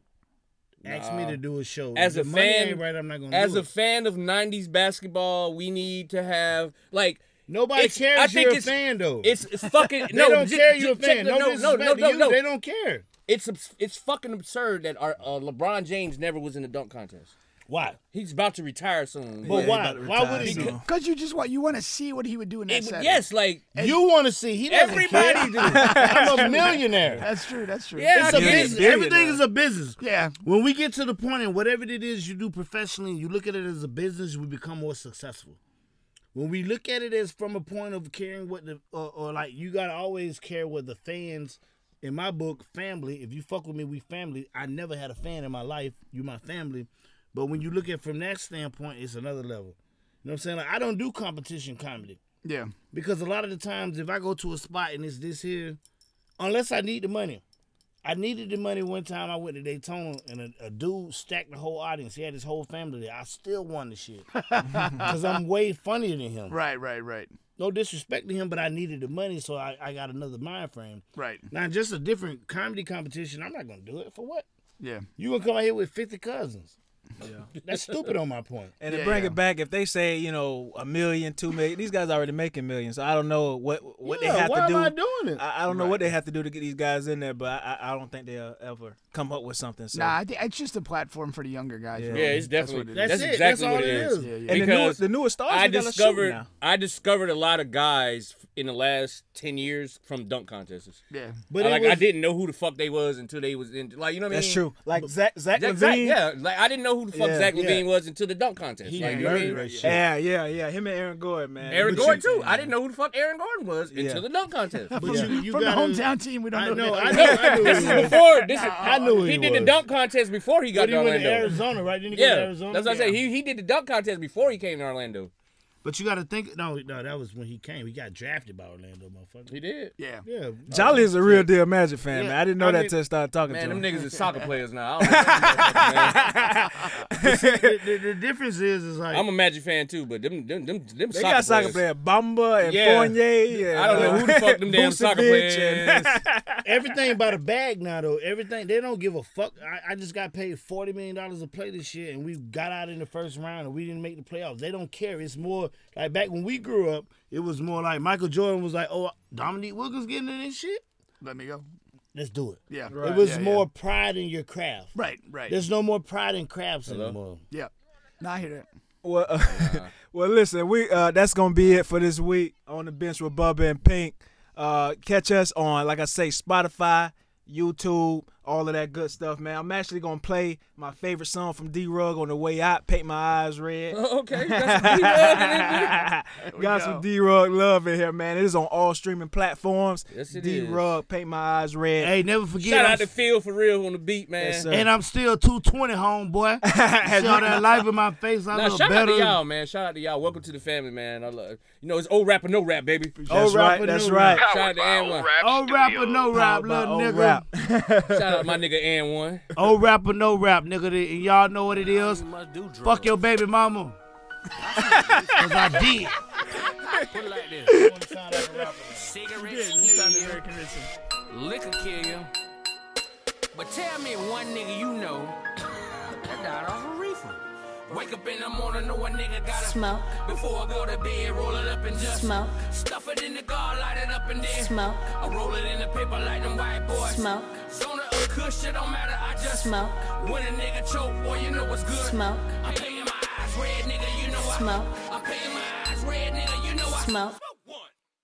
ask me Nah. to do a show. As a If the money fan- ain't right, I'm not gonna. As do a it. fan of '90s basketball, we need to have like nobody it's- cares. I think you're a it's- fan though. it's it's fucking they no. don't ju- care. ju- You're a check fan. the- No, no, no, disrespect no, to no, you. no. They don't care. It's abs- it's fucking absurd that our, uh, LeBron James never was in the dunk contest. Why? He's about to retire soon. But he why? about to Why would retire, he? so- do Because you just want you want to see what he would do in that It- setting. yes, like it? You want to see? He doesn't Everybody care. I'm a millionaire. that's true. That's true. Yeah, It's a I get it. business. Everything is a business. yeah. When we get to the point and whatever it is you do professionally, you look at it as a business, we become more successful. When we look at it as from a point of caring what the or, or like you gotta always care what the fans. In my book, family. If you fuck with me, we family. I never had a fan in my life. You my family. But when you look at it from that standpoint, it's another level. You know what I'm saying? Like, I don't do competition comedy Yeah. because a lot of the times if I go to a spot and it's this here, unless I need the money. I needed the money one time. I went to Daytona and a, a dude stacked the whole audience. He had his whole family there. I still won the shit because I'm way funnier than him. Right. Right. Right. No disrespect to him, but I needed the money, so I, I got another mind frame. Right. Now, just a different comedy competition. I'm not gonna do it for what? Yeah. You gonna come out here with 50 cousins? That's stupid on my point. And to Yeah, bring yeah. it back, if they say you know a million, two million, these guys already making millions. So I don't know what what Yeah, they have why to do. am I doing it? I, I don't know what they have to do to get these guys in there, but I, I I don't think they'll ever come up with something. So. Nah, I think it's just a platform for the younger guys. Yeah. really. Yeah, it's That's definitely what that's, it is. That's it. exactly That's what all it it is. is. Yeah, yeah. and the, new, Because the newest stars I we gotta shoot discovered now. I discovered a lot of guys in the last ten years from dunk contests. Yeah. But it like I was- didn't know who the fuck they was until they was in. Like you know what I mean? That's true. Like Zach Zach Zach, Levine. Zach, yeah, like I didn't know who the fuck Yeah. Zach Yeah. Levine was until the dunk contest. He like, you know what I murdered mean? that shit. yeah, yeah, yeah. Him and Aaron Gordon, man. Aaron But you- Gordon too. I didn't know who the fuck Aaron Gordon was Yeah. until the dunk contest. But you, you From gotta, the hometown team, we don't I know. know. that. I know. I knew this it is was- before this is I knew he he did the was. dunk contest before he got But he to went to Orlando. Arizona, right? Didn't he go to Yeah, Arizona? that's what I said. He he did the dunk contest before he came to Orlando. But you got to think. No, no, that was when he came. He got drafted by Orlando, motherfucker. He did. Yeah. Yeah. Jolly is a real deal Magic fan, Yeah, man. I didn't know I that did- till I started talking Man, to them him. niggas is soccer players now. I the, the- the difference is, is like am a Magic fan too, but them them them, them They soccer got soccer player players. Bamba and Yeah. Fournier. And, I don't know uh, who the fuck them damn soccer Vucevic players. and- everything about a bag now, though. Everything they don't give a fuck. I, I just got paid forty million dollars to play this shit, and we got out in the first round, and we didn't make the playoffs. They don't care. It's more like back when we grew up. It was more like Michael Jordan was like, "Oh, Dominique Wilkins getting in this shit. Let me go. Let's do it." Yeah. it was Yeah, yeah. more pride in your craft. Right. Right. There's no more pride in crafts anymore. Yeah. No, I hear that. Well, uh, well, listen, we uh, that's gonna be it for this week on the bench with Bubba and Pink. Uh, catch us on, like I say, Spotify, YouTube, all of that good stuff, man. I'm actually gonna play my favorite song from D Rug on the way out. Paint my eyes red. okay, Got some D Rug love in here, man. It is on all streaming platforms. Yes, it D Rug, paint my eyes red. Hey, never forget. Shout I'm out to Phil for real on the beat, man. Yes, sir. And I'm still 220, homeboy. See all that life in my face. I Nah, look shout out better. to y'all, man. Shout out to y'all. Welcome to the family, man. I love you know it's old rap or no rap, baby. Old right, rapper, that's new right. rapper. Shout out to and one. Old rap or no rap, Powered by little old nigga. rap. Shout out to my nigga and one. Old rap or no rap, nigga. And y'all know what it is. Fuck your baby mama. Cause I did. Put it like this. Cigarettes did. You kill sounded you. very convincing. Liquor kill you. But tell me one nigga you know that died off a reefer. Wake up in the morning, know a nigga got Smoke. Before I go to bed, roll it up and just Smoke. Stuff it in the guard, light it up and then Smoke. I roll it in the paper like them white boys. Smoke. Zona or kush, it don't matter. I just Smoke. When a nigga choke, boy, you know what's good. Smoke. I'm painting my eyes red, nigga, you know I. Smoke. I'm painting my eyes red, nigga, you know I. Smoke.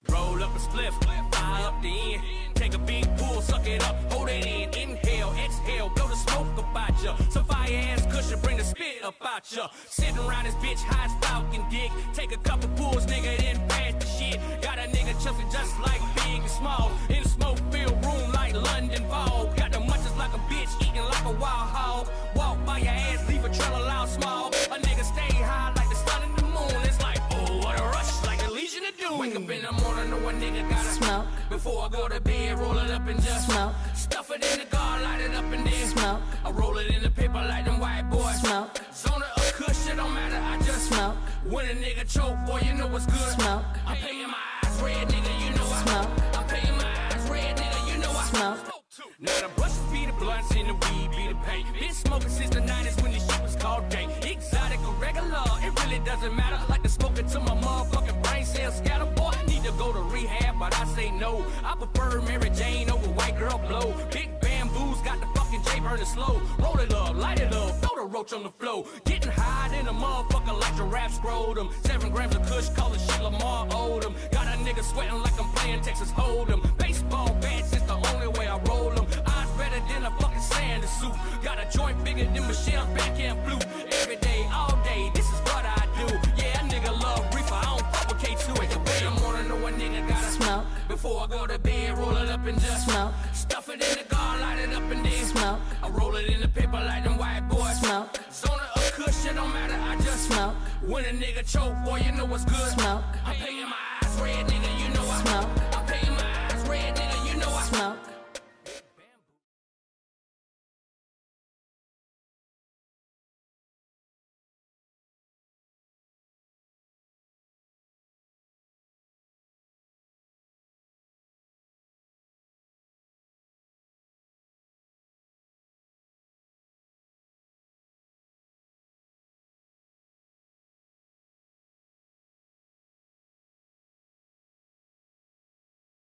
Roll up a spliff, fire up the end. Take a big pull, suck it up, hold it in. Inhale, exhale, blow the smoke about ya. Some fire ass cushion, bring the spit up out ya. Sitting around this bitch, high as falcon dick. Take a couple pulls, nigga, then pass the shit. Got a nigga chuffing just like big and small. In the smoke filled room like London Vogue. Got the munchies like a bitch, eating like a wild hog. Walk by your ass, leave a trail of loud smog. A nigga stay high like the sun in the moon. It's like, oh, what a rush, like a legion of doom. Wake up in the morning, know a nigga gotta Smoke. Before I go to bed, roll it up and just Smoke. Stuff it in the car, light it up and then Smoke. I roll it in the paper like them white boys. Smoke. Zona or kush, it don't matter. I just Smoke. When a nigga choke, boy, you know what's good. Smoke. I'm painting my eyes red, nigga, you know I. Smoke. I'm painting my eyes red, nigga, you know I. Smoke. Now the bushes be the blunts and the weed be the paint. Been smoking since the 90s when this shit was called dank. Exotic or regular, it really doesn't matter. Like the smoking to my motherfucking brain cells scatter. Boy, need to go to rehab, but I say no. I prefer Mary Jane over white girl blow. Big bamboos got the fucking J burning slow. Roll it up, light it up, throw the roach on the floor. Getting high than a motherfucker like giraffe scrotum. Seven grams of kush, call the shit Lamar Odom. Got a nigga sweating like I'm playing Texas Hold'em. Baseball bats is the only way I roll 'em. Eyes better than a fucking sand suit. Got a joint bigger than Michelle's backhand flute. Every day, all day, this is what I do. Yeah, a nigga love reefer, I don't fuck with K2. Wake up in the morning, know a nigga gotta Smoke. Before I go to bed, roll it up and just Smoke. Stuff it in the car, light it up and then Smoke. I roll it in the paper like them white boys. Smoke. Zona or kush, it don't matter. I just Smoke. When a nigga choke, boy, you know what's good. Smoke. I'm painting my eyes red, nigga, you know I. Smoke.